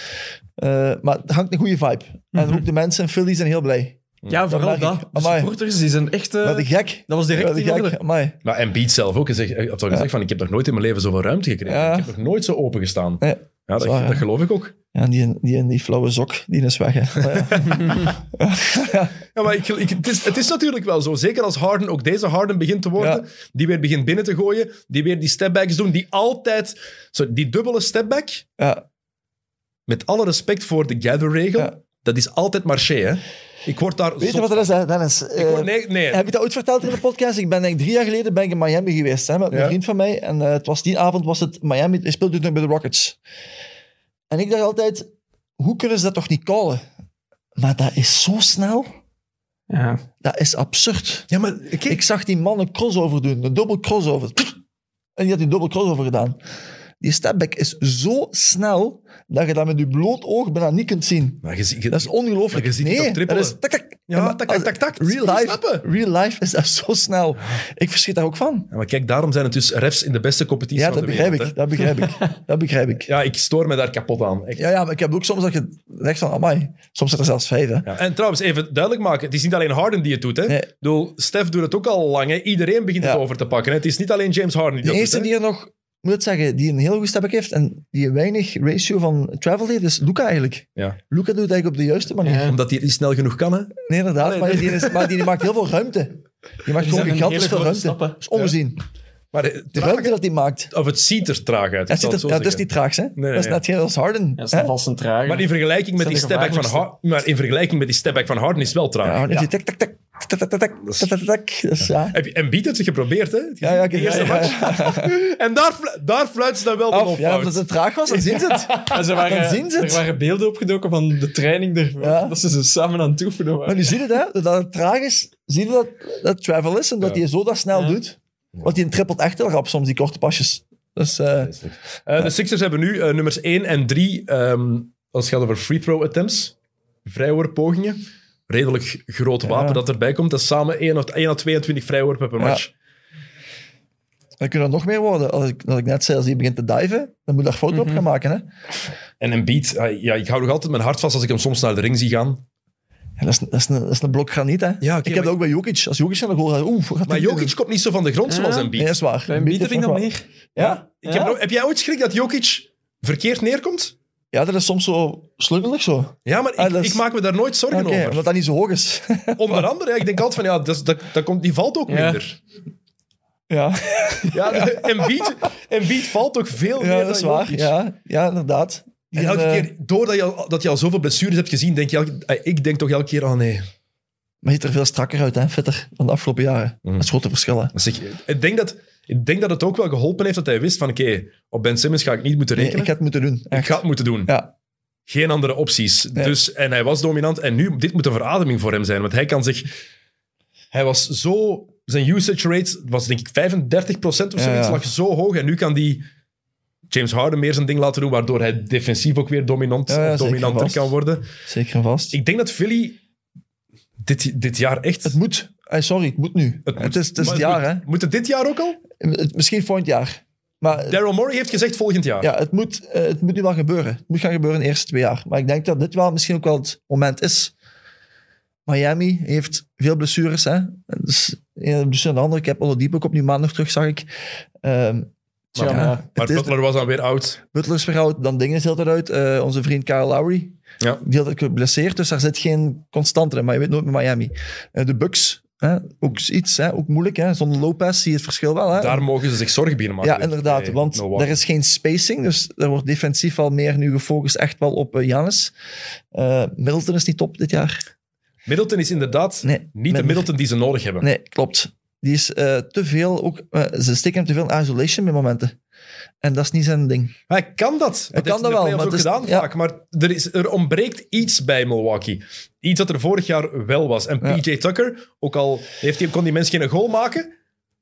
[SPEAKER 2] Eh, maar het hangt een goede vibe.
[SPEAKER 3] Mhm.
[SPEAKER 2] En ook de mensen in Philly zijn heel blij.
[SPEAKER 3] Ja, vooral
[SPEAKER 2] merk ik.
[SPEAKER 3] dat. De
[SPEAKER 2] Amai.
[SPEAKER 3] supporters, die zijn echt... eh,
[SPEAKER 2] Wat een gek.
[SPEAKER 3] dat was direct
[SPEAKER 2] Wat een
[SPEAKER 3] in orde.
[SPEAKER 2] gek. Amai.
[SPEAKER 1] Maar Embiid zelf ook. Hij zegt- hij had al gezegd van, ik heb nog nooit in mijn leven zoveel ruimte gekregen.
[SPEAKER 2] Ja.
[SPEAKER 1] Ik heb nog nooit zo open gestaan.
[SPEAKER 2] Nee.
[SPEAKER 1] Ja, dat,
[SPEAKER 2] waar, hè?
[SPEAKER 1] dat geloof ik ook.
[SPEAKER 2] Ja, die, die, die flauwe zok, die is weg. Hè. Maar ja.
[SPEAKER 1] Ja, maar ik, ik- het, is, het is natuurlijk wel zo. Zeker als Harden, ook deze Harden begint te worden. Die weer begint binnen te gooien. Die weer die stepbacks doen. Die altijd... Zo, die dubbele stepback,
[SPEAKER 2] ja.
[SPEAKER 1] met alle respect voor de gather-regel,
[SPEAKER 2] Ja.
[SPEAKER 1] dat is altijd marché, hè. Ik word daar...
[SPEAKER 2] Weet je
[SPEAKER 1] zot
[SPEAKER 2] wat
[SPEAKER 1] van.
[SPEAKER 2] dat is, hè, Dennis?
[SPEAKER 1] Ik word-
[SPEAKER 2] Eh,
[SPEAKER 1] nee, nee.
[SPEAKER 2] Heb ik dat ooit verteld in de podcast? Ik ben denk ik drie jaar geleden ben ik in Miami geweest hè, met een
[SPEAKER 1] Ja.
[SPEAKER 2] vriend van mij. En eh, het was die avond was het Miami. Hij speelde toen nog bij de Rockets. En ik dacht altijd, hoe kunnen ze dat toch niet callen? Maar dat is zo snel.
[SPEAKER 3] Ja.
[SPEAKER 2] Dat is absurd.
[SPEAKER 1] Ja, maar kijk,
[SPEAKER 2] Ik zag die man een crossover doen, een dubbel crossover. Pff. En die had die dubbel crossover gedaan. Die stepback is zo snel dat je dat met je bloot oog bijna niet kunt zien.
[SPEAKER 1] Maar je ziet- je-
[SPEAKER 2] Dat is ongelooflijk.
[SPEAKER 1] Maar je ziet die
[SPEAKER 2] nee,
[SPEAKER 1] toch trippelen?
[SPEAKER 2] Dat is tak, tak.
[SPEAKER 1] Ja,
[SPEAKER 2] maar
[SPEAKER 1] tak, tak,
[SPEAKER 2] als-
[SPEAKER 1] tak, tak. Dat is
[SPEAKER 2] Real
[SPEAKER 1] te
[SPEAKER 2] life,
[SPEAKER 1] snappen.
[SPEAKER 2] real life is dat zo snel. Ik verschiet daar ook van.
[SPEAKER 1] Ja, maar kijk, daarom zijn het dus refs in de beste competitie
[SPEAKER 2] Ja,
[SPEAKER 1] van
[SPEAKER 2] dat
[SPEAKER 1] de
[SPEAKER 2] begrijp
[SPEAKER 1] wereld,
[SPEAKER 2] ik. Dat begrijp ik. Dat begrijp ik.
[SPEAKER 1] hè. Ja, ik stoor me daar kapot aan. Echt.
[SPEAKER 2] Ja, ja, maar ik heb ook soms dat je denkt van, amai. Soms zit er zelfs vijf, hè.
[SPEAKER 1] Ja. En trouwens, even duidelijk maken: het is niet alleen Harden die het doet. Hè?
[SPEAKER 2] Nee.
[SPEAKER 1] Ik bedoel, Stef doet het ook al lang. Hè? Iedereen begint
[SPEAKER 2] Ja.
[SPEAKER 1] het over te pakken. Hè? Het is niet alleen James Harden die
[SPEAKER 2] De
[SPEAKER 1] dat
[SPEAKER 2] eerste
[SPEAKER 1] doet. hè.
[SPEAKER 2] die er nog, ik moet het zeggen, die een heel goed stepback heeft en die een weinig ratio van travel heeft, is Luca eigenlijk.
[SPEAKER 1] Ja.
[SPEAKER 2] Luca doet het eigenlijk op de juiste manier.
[SPEAKER 3] Ja.
[SPEAKER 1] Omdat hij het niet snel genoeg kan. Hè?
[SPEAKER 2] Nee, inderdaad,
[SPEAKER 1] Allee,
[SPEAKER 2] maar,
[SPEAKER 1] dat-
[SPEAKER 2] die is, maar die maakt heel veel ruimte. Die maakt gewoon
[SPEAKER 3] zijn een
[SPEAKER 2] gigantisch
[SPEAKER 3] hele
[SPEAKER 2] veel ruimte.
[SPEAKER 3] grote
[SPEAKER 2] Dat
[SPEAKER 3] stappen.
[SPEAKER 2] is ongezien.
[SPEAKER 1] Maar eh, het,
[SPEAKER 2] De ruimte dat hij maakt.
[SPEAKER 1] of het ziet er traag uit.
[SPEAKER 2] Dat,
[SPEAKER 1] ik zal het
[SPEAKER 2] zit er,
[SPEAKER 1] zo
[SPEAKER 2] ja, dat is
[SPEAKER 1] zeggen.
[SPEAKER 2] niet traags, hè?
[SPEAKER 1] nee,
[SPEAKER 2] dat is
[SPEAKER 1] nee.
[SPEAKER 2] net heel als Harden.
[SPEAKER 3] Dat is
[SPEAKER 2] hè?
[SPEAKER 3] een vast een trager.
[SPEAKER 1] Maar in vergelijking met
[SPEAKER 3] Dat
[SPEAKER 1] die
[SPEAKER 3] is de
[SPEAKER 1] stepback van Harden, maar in vergelijking met die stepback van Harden is het wel traag.
[SPEAKER 2] Ja, Harden heeft die tik, tik, tik. Tak, tak, tak, tak, tak, tak, tak. Dus ja.
[SPEAKER 1] Heb je Embiid heeft het geprobeerd, hè? Het
[SPEAKER 2] Ja, ja, ik heb
[SPEAKER 1] eerste
[SPEAKER 2] ja, ja, ja.
[SPEAKER 1] En daar, flu- daar fluit ze dan wel van
[SPEAKER 2] Af,
[SPEAKER 1] op.
[SPEAKER 2] ja, omdat het traag was, dan zien ze het.
[SPEAKER 3] En Ah, ze waren,
[SPEAKER 2] Dan zien ze het.
[SPEAKER 3] Er waren beelden opgedoken van de training ervoor.
[SPEAKER 2] Ja.
[SPEAKER 3] Dat ze ze samen aan het oefenen
[SPEAKER 2] Maar
[SPEAKER 3] waren.
[SPEAKER 2] nu zie je het, hè? dat het traag is. Zie je dat, dat travel is en dat
[SPEAKER 1] Ja.
[SPEAKER 2] hij zo dat snel
[SPEAKER 3] Ja.
[SPEAKER 2] doet? Want hij trippelt echt heel rap soms, die korte pasjes. Dus eh,
[SPEAKER 1] Eh, De Sixers hebben nu eh, nummers 1 en 3, ehm, als het gaat over free throw attempts, vrijworppogingen. Redelijk groot wapen
[SPEAKER 2] Ja.
[SPEAKER 1] dat erbij komt. Dat is samen 1 of, 1 à 22 vrijworpen per
[SPEAKER 2] Ja.
[SPEAKER 1] match.
[SPEAKER 2] dan kunnen er nog meer worden. Als ik, als ik net zei, als hij begint te diven, dan moet je daar foto
[SPEAKER 1] Mhm.
[SPEAKER 2] op gaan maken. Hè?
[SPEAKER 1] En Embiid, eh, ja, ik hou nog altijd mijn hart vast als ik hem soms naar de ring zie gaan.
[SPEAKER 2] Ja, dat, is, dat, is een, dat is een blok graniet. Hè?
[SPEAKER 1] Ja, oké,
[SPEAKER 2] ik heb
[SPEAKER 1] maar-
[SPEAKER 2] dat ook bij Jokic. Als Jokic aan de goal gaat, oeh, wat gaat
[SPEAKER 1] Maar
[SPEAKER 2] hij doen?
[SPEAKER 1] Jokic komt niet zo van de grond zoals
[SPEAKER 3] Ja.
[SPEAKER 1] Embiid.
[SPEAKER 2] Nee, dat is waar.
[SPEAKER 3] Bij een bieten
[SPEAKER 2] Heeft
[SPEAKER 3] vind ik
[SPEAKER 2] nog
[SPEAKER 3] dat
[SPEAKER 2] wel-
[SPEAKER 3] meer.
[SPEAKER 2] Ja?
[SPEAKER 1] Ik heb,
[SPEAKER 3] Ja.
[SPEAKER 1] nog- heb jij ooit schrik dat Jokic verkeerd neerkomt?
[SPEAKER 2] ja, dat is soms zo slungelig zo. Oké,
[SPEAKER 1] Ja, maar ik,
[SPEAKER 2] Ah, dat is-
[SPEAKER 1] ik maak me daar nooit zorgen over.
[SPEAKER 2] omdat dat niet zo hoog is.
[SPEAKER 1] Onder andere, ja, ik denk altijd van, ja, dat, is- dat, dat komt, die valt ook
[SPEAKER 3] Ja.
[SPEAKER 1] minder.
[SPEAKER 2] ja.
[SPEAKER 1] Ja, de- Embiid, Embiid valt toch veel meer
[SPEAKER 2] ja,
[SPEAKER 1] dan
[SPEAKER 2] dat is waar.
[SPEAKER 1] Jokic.
[SPEAKER 2] Ja, ja, inderdaad.
[SPEAKER 1] En elke
[SPEAKER 2] eh,
[SPEAKER 1] keer, doordat je, al, dat je al zoveel blessures hebt gezien, denk je, elke- eh, ik denk toch elke keer, oh nee.
[SPEAKER 2] Maar je ziet er veel strakker uit, hè, fitter, dan de afgelopen jaren.
[SPEAKER 1] Mm.
[SPEAKER 2] Dat is grote verschil, hè.
[SPEAKER 1] Dat is echt- ik, denk dat, ik denk dat het ook wel geholpen heeft dat hij wist van, oké, op Ben Simmons ga ik niet moeten
[SPEAKER 2] Nee,
[SPEAKER 1] rekenen.
[SPEAKER 2] ik had het moeten doen.
[SPEAKER 1] ik,
[SPEAKER 2] Echt.
[SPEAKER 1] ga het moeten doen.
[SPEAKER 2] Ja.
[SPEAKER 1] Geen andere opties.
[SPEAKER 2] Nee.
[SPEAKER 1] Dus, en hij was dominant. En nu, dit moet een verademing voor hem zijn. Want hij kan zich... Hij was zo... Zijn usage rate was denk ik 35% of zoiets.
[SPEAKER 2] Ja, ja.
[SPEAKER 1] lag zo hoog. En nu kan die James Harden meer zijn ding laten doen, waardoor hij defensief ook weer dominant,
[SPEAKER 2] Ja, ja,
[SPEAKER 1] of
[SPEAKER 2] zeker
[SPEAKER 1] dominanter
[SPEAKER 2] vast.
[SPEAKER 1] kan worden.
[SPEAKER 2] Zeker en vast.
[SPEAKER 1] Ik denk dat Philly dit, dit jaar echt...
[SPEAKER 2] Het moet. Hey, Ah, sorry, het moet nu. Het,
[SPEAKER 1] moet.
[SPEAKER 2] is het, is het
[SPEAKER 1] Maar
[SPEAKER 2] jaar, hè.
[SPEAKER 1] moet, Moet het dit jaar ook al?
[SPEAKER 2] Het- Misschien volgend jaar. Maar eh,
[SPEAKER 1] Daryl Morey heeft gezegd volgend jaar.
[SPEAKER 2] ja, het, moet, eh, het moet nu wel gebeuren. Het moet gaan gebeuren in de eerste twee jaar. Maar ik denk dat dit wel misschien ook wel het moment is. Miami heeft veel blessures. Hè? Dus de ene blessure aan de andere. Ik heb Oladipo ook op nu maandag terug, zag ik. Ehm,
[SPEAKER 3] Tja,
[SPEAKER 2] ja.
[SPEAKER 3] maar-
[SPEAKER 1] Maar
[SPEAKER 2] het is- Eh,
[SPEAKER 1] Butler was dan weer oud.
[SPEAKER 2] Butler is weer oud, dan dingen is heel uit. Eh, onze vriend Kyle Lowry,
[SPEAKER 1] Ja.
[SPEAKER 2] die had ik geblesseerd, dus daar zit geen constante in. Maar je weet nooit met Miami. Eh, de Bucks, hè, ook iets, hè, ook moeilijk. Hè. Zonder Lopez zie je het verschil wel. Hè.
[SPEAKER 1] Daar mogen ze zich zorgen beginnen maken.
[SPEAKER 2] eh. ja, inderdaad,
[SPEAKER 1] Nee,
[SPEAKER 2] want
[SPEAKER 1] Milwaukee.
[SPEAKER 2] er is geen spacing, dus er wordt defensief al meer nu gefocust echt wel op Janis. Middleton is niet top dit jaar.
[SPEAKER 1] Middleton is inderdaad
[SPEAKER 2] Nee,
[SPEAKER 1] niet de
[SPEAKER 2] minder.
[SPEAKER 1] Middleton die ze nodig hebben.
[SPEAKER 2] Nee, klopt. Die is eh, te veel, ook, eh, ze steken hem te veel in isolation met momenten. En dat is niet zijn ding.
[SPEAKER 1] Hij kan dat.
[SPEAKER 2] Hij
[SPEAKER 1] dat
[SPEAKER 2] kan dat wel, maar
[SPEAKER 1] Maar
[SPEAKER 2] het is-
[SPEAKER 1] gedaan
[SPEAKER 2] ja.
[SPEAKER 1] vaak. Maar er, is, er ontbreekt iets bij Milwaukee. Iets dat er vorig jaar wel was. En
[SPEAKER 2] Ja.
[SPEAKER 1] PJ Tucker, ook al heeft hij, kon die mens geen goal maken.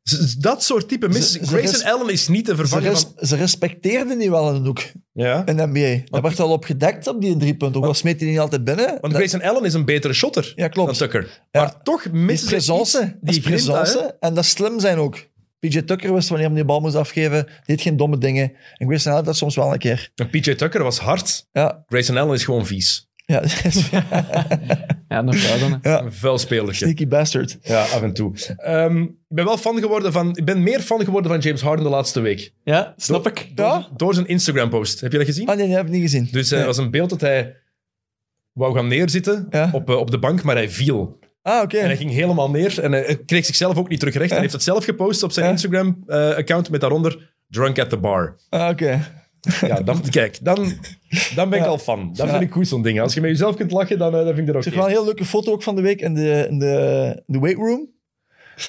[SPEAKER 1] z- z- Dat soort type miss.
[SPEAKER 2] Ze- ze
[SPEAKER 1] Grayson
[SPEAKER 2] res-
[SPEAKER 1] Allen is niet te
[SPEAKER 2] Ze,
[SPEAKER 1] vervangen.
[SPEAKER 2] res-
[SPEAKER 1] van,
[SPEAKER 2] ze respecteerden die wel in de hoek.
[SPEAKER 1] ja.
[SPEAKER 2] in de NBA. Daar werd al op gedekt op die drie punten. Ook al smeet hij niet altijd binnen.
[SPEAKER 1] Want
[SPEAKER 2] Dat-
[SPEAKER 1] Grayson Allen is een betere shotter
[SPEAKER 2] ja,
[SPEAKER 1] dan
[SPEAKER 2] klopt. Die
[SPEAKER 1] Tucker.
[SPEAKER 2] Ja.
[SPEAKER 1] Maar toch missen
[SPEAKER 2] is
[SPEAKER 1] ze iets.
[SPEAKER 2] presence. Die
[SPEAKER 1] grinta,
[SPEAKER 2] presence. en dat is slim zijn ook. PJ Tucker wist wanneer hij die bal moest afgeven. Deed geen domme dingen. En Grayson Allen dat soms wel een keer.
[SPEAKER 1] En PJ Tucker was hard.
[SPEAKER 2] Ja,
[SPEAKER 1] Grayson Allen is gewoon vies.
[SPEAKER 2] ja. dat is-
[SPEAKER 3] Ja, nog wel dan. hè.
[SPEAKER 2] ja.
[SPEAKER 1] Een vuil spelertje.
[SPEAKER 2] Sneaky bastard.
[SPEAKER 1] Ja, af en toe. Ehm, ik ben wel fan geworden van... Ik ben meer fan geworden van James Harden de laatste week.
[SPEAKER 3] Ja, snap ik.
[SPEAKER 2] Ja?
[SPEAKER 1] Door zijn Instagram-post. Heb je dat gezien?
[SPEAKER 2] Ah nee, die heb ik niet gezien.
[SPEAKER 1] Dus er
[SPEAKER 2] Nee.
[SPEAKER 1] was een beeld dat hij wou gaan neerzitten
[SPEAKER 2] Ja.
[SPEAKER 1] op, eh, op de bank, maar hij viel.
[SPEAKER 2] Ah, oké.
[SPEAKER 1] En hij ging helemaal neer en hij kreeg zichzelf ook niet terug recht. Hij heeft het zelf gepost op zijn
[SPEAKER 2] Ja.
[SPEAKER 1] Instagram-account met daaronder drunk at the bar.
[SPEAKER 2] Ah, oké.
[SPEAKER 1] Ja, dan, kijk, dan, dan ben ik
[SPEAKER 2] Ja.
[SPEAKER 1] al fan. Dat
[SPEAKER 2] Ja.
[SPEAKER 1] vind ik goed, zo'n ding. Als je met jezelf kunt lachen, dan, eh, dan vind ik dat
[SPEAKER 2] Er
[SPEAKER 1] ook
[SPEAKER 2] is wel een
[SPEAKER 1] okay.
[SPEAKER 2] heel leuke foto ook van de week in de, in de, in de weight room.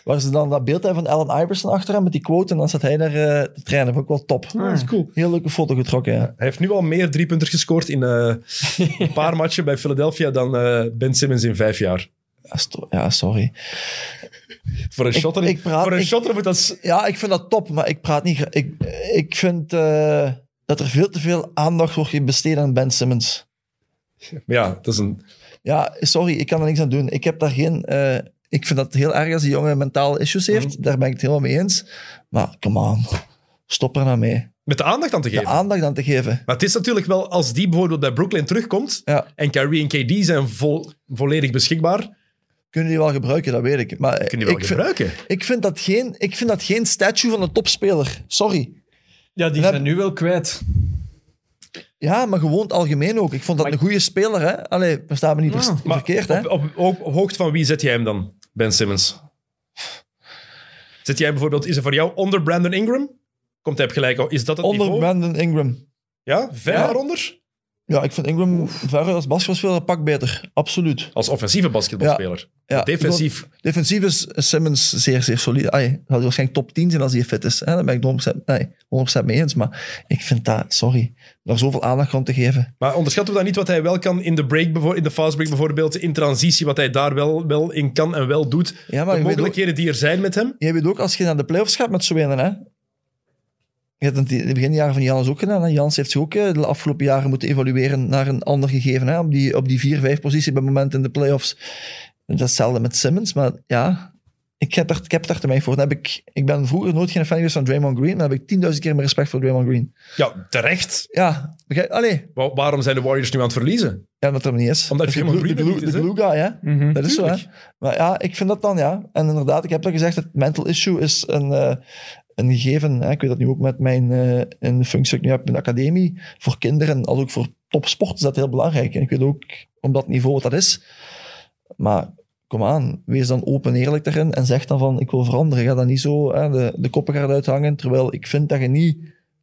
[SPEAKER 2] Waar ze dan dat beeld hebben van Allen Iverson achter hem met die quote. En dan zat hij daar eh, te trainen. Vond ik wel top.
[SPEAKER 1] Dat is cool.
[SPEAKER 2] Heel leuke foto getrokken, ja.
[SPEAKER 1] Hij heeft nu al meer driepunters gescoord in eh, een paar matchen bij Philadelphia dan eh, Ben Simmons in vijf jaar.
[SPEAKER 2] Ja, sto- Ja, sorry.
[SPEAKER 1] Voor een
[SPEAKER 2] Ik-
[SPEAKER 1] shotter,
[SPEAKER 2] ik praat-
[SPEAKER 1] voor een
[SPEAKER 2] ik-
[SPEAKER 1] shotter moet dat... s-
[SPEAKER 2] Ja, ik vind dat top, maar ik praat niet. gra- Ik, ik vind eh, dat er veel te veel aandacht wordt besteed aan Ben Simmons.
[SPEAKER 1] Ja, dat is een...
[SPEAKER 2] Ja, sorry, ik kan er niks aan doen. Ik heb daar geen. eh, ik vind dat heel erg als die jongen mentale issues heeft.
[SPEAKER 1] Mhm.
[SPEAKER 2] Daar ben ik het helemaal mee eens. Maar come on, stop er nou mee.
[SPEAKER 1] Met de aandacht aan te
[SPEAKER 2] De
[SPEAKER 1] geven.
[SPEAKER 2] aandacht aan te geven.
[SPEAKER 1] Maar het is natuurlijk wel, als die bijvoorbeeld bij Brooklyn terugkomt
[SPEAKER 2] Ja.
[SPEAKER 1] en Kyrie en KD zijn vol- volledig beschikbaar,
[SPEAKER 2] Kunnen die wel gebruiken, dat weet ik. Maar eh,
[SPEAKER 1] kun je wel
[SPEAKER 2] ik, vind,
[SPEAKER 1] gebruiken.
[SPEAKER 2] ik, vind dat geen, ik vind dat geen statue van een topspeler. Sorry.
[SPEAKER 3] Ja, die
[SPEAKER 2] We
[SPEAKER 3] zijn nu wel kwijt.
[SPEAKER 2] Ja, maar gewoon het algemeen ook. Ik vond dat een goede speler, hè? Allee, versta me niet vers-
[SPEAKER 3] Ja,
[SPEAKER 1] Ah. Maar
[SPEAKER 2] Ah, verkeerd, hè?
[SPEAKER 1] op, op, op, op hoogte van wie zet jij hem dan, Ben Simmons? Zet jij bijvoorbeeld, is er voor jou onder Brandon Ingram? Komt hij op gelijk? Is dat het
[SPEAKER 2] Onder
[SPEAKER 1] niveau?
[SPEAKER 2] Brandon Ingram.
[SPEAKER 1] Ja, ver
[SPEAKER 2] Ja.
[SPEAKER 1] daaronder?
[SPEAKER 2] Ja, ik vind Ingram verder als basketbalspeler een pak beter. Absoluut.
[SPEAKER 1] Als offensieve basketbalspeler.
[SPEAKER 2] Ja,
[SPEAKER 1] Defensief.
[SPEAKER 2] ik bedoel, defensief is Simmons zeer, zeer solide. Ai, hij zal waarschijnlijk top 10 zijn als hij fit is. Hè? Daar ben ik het 100%, nee, 100 mee eens. Maar ik vind dat, sorry, daar zoveel aandacht aan te geven.
[SPEAKER 1] Maar onderschatten we dan niet wat hij wel kan in de break, bevo- in de fast break bijvoorbeeld, in transitie, wat hij daar wel, wel in kan en wel doet.
[SPEAKER 2] Ja, maar
[SPEAKER 1] de
[SPEAKER 2] je weet, ook,
[SPEAKER 1] mogelijkheden die er zijn met hem.
[SPEAKER 2] je weet ook, als je naar de playoffs gaat met Zweden, hè. Je hebt het in de beginjaren van Jans ook gedaan. Hè? Jans heeft zich ook eh, de afgelopen jaren moeten evalueren naar een ander gegeven. Hè? Op die, op die 4-5 positie bij het moment in de playoffs. Dat is hetzelfde met Simmons, maar ja... Ik heb, er, ik heb daar te mij voor. Dan heb ik, ik ben vroeger nooit geen fan geweest van Draymond Green, maar dan heb ik 10.000 keer meer respect voor Draymond Green.
[SPEAKER 1] Ja, terecht.
[SPEAKER 2] Ja, begrijp, allee.
[SPEAKER 1] Wa- waarom zijn de Warriors nu aan het verliezen?
[SPEAKER 2] Ja, omdat er niet is.
[SPEAKER 1] Omdat
[SPEAKER 2] Dat is de
[SPEAKER 1] Draymond
[SPEAKER 2] glue-
[SPEAKER 1] Green
[SPEAKER 2] de
[SPEAKER 1] er niet
[SPEAKER 2] glue-
[SPEAKER 1] is,
[SPEAKER 2] de glue guy, hè.
[SPEAKER 3] Mhm.
[SPEAKER 2] Dat is zo, hè. Maar ja, ik vind dat dan, ja. En inderdaad, ik heb dat gezegd, het mental issue is een, eh, een gegeven. Hè. Ik weet dat nu ook met mijn eh, in de functie die ik nu heb in de academie. Voor kinderen, als ook voor topsport, is dat heel belangrijk. En ik weet ook op dat niveau wat dat is. Maar kom aan, wees dan open en eerlijk daarin en zeg dan van, ik wil veranderen. Ga dan niet zo hè, de, de koppen gaan uithangen, terwijl ik vind dat je niet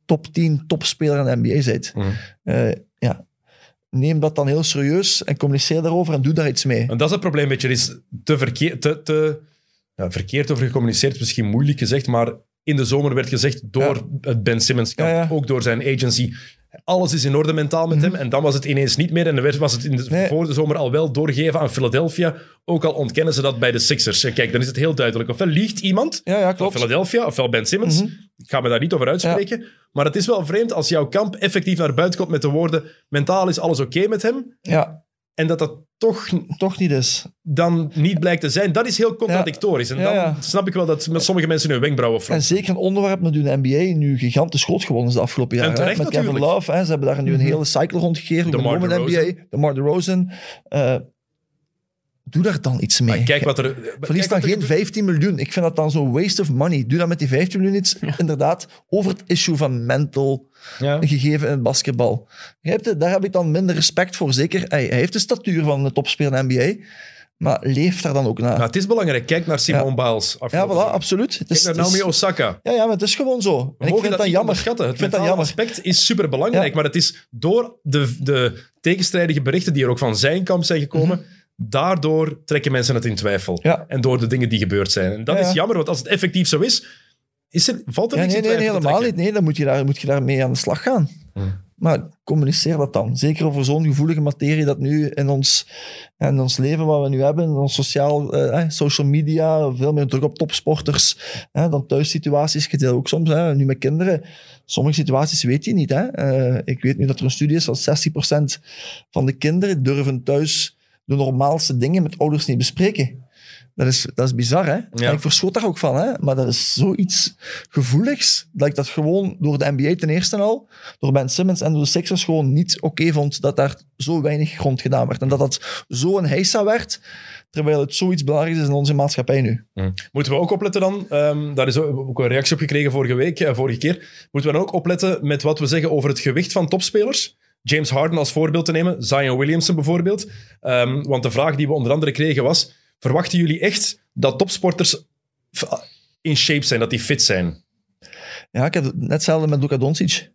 [SPEAKER 2] top 10 topspeler in de NBA bent.
[SPEAKER 1] Mhm.
[SPEAKER 2] Eh, ja. Neem dat dan heel serieus en communiceer daarover en doe daar iets mee.
[SPEAKER 1] En dat is het probleem, weet je. Er is te, verkeer, te, te ja, verkeerd over gecommuniceerd, misschien moeilijk gezegd, maar in de zomer werd gezegd door het Ben Simmons kamp,
[SPEAKER 2] Ja, ja.
[SPEAKER 1] ook door zijn agency. Alles is in orde mentaal met hem. En dan was het ineens niet meer. En dan werd- was het in de,
[SPEAKER 2] Nee.
[SPEAKER 1] voor de zomer al wel doorgegeven aan Philadelphia. Ook al ontkennen ze dat bij de Sixers. En Kijk, dan is het heel duidelijk. Ofwel liegt iemand,
[SPEAKER 2] Ja, ja,
[SPEAKER 1] van
[SPEAKER 2] klopt.
[SPEAKER 1] Philadelphia, ofwel Ben Simmons.
[SPEAKER 2] Mhm.
[SPEAKER 1] Ik ga me daar niet over uitspreken. Maar het is wel vreemd als jouw kamp effectief naar buiten komt met de woorden mentaal is alles oké met hem.
[SPEAKER 2] Ja,
[SPEAKER 1] En dat dat toch
[SPEAKER 2] toch niet dus.
[SPEAKER 1] dan niet blijkt te zijn. Dat is heel contradictorisch. En
[SPEAKER 2] Ja,
[SPEAKER 1] dan
[SPEAKER 2] ja.
[SPEAKER 1] snap ik wel dat met sommige mensen hun wenkbrauwen
[SPEAKER 2] En
[SPEAKER 1] fronsen.
[SPEAKER 2] zeker een onderwerp dat de NBA nu gigantisch groot gewonnen is de afgelopen jaren. hè.
[SPEAKER 1] terecht
[SPEAKER 2] Met Kevin
[SPEAKER 1] natuurlijk.
[SPEAKER 2] Love, hè. ze hebben daar nu een hele cycle rondgegeven.
[SPEAKER 1] DeMar
[SPEAKER 2] Gewoon met
[SPEAKER 1] DeRozan.
[SPEAKER 2] NBA, DeMar DeRozan. Eh doe daar dan iets mee.
[SPEAKER 1] Maar kijk wat er... maar
[SPEAKER 2] Verlies
[SPEAKER 1] kijk wat
[SPEAKER 2] dan
[SPEAKER 1] er
[SPEAKER 2] geen
[SPEAKER 1] gebeurt.
[SPEAKER 2] 15 miljoen. Ik vind dat dan zo'n waste of money. Doe dan met die 15 miljoen iets, inderdaad, over het issue van mental
[SPEAKER 3] Ja.
[SPEAKER 2] gegeven in het basketbal. Begrijp je? Daar heb ik dan minder respect voor. Zeker, hij, hij heeft de statuur van de topspeler in de NBA, maar leef daar dan ook naar.
[SPEAKER 1] Maar het is belangrijk. Kijk naar Simone Biles.
[SPEAKER 2] Ja,
[SPEAKER 1] afgelopen
[SPEAKER 2] voilà,
[SPEAKER 1] zomer.
[SPEAKER 2] absoluut. Het
[SPEAKER 1] Kijk
[SPEAKER 2] is,
[SPEAKER 1] naar
[SPEAKER 2] het is-
[SPEAKER 1] Naomi Osaka.
[SPEAKER 2] ja, ja, maar het is gewoon zo.
[SPEAKER 1] We
[SPEAKER 2] En ik
[SPEAKER 1] mogen
[SPEAKER 2] vind
[SPEAKER 1] dat
[SPEAKER 2] dat
[SPEAKER 1] niet
[SPEAKER 2] jammer.
[SPEAKER 1] onderschatten. Het
[SPEAKER 2] Ik vind dat
[SPEAKER 1] mentale
[SPEAKER 2] jammer.
[SPEAKER 1] aspect is superbelangrijk.
[SPEAKER 2] Ja.
[SPEAKER 1] Maar het is door de, de tegenstrijdige berichten die er ook van zijn kamp zijn gekomen, daardoor trekken mensen het in twijfel.
[SPEAKER 2] Mhm. Ja.
[SPEAKER 1] En door de dingen die gebeurd zijn. En dat
[SPEAKER 2] Ja, ja.
[SPEAKER 1] is jammer, want als het effectief zo is, is er, valt er
[SPEAKER 2] Ja,
[SPEAKER 1] niks
[SPEAKER 2] nee,
[SPEAKER 1] in
[SPEAKER 2] nee,
[SPEAKER 1] twijfel
[SPEAKER 2] nee,
[SPEAKER 1] te
[SPEAKER 2] helemaal
[SPEAKER 1] trekken.
[SPEAKER 2] niet. Nee, dan moet je, daar, moet je daarmee aan de slag gaan. Maar communiceer dat dan. Zeker over zo'n gevoelige materie dat nu in ons, in ons leven wat we nu hebben, in ons sociaal, eh, eh, social media, veel meer druk op topsporters, hè, dan thuissituaties, ik deel ook soms, hè, nu met kinderen. Sommige situaties weet je niet. Hè. Eh, ik weet nu dat er een studie is dat 60% van de kinderen durven thuis de normaalste dingen met ouders niet bespreken. Dat is, dat is bizar, hè?
[SPEAKER 1] Ja.
[SPEAKER 2] En ik verschot daar ook van, hè? Maar dat is zoiets gevoeligs, dat ik dat gewoon door de NBA ten eerste al, door Ben Simmons en door de Sixers gewoon niet oké vond dat daar zo weinig grond gedaan werd. En dat dat zo'n heisa werd, terwijl het zoiets belangrijks is in onze maatschappij nu.
[SPEAKER 1] Moeten we ook opletten dan, ehm, daar is ook ook een reactie op gekregen vorige week, eh, vorige keer. Moeten we dan ook opletten met wat we zeggen over het gewicht van topspelers? James Harden als voorbeeld te nemen, Zion Williamson bijvoorbeeld. Ehm, want de vraag die we onder andere kregen was, verwachten jullie echt dat topsporters f- in shape zijn, dat die fit zijn?
[SPEAKER 2] Ja, ik heb het net hetzelfde met Luka Doncic.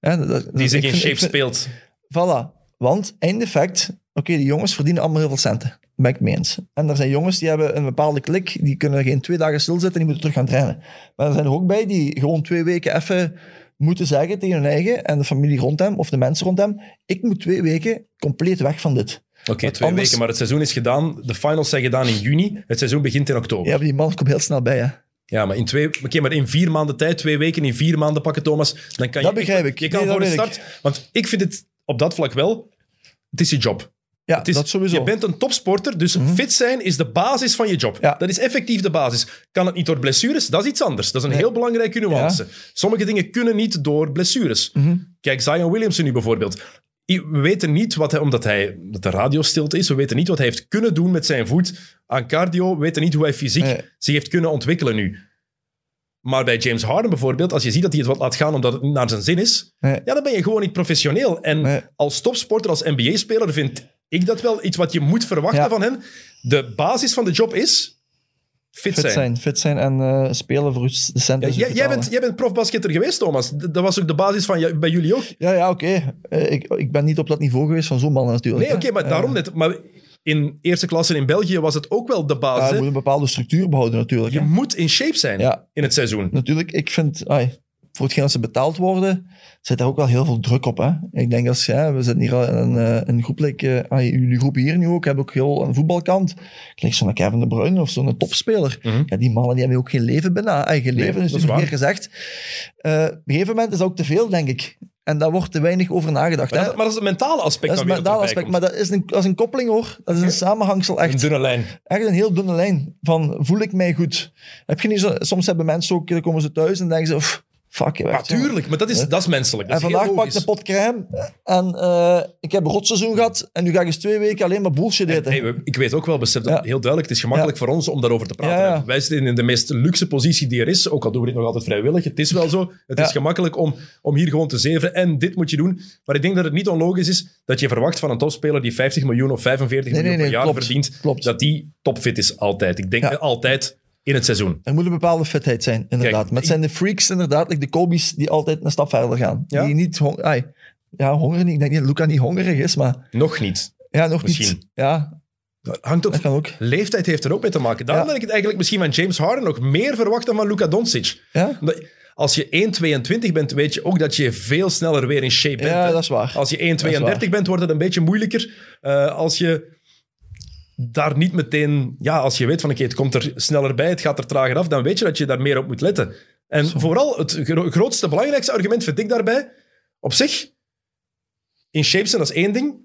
[SPEAKER 2] Ja, dat- dat-
[SPEAKER 1] Die zich
[SPEAKER 2] ik
[SPEAKER 1] in
[SPEAKER 2] vind-
[SPEAKER 1] shape
[SPEAKER 2] ik vind-
[SPEAKER 1] speelt.
[SPEAKER 2] Voilà. Want, in effect, oké, die jongens verdienen allemaal heel veel centen. Dat Ben ik mee eens. En er zijn jongens die hebben een bepaalde klik, die kunnen geen twee dagen stilzitten en die moeten terug gaan trainen. Maar er zijn er ook bij die gewoon twee weken even moeten zeggen tegen hun eigen en de familie rond hem of de mensen rond hem, ik moet twee weken compleet weg van dit.
[SPEAKER 1] Oké,
[SPEAKER 2] Want
[SPEAKER 1] twee
[SPEAKER 2] anders-
[SPEAKER 1] weken, maar het seizoen is gedaan. De finals zijn gedaan in juni. Het seizoen begint in oktober.
[SPEAKER 2] Ja, maar die man komt heel snel bij, hè.
[SPEAKER 1] Ja, maar in, twee, oké, maar in vier maanden tijd, twee weken, in vier maanden pakken, Thomas. Dan kan
[SPEAKER 2] Dat
[SPEAKER 1] je,
[SPEAKER 2] begrijp ik.
[SPEAKER 1] Je kan
[SPEAKER 2] Nee, dat
[SPEAKER 1] voor de
[SPEAKER 2] weet
[SPEAKER 1] start. Want ik vind het op dat vlak wel. Het is je job.
[SPEAKER 2] Ja,
[SPEAKER 1] Het is,
[SPEAKER 2] dat sowieso. Mhm.
[SPEAKER 1] Je bent een topsporter, dus fit zijn is de basis van je job.
[SPEAKER 2] Ja.
[SPEAKER 1] Dat is effectief de basis. Kan het niet door blessures? Dat is iets anders. Dat is een
[SPEAKER 2] Nee.
[SPEAKER 1] heel belangrijke nuance. Sommige dingen kunnen niet door blessures.
[SPEAKER 2] Mhm.
[SPEAKER 1] Kijk, Zion Williamson nu bijvoorbeeld. I- We weten niet wat hij, omdat hij, dat de radio stilte is, we weten niet wat hij heeft kunnen doen met zijn voet aan cardio. We weten niet hoe hij fysiek
[SPEAKER 2] Nee.
[SPEAKER 1] zich heeft kunnen ontwikkelen nu. Maar bij James Harden bijvoorbeeld, als je ziet dat hij het wat laat gaan omdat het niet naar zijn zin is,
[SPEAKER 2] Nee.
[SPEAKER 1] ja, dan ben je gewoon niet professioneel. En
[SPEAKER 2] Nee.
[SPEAKER 1] als topsporter, als NBA-speler, vind ik dat wel iets wat je moet verwachten
[SPEAKER 2] Ja.
[SPEAKER 1] van hen. De basis van de job is Fit,
[SPEAKER 2] Fit
[SPEAKER 1] zijn.
[SPEAKER 2] zijn, fit zijn en eh, spelen voor je- de
[SPEAKER 1] Ja,
[SPEAKER 2] centen.
[SPEAKER 1] jij, jij bent, jij bent profbasketter geweest, Thomas. D- Dat was ook de basis van jou- bij jullie ook.
[SPEAKER 2] Ja, ja, oké. Eh, ik, ik ben niet op dat niveau geweest van zo'n mannen natuurlijk.
[SPEAKER 1] Nee, oké,
[SPEAKER 2] hè.
[SPEAKER 1] maar
[SPEAKER 2] Eh,
[SPEAKER 1] daarom net. Maar in eerste klasse in België was het ook wel de
[SPEAKER 2] ja,
[SPEAKER 1] basis.
[SPEAKER 2] je
[SPEAKER 1] hè.
[SPEAKER 2] moet een bepaalde structuur behouden natuurlijk.
[SPEAKER 1] Je
[SPEAKER 2] hè.
[SPEAKER 1] moet in shape zijn
[SPEAKER 2] Ja,
[SPEAKER 1] in het seizoen.
[SPEAKER 2] natuurlijk, ik vind, ai, voor hetgeen dat ze betaald worden, zit daar ook wel heel veel druk op. Hè? Ik denk als, ja, we zitten hier al in een, eh, een groep, like, eh, ai, jullie groep hier nu ook, hebben ook heel een voetbalkant. Lijkt zo'n Kevin De Bruyne of zo'n topspeler.
[SPEAKER 1] Mhm.
[SPEAKER 2] Ja, die mannen die hebben ook geen leven bijna. Ai, geen
[SPEAKER 1] Nee,
[SPEAKER 2] leven, dus
[SPEAKER 1] dat
[SPEAKER 2] dat
[SPEAKER 1] is
[SPEAKER 2] is meer
[SPEAKER 1] waar.
[SPEAKER 2] gezegd. Eh, op een gegeven moment is dat ook te veel, denk ik. En daar wordt te weinig over nagedacht.
[SPEAKER 1] Maar
[SPEAKER 2] hè.
[SPEAKER 1] dat, maar dat is het mentale aspect.
[SPEAKER 2] dat is
[SPEAKER 1] dan weer
[SPEAKER 2] een
[SPEAKER 1] erbij
[SPEAKER 2] aspect,
[SPEAKER 1] komt.
[SPEAKER 2] maar dat is, een, dat is een koppeling hoor. Dat is een samenhangsel echt
[SPEAKER 1] Een dunne lijn.
[SPEAKER 2] echt een heel dunne lijn. Van voel ik mij goed? Heb je niet zo, soms hebben mensen ook, dan komen ze thuis en denken ze, "Pff, fuck je werkt zo."
[SPEAKER 1] Natuurlijk, maar dat is, dat is menselijk. Dat
[SPEAKER 2] En
[SPEAKER 1] is heel
[SPEAKER 2] vandaag pak ik
[SPEAKER 1] logisch.
[SPEAKER 2] een pot crème en eh, ik heb een rotseizoen gehad en nu ga ik eens twee weken alleen maar bullshit eten.
[SPEAKER 1] Hey, we- ik weet ook wel, besef dat
[SPEAKER 2] Ja.
[SPEAKER 1] heel duidelijk. Het is gemakkelijk voor ons om daarover te praten.
[SPEAKER 2] Ja, ja.
[SPEAKER 1] En Wij zitten in de meest luxe positie die er is. Ook al doen we dit nog altijd vrijwillig. Het is wel zo. Het
[SPEAKER 2] Ja.
[SPEAKER 1] is gemakkelijk om, om hier gewoon te zeven. En dit moet je doen. Maar ik denk dat het niet onlogisch is dat je verwacht van een topspeler die 50 miljoen of 45
[SPEAKER 2] Nee, nee,
[SPEAKER 1] miljoen
[SPEAKER 2] nee,
[SPEAKER 1] per jaar
[SPEAKER 2] klopt.
[SPEAKER 1] verdient.
[SPEAKER 2] Klopt.
[SPEAKER 1] Dat die topfit is altijd. Ik denk
[SPEAKER 2] Ja.
[SPEAKER 1] eh, altijd in het seizoen.
[SPEAKER 2] Er moet een bepaalde fitheid zijn, inderdaad.
[SPEAKER 1] Kijk,
[SPEAKER 2] maar het zijn de freaks, inderdaad, like de Kobe's, die altijd een stap verder gaan.
[SPEAKER 1] Ja?
[SPEAKER 2] Die niet hong- ai, ja, honger niet. Ik denk niet dat Luca niet hongerig is, maar
[SPEAKER 1] Nog niet.
[SPEAKER 2] ja, nog
[SPEAKER 1] Misschien.
[SPEAKER 2] niet. Ja,
[SPEAKER 1] Dat hangt ook
[SPEAKER 2] dat kan ook.
[SPEAKER 1] Leeftijd heeft er ook mee te maken. Daarom
[SPEAKER 2] Ja.
[SPEAKER 1] dat ik het eigenlijk misschien van James Harden nog meer verwacht dan van Luka Doncic.
[SPEAKER 2] Ja,
[SPEAKER 1] Omdat Als je 1,22 bent, weet je ook dat je veel sneller weer in shape bent.
[SPEAKER 2] ja
[SPEAKER 1] hè.
[SPEAKER 2] dat is waar.
[SPEAKER 1] Als je 1,32 bent, wordt het een beetje moeilijker. Eh, als je daar niet meteen... Ja, als je weet van, oké, het komt er sneller bij, het gaat er trager af, dan weet je dat je daar meer op moet letten. En vooral, het gro- grootste, belangrijkste argument vind ik daarbij, op zich, in shape zijn, dat is één ding.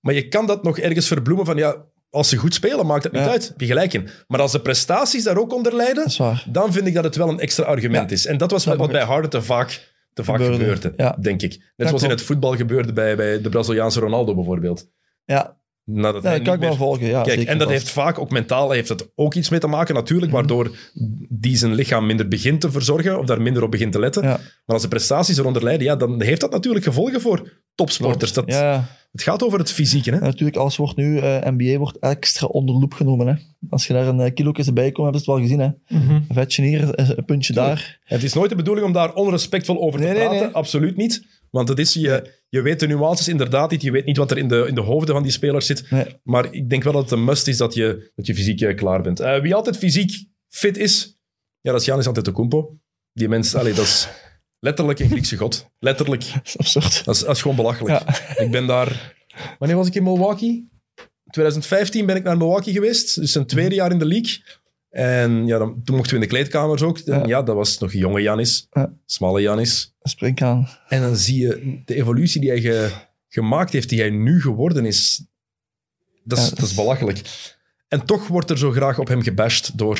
[SPEAKER 1] Maar je kan dat nog ergens verbloemen van, ja, als ze goed spelen, maakt het niet
[SPEAKER 2] Ja.
[SPEAKER 1] uit. Heb je gelijk in. Maar als de prestaties daar ook onder
[SPEAKER 2] Dat
[SPEAKER 1] lijden,
[SPEAKER 2] is waar.
[SPEAKER 1] dan vind ik dat het wel een extra argument is. En dat was
[SPEAKER 2] Dat
[SPEAKER 1] wat
[SPEAKER 2] mag
[SPEAKER 1] bij Harden te vaak, te vaak gebeurde,
[SPEAKER 2] Gebeurde, ja.
[SPEAKER 1] denk ik. Net
[SPEAKER 2] Dat
[SPEAKER 1] zoals in
[SPEAKER 2] klopt.
[SPEAKER 1] het voetbal gebeurde bij, bij de Braziliaanse Ronaldo bijvoorbeeld.
[SPEAKER 2] Ja,
[SPEAKER 1] Nadat
[SPEAKER 2] ja
[SPEAKER 1] hij
[SPEAKER 2] dat kan ik
[SPEAKER 1] niet
[SPEAKER 2] wel
[SPEAKER 1] meer-
[SPEAKER 2] volgen. Ja,
[SPEAKER 1] Kijk,
[SPEAKER 2] zeker Mhm.
[SPEAKER 1] en dat
[SPEAKER 2] wel.
[SPEAKER 1] heeft vaak ook mentaal heeft dat ook iets mee te maken natuurlijk, waardoor die zijn lichaam minder begint te verzorgen of daar minder op begint te letten.
[SPEAKER 2] Ja.
[SPEAKER 1] Maar als de prestaties eronder lijden, ja, dan heeft dat natuurlijk gevolgen voor topsporters. Dat,
[SPEAKER 2] Ja, ja.
[SPEAKER 1] Het gaat over het fysieke. Hè?
[SPEAKER 2] En natuurlijk, alles wordt nu, eh, NBA wordt extra onder loep genomen. Hè. Als je daar een eh, kilo bij komt, hebben ze het wel gezien. Hè.
[SPEAKER 3] Mhm.
[SPEAKER 2] Een vetje hier, eh, een puntje daar.
[SPEAKER 1] Het is nooit de bedoeling om daar onrespectvol over te
[SPEAKER 2] Nee, nee,
[SPEAKER 1] praten.
[SPEAKER 2] nee.
[SPEAKER 1] Absoluut niet. Want het is, je, je weet de nuances inderdaad niet. Je weet niet wat er in de, in de hoofden van die spelers zit.
[SPEAKER 2] Nee.
[SPEAKER 1] Maar ik denk wel dat het een must is dat je, dat je fysiek eh, klaar bent. Eh, wie altijd fysiek fit is, ja, dat is Janis Antetokounmpo. Die mens, allee, dat is letterlijk een Griekse god. Letterlijk.
[SPEAKER 2] Dat is absurd.
[SPEAKER 1] Dat is, dat is gewoon belachelijk. Ik ben daar... Wanneer was ik in Milwaukee? 2015 ben ik naar Milwaukee geweest. Dus een tweede jaar in de league. En ja, dan, toen mochten we in de kleedkamers ook. En ja,
[SPEAKER 2] Ja.
[SPEAKER 1] dat was nog jonge Janis.
[SPEAKER 2] Ja.
[SPEAKER 1] Smalle Janis.
[SPEAKER 2] Spring aan.
[SPEAKER 1] En dan zie je de evolutie die hij ge- gemaakt heeft, die hij nu geworden is. Dat is,
[SPEAKER 2] Ja, dat
[SPEAKER 1] dat is
[SPEAKER 2] is-
[SPEAKER 1] belachelijk. En toch wordt er zo graag op hem gebashed door...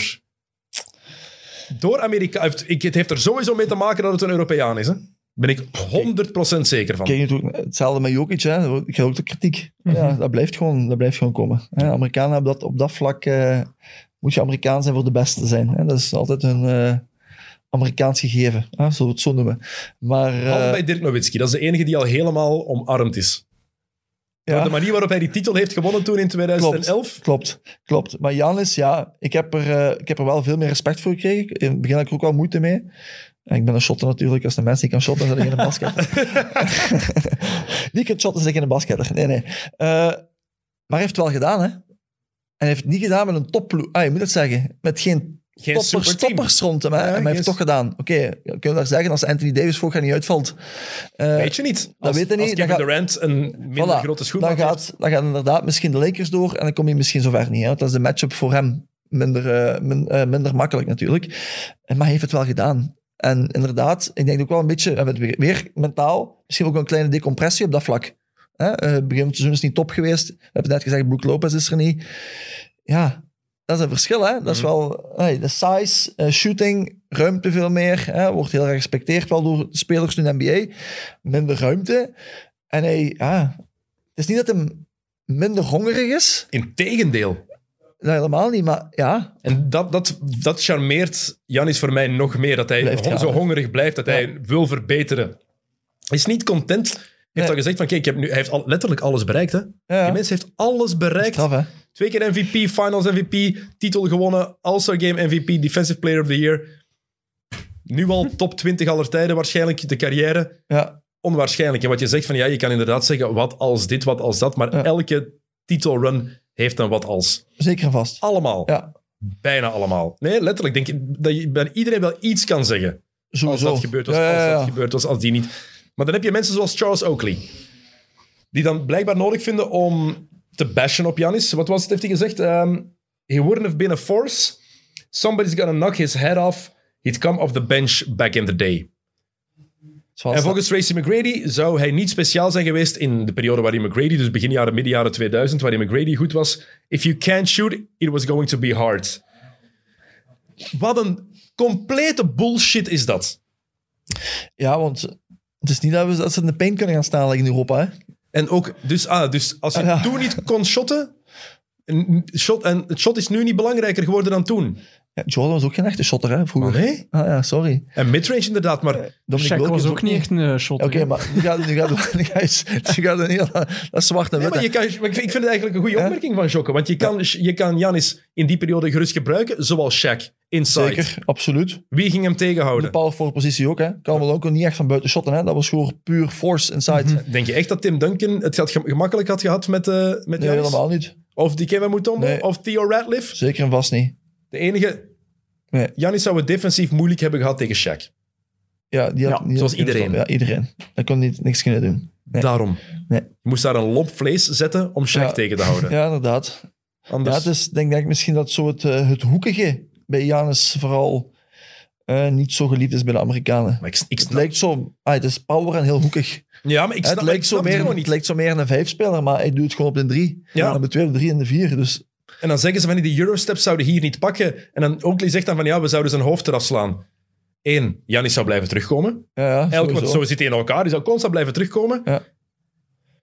[SPEAKER 1] Door Amerika. Het heeft- het heeft er sowieso mee te maken dat het een Europeaan is. Hè? Ben ik 100% zeker van.
[SPEAKER 2] Kijk, natuurlijk, hetzelfde met Jokic. Hè. Er wordt- Ik krijg ook de kritiek. Ja,
[SPEAKER 1] Mhm.
[SPEAKER 2] dat, blijft gewoon, dat blijft gewoon komen. Hè. Amerikanen hebben dat op dat vlak... eh, moet je Amerikaan zijn voor de beste te zijn. Hè. Dat is altijd een eh, Amerikaans gegeven. Hè, zullen we het zo noemen. Maar... eh,
[SPEAKER 1] Behalve bij Dirk Nowitzki. Dat is de enige die al helemaal omarmd is. Door
[SPEAKER 2] ja.
[SPEAKER 1] de manier waarop hij die titel heeft gewonnen toen in 2011.
[SPEAKER 2] Klopt, klopt. Maar Janis, ja, ik heb, er, eh, ik heb er wel veel meer respect voor gekregen. In het begin had ik er ook wel moeite mee. En ik ben een shotter natuurlijk. Als de mensen die kan shotten, zijn ik geen basketter. die kan shotten, zijn ik geen basketter. Nee, nee. Eh, maar hij heeft het wel gedaan, hè. En hij heeft het niet gedaan met een topploeg. Ah, je moet het zeggen. Met geen
[SPEAKER 1] Geen
[SPEAKER 2] toppers,
[SPEAKER 1] superteam.
[SPEAKER 2] toppers rond hem. hè. maar hij
[SPEAKER 1] geen
[SPEAKER 2] heeft het toch gedaan. Oké, kun je daar zeggen, als Anthony Davis vorig jaar niet uitvalt... eh,
[SPEAKER 1] Weet je niet. Dat als,
[SPEAKER 2] weet je
[SPEAKER 1] als
[SPEAKER 2] niet,
[SPEAKER 1] Kevin
[SPEAKER 2] dan gaat-
[SPEAKER 1] Durant een minder
[SPEAKER 2] Voilà,
[SPEAKER 1] grote schoen
[SPEAKER 2] dan
[SPEAKER 1] maakt, heeft-
[SPEAKER 2] gaat, dan gaat inderdaad misschien de Lakers door en dan kom je misschien zover niet. Hè? Want dat is de matchup voor hem minder, eh, min- eh, minder makkelijk natuurlijk. En- Maar hij heeft het wel gedaan. En inderdaad, ik denk ook wel een beetje, we hebben het weer, weer mentaal, misschien ook een kleine decompressie op dat vlak. Hè? Eh, begin van het seizoen is niet top geweest. We hebben net gezegd, Brook Lopez is er niet. Ja, dat is een verschil. Hè? Dat is
[SPEAKER 1] Mhm.
[SPEAKER 2] wel hey, de size, eh, shooting, ruimte veel meer. Hè? Wordt heel erg gerespecteerd wel door de spelers in de NBA. Minder ruimte. En hij, ja, het is niet dat hij minder hongerig is.
[SPEAKER 1] Integendeel.
[SPEAKER 2] Nee, helemaal niet, maar ja.
[SPEAKER 1] En dat, dat, dat charmeert Janis voor mij nog meer. Dat hij
[SPEAKER 2] Blijft
[SPEAKER 1] hon-
[SPEAKER 2] gaan,
[SPEAKER 1] zo
[SPEAKER 2] hè?
[SPEAKER 1] hongerig blijft, dat
[SPEAKER 2] Ja.
[SPEAKER 1] hij wil verbeteren. Hij is niet content. Hij heeft
[SPEAKER 2] Nee.
[SPEAKER 1] al gezegd van, kijk, ik heb nu, hij heeft al, letterlijk alles bereikt. Hè?
[SPEAKER 2] ja.
[SPEAKER 1] Die mens heeft alles bereikt.
[SPEAKER 2] Straf, hè?
[SPEAKER 1] Twee keer MVP, Finals MVP, titel gewonnen, All-Star Game MVP, Defensive Player of the Year. Nu al top 20 aller tijden waarschijnlijk, de carrière.
[SPEAKER 2] Ja,
[SPEAKER 1] Onwaarschijnlijk. En wat je zegt van, ja, je kan inderdaad zeggen wat als dit, wat als dat. Maar
[SPEAKER 2] Ja.
[SPEAKER 1] elke titelrun heeft een wat als.
[SPEAKER 2] zeker en vast.
[SPEAKER 1] Allemaal.
[SPEAKER 2] Ja,
[SPEAKER 1] Bijna allemaal. Nee, letterlijk. Denk je dat je bij iedereen wel iets kan zeggen. Als
[SPEAKER 2] sowieso.
[SPEAKER 1] dat gebeurd was,
[SPEAKER 2] Oh. Ja, ja,
[SPEAKER 1] als dat
[SPEAKER 2] ja.
[SPEAKER 1] gebeurd was, als die niet. Maar dan heb je mensen zoals Charles Oakley. Die dan blijkbaar nodig vinden om te bashen op Janis. Wat was het, heeft hij gezegd? Ehm, he wouldn't have been a force. Somebody's gonna knock his head off. He'd come off the bench back in the day.
[SPEAKER 2] Zoals
[SPEAKER 1] En
[SPEAKER 2] dat-
[SPEAKER 1] volgens Tracy McGrady zou hij niet speciaal zijn geweest in de periode waarin McGrady, dus begin jaren, midden jaren 2000, waarin McGrady goed was. If you can't shoot, it was going to be hard. Wat een complete bullshit is dat.
[SPEAKER 2] Ja, want het is niet dat, we, dat ze in de paint kunnen gaan staan like in Europa. Hè?
[SPEAKER 1] En ook, dus, ah, dus als je
[SPEAKER 2] Ja.
[SPEAKER 1] toen niet kon shotten, en, shot, en het shot is nu niet belangrijker geworden dan toen.
[SPEAKER 2] Ja, Jordan was ook geen echte shotter hè, vroeger.
[SPEAKER 1] nee?
[SPEAKER 2] Ah ja, sorry.
[SPEAKER 1] En midrange inderdaad, maar
[SPEAKER 2] Dominic
[SPEAKER 3] Shaq
[SPEAKER 2] Wilkins
[SPEAKER 3] was ook niet echt een eh, shot.
[SPEAKER 2] Oké, maar nu gaat, nu gaat, nu gaat, nu gaat een heel, dat is zwart en
[SPEAKER 1] Nee,
[SPEAKER 2] wit.
[SPEAKER 1] maar
[SPEAKER 2] hè.
[SPEAKER 1] je kan, maar ik vind ik vind het eigenlijk een goede opmerking van Jokke. Want je kan, je kan Janis in die periode gerust gebruiken, zoals Shaq. Inside.
[SPEAKER 2] Zeker, absoluut.
[SPEAKER 1] Wie ging hem tegenhouden?
[SPEAKER 2] De power forward positie ook, hè. Kan wel ook niet echt van buiten shotten, hè. Dat was gewoon puur force inside.
[SPEAKER 1] Denk je echt dat Tim Duncan het had gem- gemakkelijk had gehad met, eh met
[SPEAKER 2] Nee,
[SPEAKER 1] Giannis?
[SPEAKER 2] helemaal niet.
[SPEAKER 1] Of Dikembe Mutombo?
[SPEAKER 2] Nee.
[SPEAKER 1] Of Theo Radcliffe?
[SPEAKER 2] Zeker en vast niet.
[SPEAKER 1] De enige...
[SPEAKER 2] Nee.
[SPEAKER 1] Janis zou het defensief moeilijk hebben gehad tegen Shaq.
[SPEAKER 2] Ja, die had,
[SPEAKER 3] Ja,
[SPEAKER 2] die had
[SPEAKER 1] zoals
[SPEAKER 2] kunnen
[SPEAKER 1] iedereen.
[SPEAKER 2] stoppen. Ja, iedereen. Daar kon niet, niks kunnen doen. Nee.
[SPEAKER 1] Daarom.
[SPEAKER 2] Nee.
[SPEAKER 1] Je moest daar een lomp vlees zetten om Shaq
[SPEAKER 2] Ja.
[SPEAKER 1] tegen te houden.
[SPEAKER 2] Ja, inderdaad.
[SPEAKER 1] Dus-
[SPEAKER 2] Ja,
[SPEAKER 1] Anders...
[SPEAKER 2] het is denk ik misschien dat zo het, eh, het hoekige bij Janus vooral eh, niet zo geliefd is bij de Amerikanen.
[SPEAKER 1] Maar ik, ik
[SPEAKER 2] Het
[SPEAKER 1] snap...
[SPEAKER 2] lijkt zo, ah, het is power en heel hoekig.
[SPEAKER 1] Ja, maar ik
[SPEAKER 2] Hè,
[SPEAKER 1] snap
[SPEAKER 2] het,
[SPEAKER 1] maar ik
[SPEAKER 2] lijkt zo
[SPEAKER 1] snap het
[SPEAKER 2] meer,
[SPEAKER 1] gewoon
[SPEAKER 2] het
[SPEAKER 1] niet.
[SPEAKER 2] lijkt zo meer een vijfspeler, maar hij doet het gewoon op de drie.
[SPEAKER 1] Ja.
[SPEAKER 2] Ja. Op de twee, op de drie en de vier. Dus
[SPEAKER 1] En dan zeggen ze van die Eurosteps zouden hier niet pakken. En dan Oakley zegt dan van ja, we zouden zijn hoofd eraf slaan. Eén, Janis zou blijven terugkomen.
[SPEAKER 2] ja, ja,
[SPEAKER 1] Elk, want
[SPEAKER 2] sowieso.
[SPEAKER 1] zo zit hij in elkaar. Die zou constant blijven terugkomen.
[SPEAKER 2] Ja.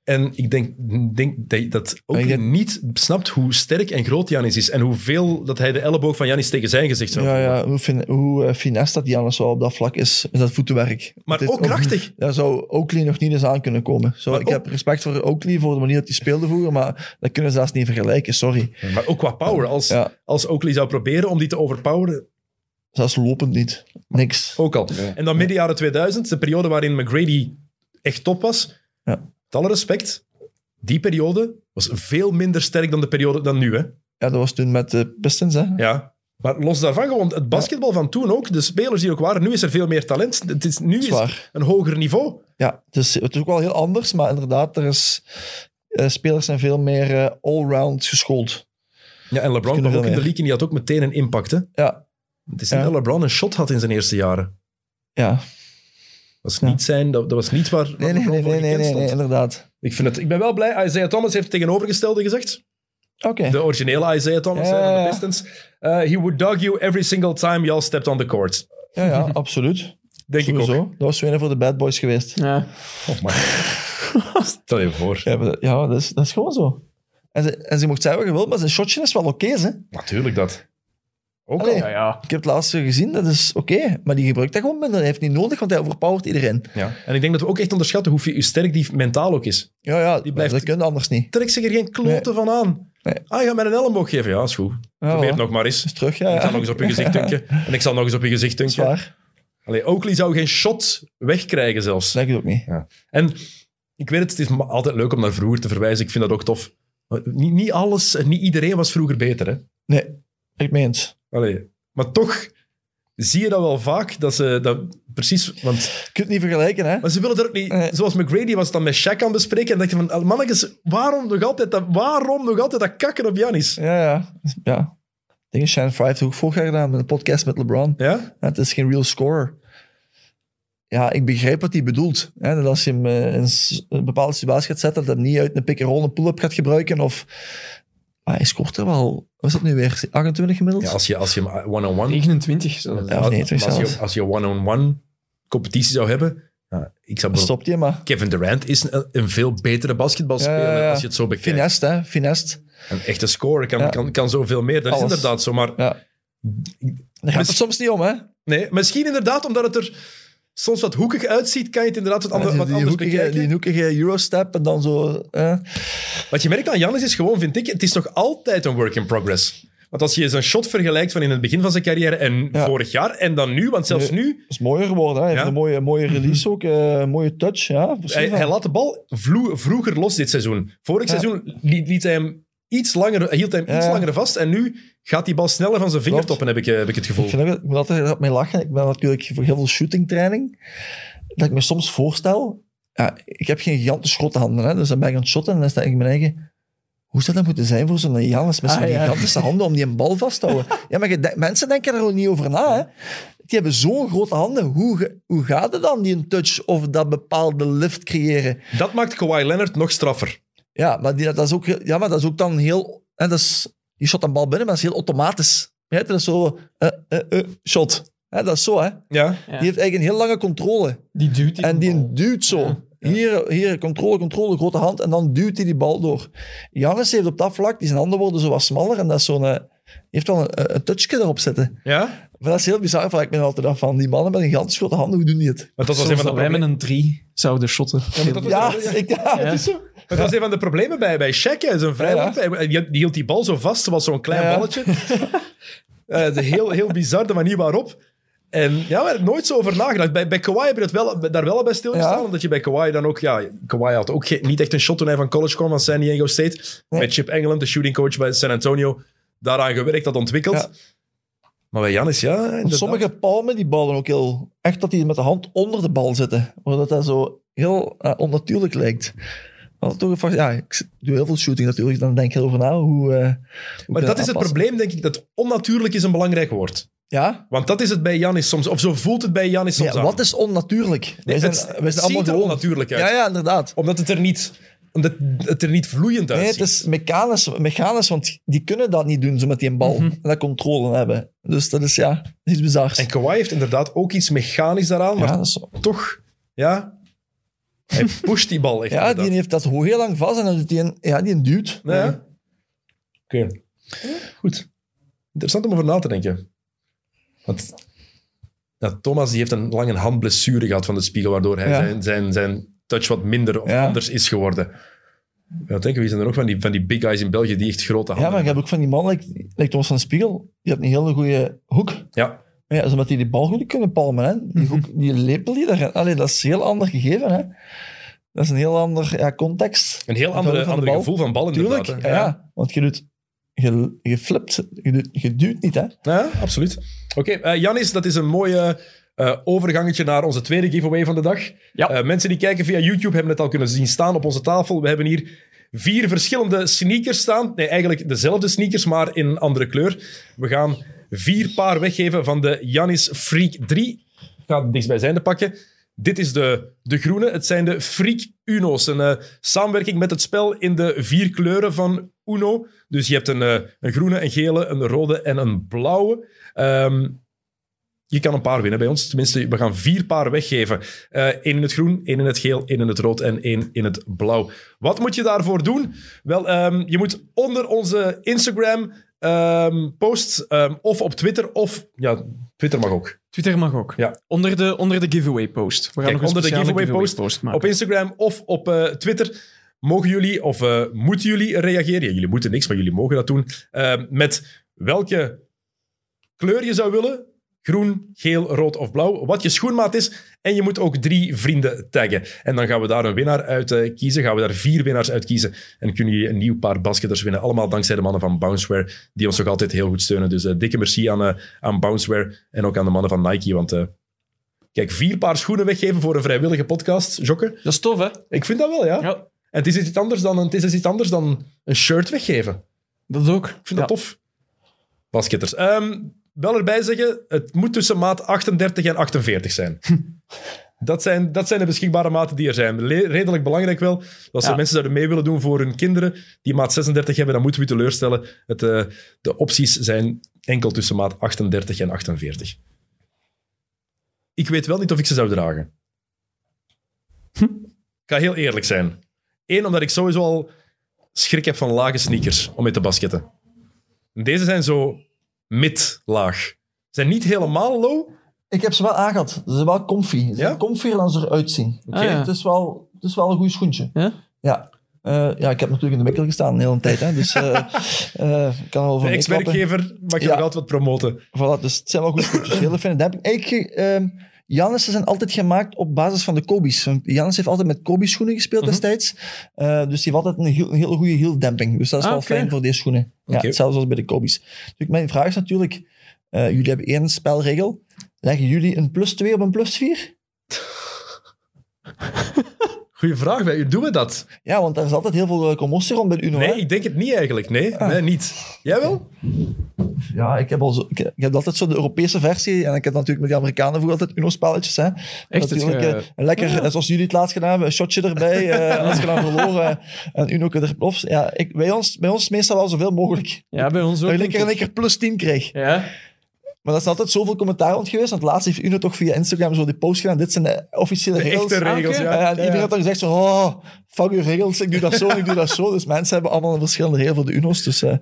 [SPEAKER 1] En ik denk, denk dat- dat Oakley
[SPEAKER 2] ik denk-
[SPEAKER 1] niet snapt hoe sterk en groot Janis is. En hoeveel dat hij de elleboog van Janis tegen zijn gezicht zou
[SPEAKER 2] ja,
[SPEAKER 1] voelen.
[SPEAKER 2] ja, hoe, fin, hoe eh, finesse dat Janus wel op dat vlak is, is dat voetenwerk.
[SPEAKER 1] Maar
[SPEAKER 2] Dat is
[SPEAKER 1] ook krachtig.
[SPEAKER 2] Daar zou Oakley nog niet eens aan kunnen komen. Zo,
[SPEAKER 1] Maar
[SPEAKER 2] ik
[SPEAKER 1] ook-
[SPEAKER 2] heb respect voor Oakley, voor de manier dat hij speelde vroeger, maar dat kunnen ze zelfs niet vergelijken, sorry.
[SPEAKER 1] Maar ook qua power. Als,
[SPEAKER 2] Ja,
[SPEAKER 1] als Oakley zou proberen om die te overpoweren,
[SPEAKER 2] zelfs lopend niet. Niks.
[SPEAKER 1] ook al.
[SPEAKER 3] Ja.
[SPEAKER 1] En dan midden jaren 2000, de periode waarin McGrady echt top was.
[SPEAKER 2] Ja.
[SPEAKER 1] Met alle respect, die periode was veel minder sterk dan de periode dan nu. Hè?
[SPEAKER 2] Ja, dat was toen met de Pistons, hè?
[SPEAKER 1] Ja. Maar los daarvan, gewoon het basketbal van toen ook, de spelers die er ook waren, nu is er veel meer talent. Het is, nu is het
[SPEAKER 2] Zwaar.
[SPEAKER 1] een hoger niveau.
[SPEAKER 2] Ja, het is, het is ook wel heel anders, maar inderdaad, er is, eh, spelers zijn veel meer eh, allround geschoold.
[SPEAKER 1] Ja, en LeBron
[SPEAKER 2] Kunnen
[SPEAKER 1] kwam ook
[SPEAKER 2] veel
[SPEAKER 1] in de
[SPEAKER 2] meer.
[SPEAKER 1] league en die had ook meteen een impact. Hè?
[SPEAKER 2] Ja,
[SPEAKER 1] Het is niet
[SPEAKER 2] Ja.
[SPEAKER 1] dat LeBron een shot had in zijn eerste jaren.
[SPEAKER 2] ja.
[SPEAKER 1] Dat was
[SPEAKER 2] Ja.
[SPEAKER 1] niet, zijn, dat, dat was niet waar waar
[SPEAKER 2] Nee, nee,
[SPEAKER 1] LeBron
[SPEAKER 2] nee,
[SPEAKER 1] voor
[SPEAKER 2] nee, nee,
[SPEAKER 1] gekend stond.
[SPEAKER 2] nee, nee, inderdaad.
[SPEAKER 1] Ik, vind het, ik ben wel blij, Isaiah Thomas heeft het tegenovergestelde gezegd.
[SPEAKER 2] Oké.
[SPEAKER 1] De originele Isaiah Thomas
[SPEAKER 2] Ja,
[SPEAKER 1] hè, van
[SPEAKER 2] ja,
[SPEAKER 1] de
[SPEAKER 2] Eh. ja.
[SPEAKER 1] Pistons. Eh, he would dog you every single time y'all stepped on the court.
[SPEAKER 2] Ja, ja, absoluut.
[SPEAKER 1] Denk ik
[SPEAKER 2] Sowieso.
[SPEAKER 1] ook.
[SPEAKER 2] Dat was weer voor de bad boys geweest.
[SPEAKER 3] Ja.
[SPEAKER 1] Stel je voor.
[SPEAKER 2] Ja, maar dat- ja dat, is, dat is gewoon zo. En ze, en ze mocht zeggen wat je wilt, maar zijn shotje is wel oké, hè.
[SPEAKER 1] Natuurlijk dat. Ook
[SPEAKER 2] Allee.
[SPEAKER 1] al.
[SPEAKER 3] Ja, ja.
[SPEAKER 2] Ik heb het laatste gezien, dat is oké. Maar die gebruikt dat gewoon minder. Hij heeft niet nodig, want hij overpowert iedereen.
[SPEAKER 1] Ja. En ik denk dat we ook echt onderschatten hoe, hoe sterk die mentaal ook is.
[SPEAKER 2] Ja, ja,
[SPEAKER 1] Die blijft-
[SPEAKER 2] die blijft... dat kunnen anders niet.
[SPEAKER 1] Trek zich er geen klote van aan.
[SPEAKER 2] Nee.
[SPEAKER 1] Ah, je gaat mij een elleboog geven. Ja, is goed.
[SPEAKER 2] Ja,
[SPEAKER 1] Probeer het
[SPEAKER 2] voilà.
[SPEAKER 1] nog maar eens.
[SPEAKER 2] Is terug, ja, ja.
[SPEAKER 1] Ik zal nog eens op je gezicht dunken. En ik zal nog eens op je gezicht
[SPEAKER 2] Dat is
[SPEAKER 1] dunken.
[SPEAKER 2] waar.
[SPEAKER 1] Allee, Oakley zou geen shot wegkrijgen zelfs.
[SPEAKER 2] Dat denk ik ook niet.
[SPEAKER 1] En ik weet het, het is ma- altijd leuk om naar vroeger te verwijzen. Ik vind dat ook tof. Maar niet, niet alles, niet iedereen was vroeger beter, hè.
[SPEAKER 2] Nee, ik meen het.
[SPEAKER 1] Allee, maar toch zie je dat wel vaak, dat ze dat precies... Want,
[SPEAKER 2] Je kunt het niet vergelijken, hè?
[SPEAKER 1] maar ze willen er ook niet...
[SPEAKER 2] Nee.
[SPEAKER 1] Zoals McGrady was het dan met Shaq aan het bespreken en dacht je van, "Ah, mannetjes, waarom nog altijd dat, waarom nog altijd dat kakken op Janis?
[SPEAKER 2] Ja, ja. ja. Ik denk dat Shine Five heeft ook vorig jaar gedaan met een podcast met LeBron.
[SPEAKER 1] Ja?
[SPEAKER 2] Ja, Het is geen real scorer. Ja, ik begrijp wat hij bedoelt. Hè? Dat als je hem eh, in een s- een bepaalde situatie gaat zetten, dat hij niet uit een pick-and-roll een pull-up gaat gebruiken. Of... Maar hij scoort er wel, wat is dat nu weer, 28 gemiddeld?
[SPEAKER 1] ja als, je, als je hem one-on-one...
[SPEAKER 3] 29 zelfs.
[SPEAKER 2] Ja, of nee,
[SPEAKER 1] als-
[SPEAKER 2] twee
[SPEAKER 1] als, je,
[SPEAKER 2] zelfs.
[SPEAKER 1] als je one-on-one competitie zou hebben... ja, ik zou
[SPEAKER 2] Dan stopt hij, maar...
[SPEAKER 1] Kevin Durant is een, een veel betere basketbalspeler
[SPEAKER 2] Ja, ja, ja.
[SPEAKER 1] als je het zo bekijkt.
[SPEAKER 2] Finest, hè? Finest.
[SPEAKER 1] Een echte scorer kan,
[SPEAKER 2] Ja.
[SPEAKER 1] kan, kan zoveel meer. Dat is
[SPEAKER 2] Alles.
[SPEAKER 1] inderdaad zo. Maar
[SPEAKER 2] Ja. Daar gaat
[SPEAKER 1] Dus-
[SPEAKER 2] het soms niet om, hè?
[SPEAKER 1] Ah, nee, misschien inderdaad omdat het er... soms wat hoekig uitziet, kan je het inderdaad wat, ander,
[SPEAKER 2] die,
[SPEAKER 1] wat
[SPEAKER 2] die,
[SPEAKER 1] anders
[SPEAKER 2] hoekige,
[SPEAKER 1] bekijken.
[SPEAKER 2] die hoekige Eurostep en dan zo... eh.
[SPEAKER 1] Wat je merkt aan Janis is gewoon, vind ik, het is nog altijd een work in progress. Want als je zijn shot vergelijkt van in het begin van zijn carrière en
[SPEAKER 2] Ja.
[SPEAKER 1] vorig jaar en dan nu, want zelfs
[SPEAKER 2] Nee.
[SPEAKER 1] nu,
[SPEAKER 2] Dat is mooier geworden. Hè. Hij heeft
[SPEAKER 1] Ja. Mhm.
[SPEAKER 2] een mooie, mooie release ook, eh, een mooie touch. Ja, precies.
[SPEAKER 1] hij, hij laat de bal vlo- vroeger los dit seizoen. Vorig
[SPEAKER 2] Ja.
[SPEAKER 1] seizoen liet, liet hij hem iets langer, hield hij hem iets
[SPEAKER 2] Ja.
[SPEAKER 1] langer vast en nu gaat die bal sneller van zijn vingertoppen, heb ik, eh, heb ik het gevoel.
[SPEAKER 2] Ik, vind ook, dat- ik moet altijd erop mee lachen. Ik ben natuurlijk voor heel veel shootingtraining. Dat ik me soms voorstel... Ja, ik heb geen gigantische schothanden. Hè. Dus dan ben ik aan het shotten en dan sta ik in mijn eigen... Hoe zou dat moeten zijn voor zo'n Janus met zo'n
[SPEAKER 3] Ah, ja.
[SPEAKER 2] gigantische handen om die een bal vast te houden? ja, maar je denkt- mensen denken er ook niet over na. Hè. Die hebben zo'n grote handen. Hoe, ge- hoe gaat het dan, die een touch of dat bepaalde lift creëren?
[SPEAKER 1] Dat maakt Kawhi Leonard nog straffer.
[SPEAKER 2] Ja, maar die, dat, is ook, heel- ja, maar dat is ook dan heel... Hè, dat is, je shot een bal binnen, maar dat is heel automatisch. Ja, dat is zo... eh, eh, eh, shot. Hè, dat is zo, hè.
[SPEAKER 1] Ja.
[SPEAKER 3] Ja.
[SPEAKER 2] Die heeft eigenlijk een heel lange controle.
[SPEAKER 3] Die duwt die
[SPEAKER 2] en die
[SPEAKER 3] bal.
[SPEAKER 2] duwt zo.
[SPEAKER 3] Ja,
[SPEAKER 2] Hier, hier, controle, controle, grote hand. En dan duwt hij die bal door. Jannes heeft op dat vlak, die zijn handen worden zo wat smaller. En dat is zo'n... eh, heeft wel een, eh, een- een touchje erop zitten.
[SPEAKER 1] ja?
[SPEAKER 2] Maar dat is heel bizar, vraag ik me altijd af van. Die mannen met een gigantisch grote handen, hoe doen die het?
[SPEAKER 1] Want dat was
[SPEAKER 3] Zoals
[SPEAKER 1] een van de
[SPEAKER 3] dat wij met
[SPEAKER 1] problemen.
[SPEAKER 3] een 3 zouden shotten.
[SPEAKER 1] maar dat-
[SPEAKER 2] Ja, ik, ja,
[SPEAKER 3] Ja.
[SPEAKER 2] het is zo.
[SPEAKER 1] Dat was een van de problemen bij, bij Shaq. Hè. Zo'n vrijwoord. Die, die hield die bal zo vast, zoals zo'n klein
[SPEAKER 2] Ja.
[SPEAKER 1] balletje. Eh, de heel, heel bizar de manier waarop. En ja, maar nooit zo over nagedacht. Bij, bij Kawhi heb je dat wel, daar wel bij stilgestaan.
[SPEAKER 2] Ja.
[SPEAKER 1] Omdat je bij Kawhi dan ook... Ja, Kawhi had ook ge- niet echt een shot toen hij van college kwam, van San Diego State.
[SPEAKER 2] Nee.
[SPEAKER 1] Met Chip Engeland, de shooting coach bij San Antonio. Daaraan gewerkt, dat ontwikkeld.
[SPEAKER 2] Ja.
[SPEAKER 1] Maar bij Janis, ja... inderdaad.
[SPEAKER 2] Want sommige palmen die ballen ook heel... Echt dat die met de hand onder de bal zitten. Omdat dat zo heel eh, onnatuurlijk lijkt. Want toch, een fac- ja, ik doe heel veel shooting natuurlijk. Dan denk ik heel over na hoe... eh, hoe kan
[SPEAKER 1] Maar
[SPEAKER 2] je
[SPEAKER 1] dat is het
[SPEAKER 2] aanpassen.
[SPEAKER 1] probleem, denk ik, dat onnatuurlijk is een belangrijk woord.
[SPEAKER 2] Ja?
[SPEAKER 1] Want dat is het bij Janis soms. Of zo voelt het bij Janis soms
[SPEAKER 2] ja
[SPEAKER 1] aan.
[SPEAKER 2] wat is onnatuurlijk?
[SPEAKER 1] Nee,
[SPEAKER 2] wij zijn,
[SPEAKER 1] het
[SPEAKER 2] wij zijn allemaal
[SPEAKER 1] ziet er
[SPEAKER 2] gewoon...
[SPEAKER 1] onnatuurlijk uit.
[SPEAKER 2] Ja, ja, inderdaad.
[SPEAKER 1] Omdat het er niet, omdat het er niet vloeiend
[SPEAKER 2] Nee,
[SPEAKER 1] uitziet.
[SPEAKER 2] het is mechanisch, mechanisch, want die kunnen dat niet doen, zo met die een bal. En dat controle hebben. Dus dat is, ja, iets bizars.
[SPEAKER 1] Mhm. En Kawhi heeft inderdaad ook iets mechanisch daaraan, maar
[SPEAKER 2] ja, dat is zo.
[SPEAKER 1] toch, ja, hij pusht die bal echt.
[SPEAKER 2] ja die
[SPEAKER 1] inderdaad.
[SPEAKER 2] heeft dat ho- heel lang vast en dan doet die een... Ja, die een duwt.
[SPEAKER 1] Ja. Oké. Goed. Interessant om over na te denken. Want ja, Thomas die heeft een lange handblessure gehad van de spiegel, waardoor hij
[SPEAKER 2] Ja.
[SPEAKER 1] zijn, zijn, zijn touch wat minder of
[SPEAKER 2] Ja.
[SPEAKER 1] anders is geworden. Ja, denken wie zijn er ook van die, van die big guys in België die echt grote
[SPEAKER 2] Ja,
[SPEAKER 1] handen
[SPEAKER 2] maar ik heb ook van die man, lijkt lijkt Thomas van Spiegel, die had een hele goede hoek.
[SPEAKER 1] Ja.
[SPEAKER 2] Maar ja, omdat die die bal goed kunnen palmen. Hè.
[SPEAKER 1] Mhm.
[SPEAKER 2] Die, hoek, die lepel die daar... Allee, dat is een heel ander gegeven. Hè. Dat is een heel ander ja, context.
[SPEAKER 1] Een heel
[SPEAKER 2] Het
[SPEAKER 1] ander
[SPEAKER 2] houden van de
[SPEAKER 1] andere
[SPEAKER 2] bal.
[SPEAKER 1] gevoel van bal
[SPEAKER 2] Tuurlijk,
[SPEAKER 1] inderdaad.
[SPEAKER 2] ja.
[SPEAKER 1] hè.
[SPEAKER 2] Want je doet... Je, je flipt, je, doet, je duwt niet, hè.
[SPEAKER 1] Ja, absoluut. Oké, eh, Janis, dat is een mooie eh, overgangetje naar onze tweede giveaway van de dag.
[SPEAKER 3] Ja.
[SPEAKER 1] Eh, mensen die kijken via YouTube hebben het al kunnen zien staan op onze tafel. We hebben hier vier verschillende sneakers staan. Nee, eigenlijk dezelfde sneakers, maar in een andere kleur. We gaan vier paar weggeven van de Janis Freak 3. Ik ga het dichtstbijzijnde pakken. Dit is de, de groene. Het zijn de Freak Uno's. Een eh, samenwerking met het spel in de vier kleuren van Uno. Dus je hebt een, eh, een groene, een gele, een rode en een blauwe. Ehm, je kan een paar winnen bij ons. Tenminste, we gaan vier paar weggeven. Eén in het groen, één in het geel, één in het rood en één in het blauw. Wat moet je daarvoor doen? Wel, ehm, je moet onder onze Instagram ehm post ehm, of op Twitter of... Ja, Twitter mag ook.
[SPEAKER 3] Twitter mag ook.
[SPEAKER 1] Ja.
[SPEAKER 3] Onder, de, onder de giveaway post. We gaan
[SPEAKER 1] Kijk,
[SPEAKER 3] nog een
[SPEAKER 1] onder de
[SPEAKER 3] speciale
[SPEAKER 1] giveaway post,
[SPEAKER 3] maken.
[SPEAKER 1] Op Instagram of op eh, Twitter mogen jullie of eh, moeten jullie reageren. Ja, jullie moeten niks, maar jullie mogen dat doen. Ehm, met welke kleur je zou willen. Groen, geel, rood of blauw. Wat je schoenmaat is. En je moet ook drie vrienden taggen. En dan gaan we daar een winnaar uit eh, kiezen. Gaan we daar vier winnaars uit kiezen. En kunnen jullie een nieuw paar basketters winnen. Allemaal dankzij de mannen van Bounceware. Die ons nog altijd heel goed steunen. Dus eh, dikke merci aan, eh, aan Bounceware. En ook aan de mannen van Nike. Want eh, kijk, vier paar schoenen weggeven voor een vrijwillige podcast. Jokke.
[SPEAKER 3] Dat is tof, hè?
[SPEAKER 1] Ik vind dat wel, ja.
[SPEAKER 3] Ja,
[SPEAKER 1] En het is iets anders dan, het is dus iets anders dan een shirt weggeven.
[SPEAKER 3] dat ook. Ik
[SPEAKER 1] Ik vind dat tof. Basketters. Ehm, wel erbij zeggen, het moet tussen maat 38 en 48 zijn. dat, zijn dat zijn de beschikbare maten die er zijn. Le- redelijk belangrijk wel. Als
[SPEAKER 3] Ja.
[SPEAKER 1] er mensen zouden mee willen doen voor hun kinderen die maat 36 hebben, dan moeten we u teleurstellen. Het, eh, de opties zijn enkel tussen maat 38 en 48. Ik weet wel niet of ik ze zou dragen. Ik ga heel eerlijk zijn. Eén, omdat ik sowieso al schrik heb van lage sneakers om mee te basketten. Deze zijn zo mid-laag. Ze Zijn niet helemaal low,
[SPEAKER 2] Ik heb ze wel aangehad. Ze zijn wel comfy. Ze zijn
[SPEAKER 1] Ja?
[SPEAKER 2] comfier dan ze eruit zien.
[SPEAKER 3] Ah, ja.
[SPEAKER 2] Het, is wel, het is wel een goed schoentje.
[SPEAKER 3] Ja?
[SPEAKER 2] Ja. Eh, ja, ik heb natuurlijk in de winkel gestaan de hele tijd. Hè, dus eh, eh, ik kan al
[SPEAKER 1] De
[SPEAKER 2] van
[SPEAKER 1] ex-werkgever mag je
[SPEAKER 2] Ja.
[SPEAKER 1] nog altijd wat promoten.
[SPEAKER 2] Voilà, dus het zijn wel goede schoentjes. Hele fijne duimping. Eigenlijk, ehm Jannissen zijn altijd gemaakt op basis van de Kobe's. Want Jannis heeft altijd met Kobe schoenen gespeeld
[SPEAKER 1] Mhm.
[SPEAKER 2] destijds. Eh, dus die heeft altijd een, heel, een hele goede heeldemping. Dus dat is
[SPEAKER 3] Ah,
[SPEAKER 2] wel
[SPEAKER 3] oké.
[SPEAKER 2] fijn voor deze schoenen. Ja,
[SPEAKER 1] Oké.
[SPEAKER 2] Hetzelfde als bij de Kobe's. Dus mijn vraag is natuurlijk, eh, jullie hebben één spelregel. Leggen jullie een plus 2 op een plus 4?
[SPEAKER 1] Goeie vraag, bij u doen we dat?
[SPEAKER 2] Ja, want daar is altijd heel veel eh, commotie rond bij de UNO.
[SPEAKER 1] Nee,
[SPEAKER 2] hè?
[SPEAKER 1] ik denk het niet eigenlijk. Nee, nee niet. Jij wel?
[SPEAKER 2] Ja, ik heb, al zo, ik, ik heb altijd zo de Europese versie. En ik heb natuurlijk met de Amerikanen vroeger altijd UNO-spelletjes. Hè.
[SPEAKER 3] Echt, het,
[SPEAKER 2] natuurlijk
[SPEAKER 3] eh,
[SPEAKER 2] eh, een lekker,
[SPEAKER 1] Ah,
[SPEAKER 2] eh, zoals jullie het laatst gedaan hebben, een shotje erbij. eh, als je dan verloren eh, en Uno kunt er plof. Ja, ik, bij, ons, bij ons meestal wel zoveel mogelijk.
[SPEAKER 3] ja, bij ons ook.
[SPEAKER 2] Dat je
[SPEAKER 3] denk
[SPEAKER 2] lekker en
[SPEAKER 3] ik.
[SPEAKER 2] lekker plus 10 kreeg.
[SPEAKER 3] Ja,
[SPEAKER 2] Maar dat is altijd zoveel commentaar rond geweest. Want laatst heeft Uno toch via Instagram zo die post gedaan. Dit zijn de officiële
[SPEAKER 1] De
[SPEAKER 2] regels.
[SPEAKER 1] echte regels,
[SPEAKER 3] oké.
[SPEAKER 1] ja.
[SPEAKER 2] En
[SPEAKER 1] ja.
[SPEAKER 2] iedereen had dan gezegd zo, oh, fuck uw regels, ik doe dat zo en ik doe dat zo. Dus mensen hebben allemaal een verschillende regel voor de Uno's. Dus eh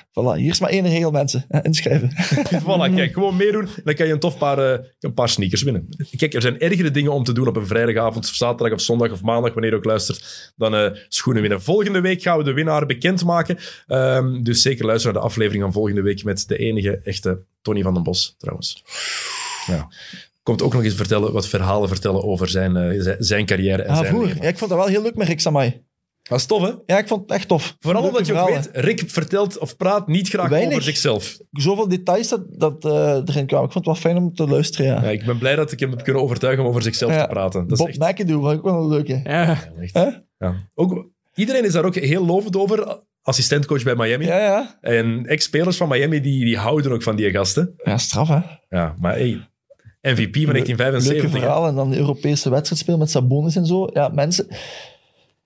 [SPEAKER 2] voilà, hier is maar één regel, mensen. Eh, inschrijven.
[SPEAKER 1] Voilà, kijk, gewoon meedoen. Dan kan je een tof paar, eh, een paar sneakers winnen. Kijk, er zijn ergere dingen om te doen op een vrijdagavond, of zaterdag of zondag of maandag, wanneer je ook luistert, dan eh, schoenen winnen. Volgende week gaan we de winnaar bekendmaken. Ehm, dus zeker luister naar de aflevering van volgende week met de enige echte Tony van den Bos, trouwens. Ja. Komt ook nog eens vertellen, wat verhalen vertellen over zijn, eh, zijn- zijn carrière en
[SPEAKER 2] Ah,
[SPEAKER 1] zijn
[SPEAKER 2] vroeger.
[SPEAKER 1] leven.
[SPEAKER 2] Ja, ik vond dat wel heel leuk met Rick Samai.
[SPEAKER 1] Dat is tof, hè?
[SPEAKER 2] Ja, ik vond het echt tof.
[SPEAKER 1] Vooral
[SPEAKER 2] Leuke
[SPEAKER 1] omdat je ook
[SPEAKER 2] verhalen.
[SPEAKER 1] weet, Rick vertelt of praat niet graag
[SPEAKER 2] Weinig.
[SPEAKER 1] over zichzelf.
[SPEAKER 2] zoveel details dat, dat eh, erin kwamen. Ik vond het wel fijn om te luisteren, ja.
[SPEAKER 1] Ja, ik ben blij dat ik hem heb kunnen overtuigen om over zichzelf
[SPEAKER 2] Ja.
[SPEAKER 1] te praten. Dat is
[SPEAKER 2] Bob
[SPEAKER 1] echt
[SPEAKER 2] McAdoo was ook wel een leuke.
[SPEAKER 3] ja.
[SPEAKER 1] Ja, echt.
[SPEAKER 2] Hè?
[SPEAKER 1] Ja. Ook, iedereen is daar ook heel lovend over. Assistentcoach bij Miami.
[SPEAKER 2] Ja, ja.
[SPEAKER 1] En ex-spelers van Miami die, die houden ook van die gasten.
[SPEAKER 2] Ja, straf, hè.
[SPEAKER 1] Ja, maar hey, MVP van
[SPEAKER 2] Leuke
[SPEAKER 1] 1975. hè.
[SPEAKER 2] verhalen en dan de Europese wedstrijd spelen met Sabonis en zo. Ja, mensen...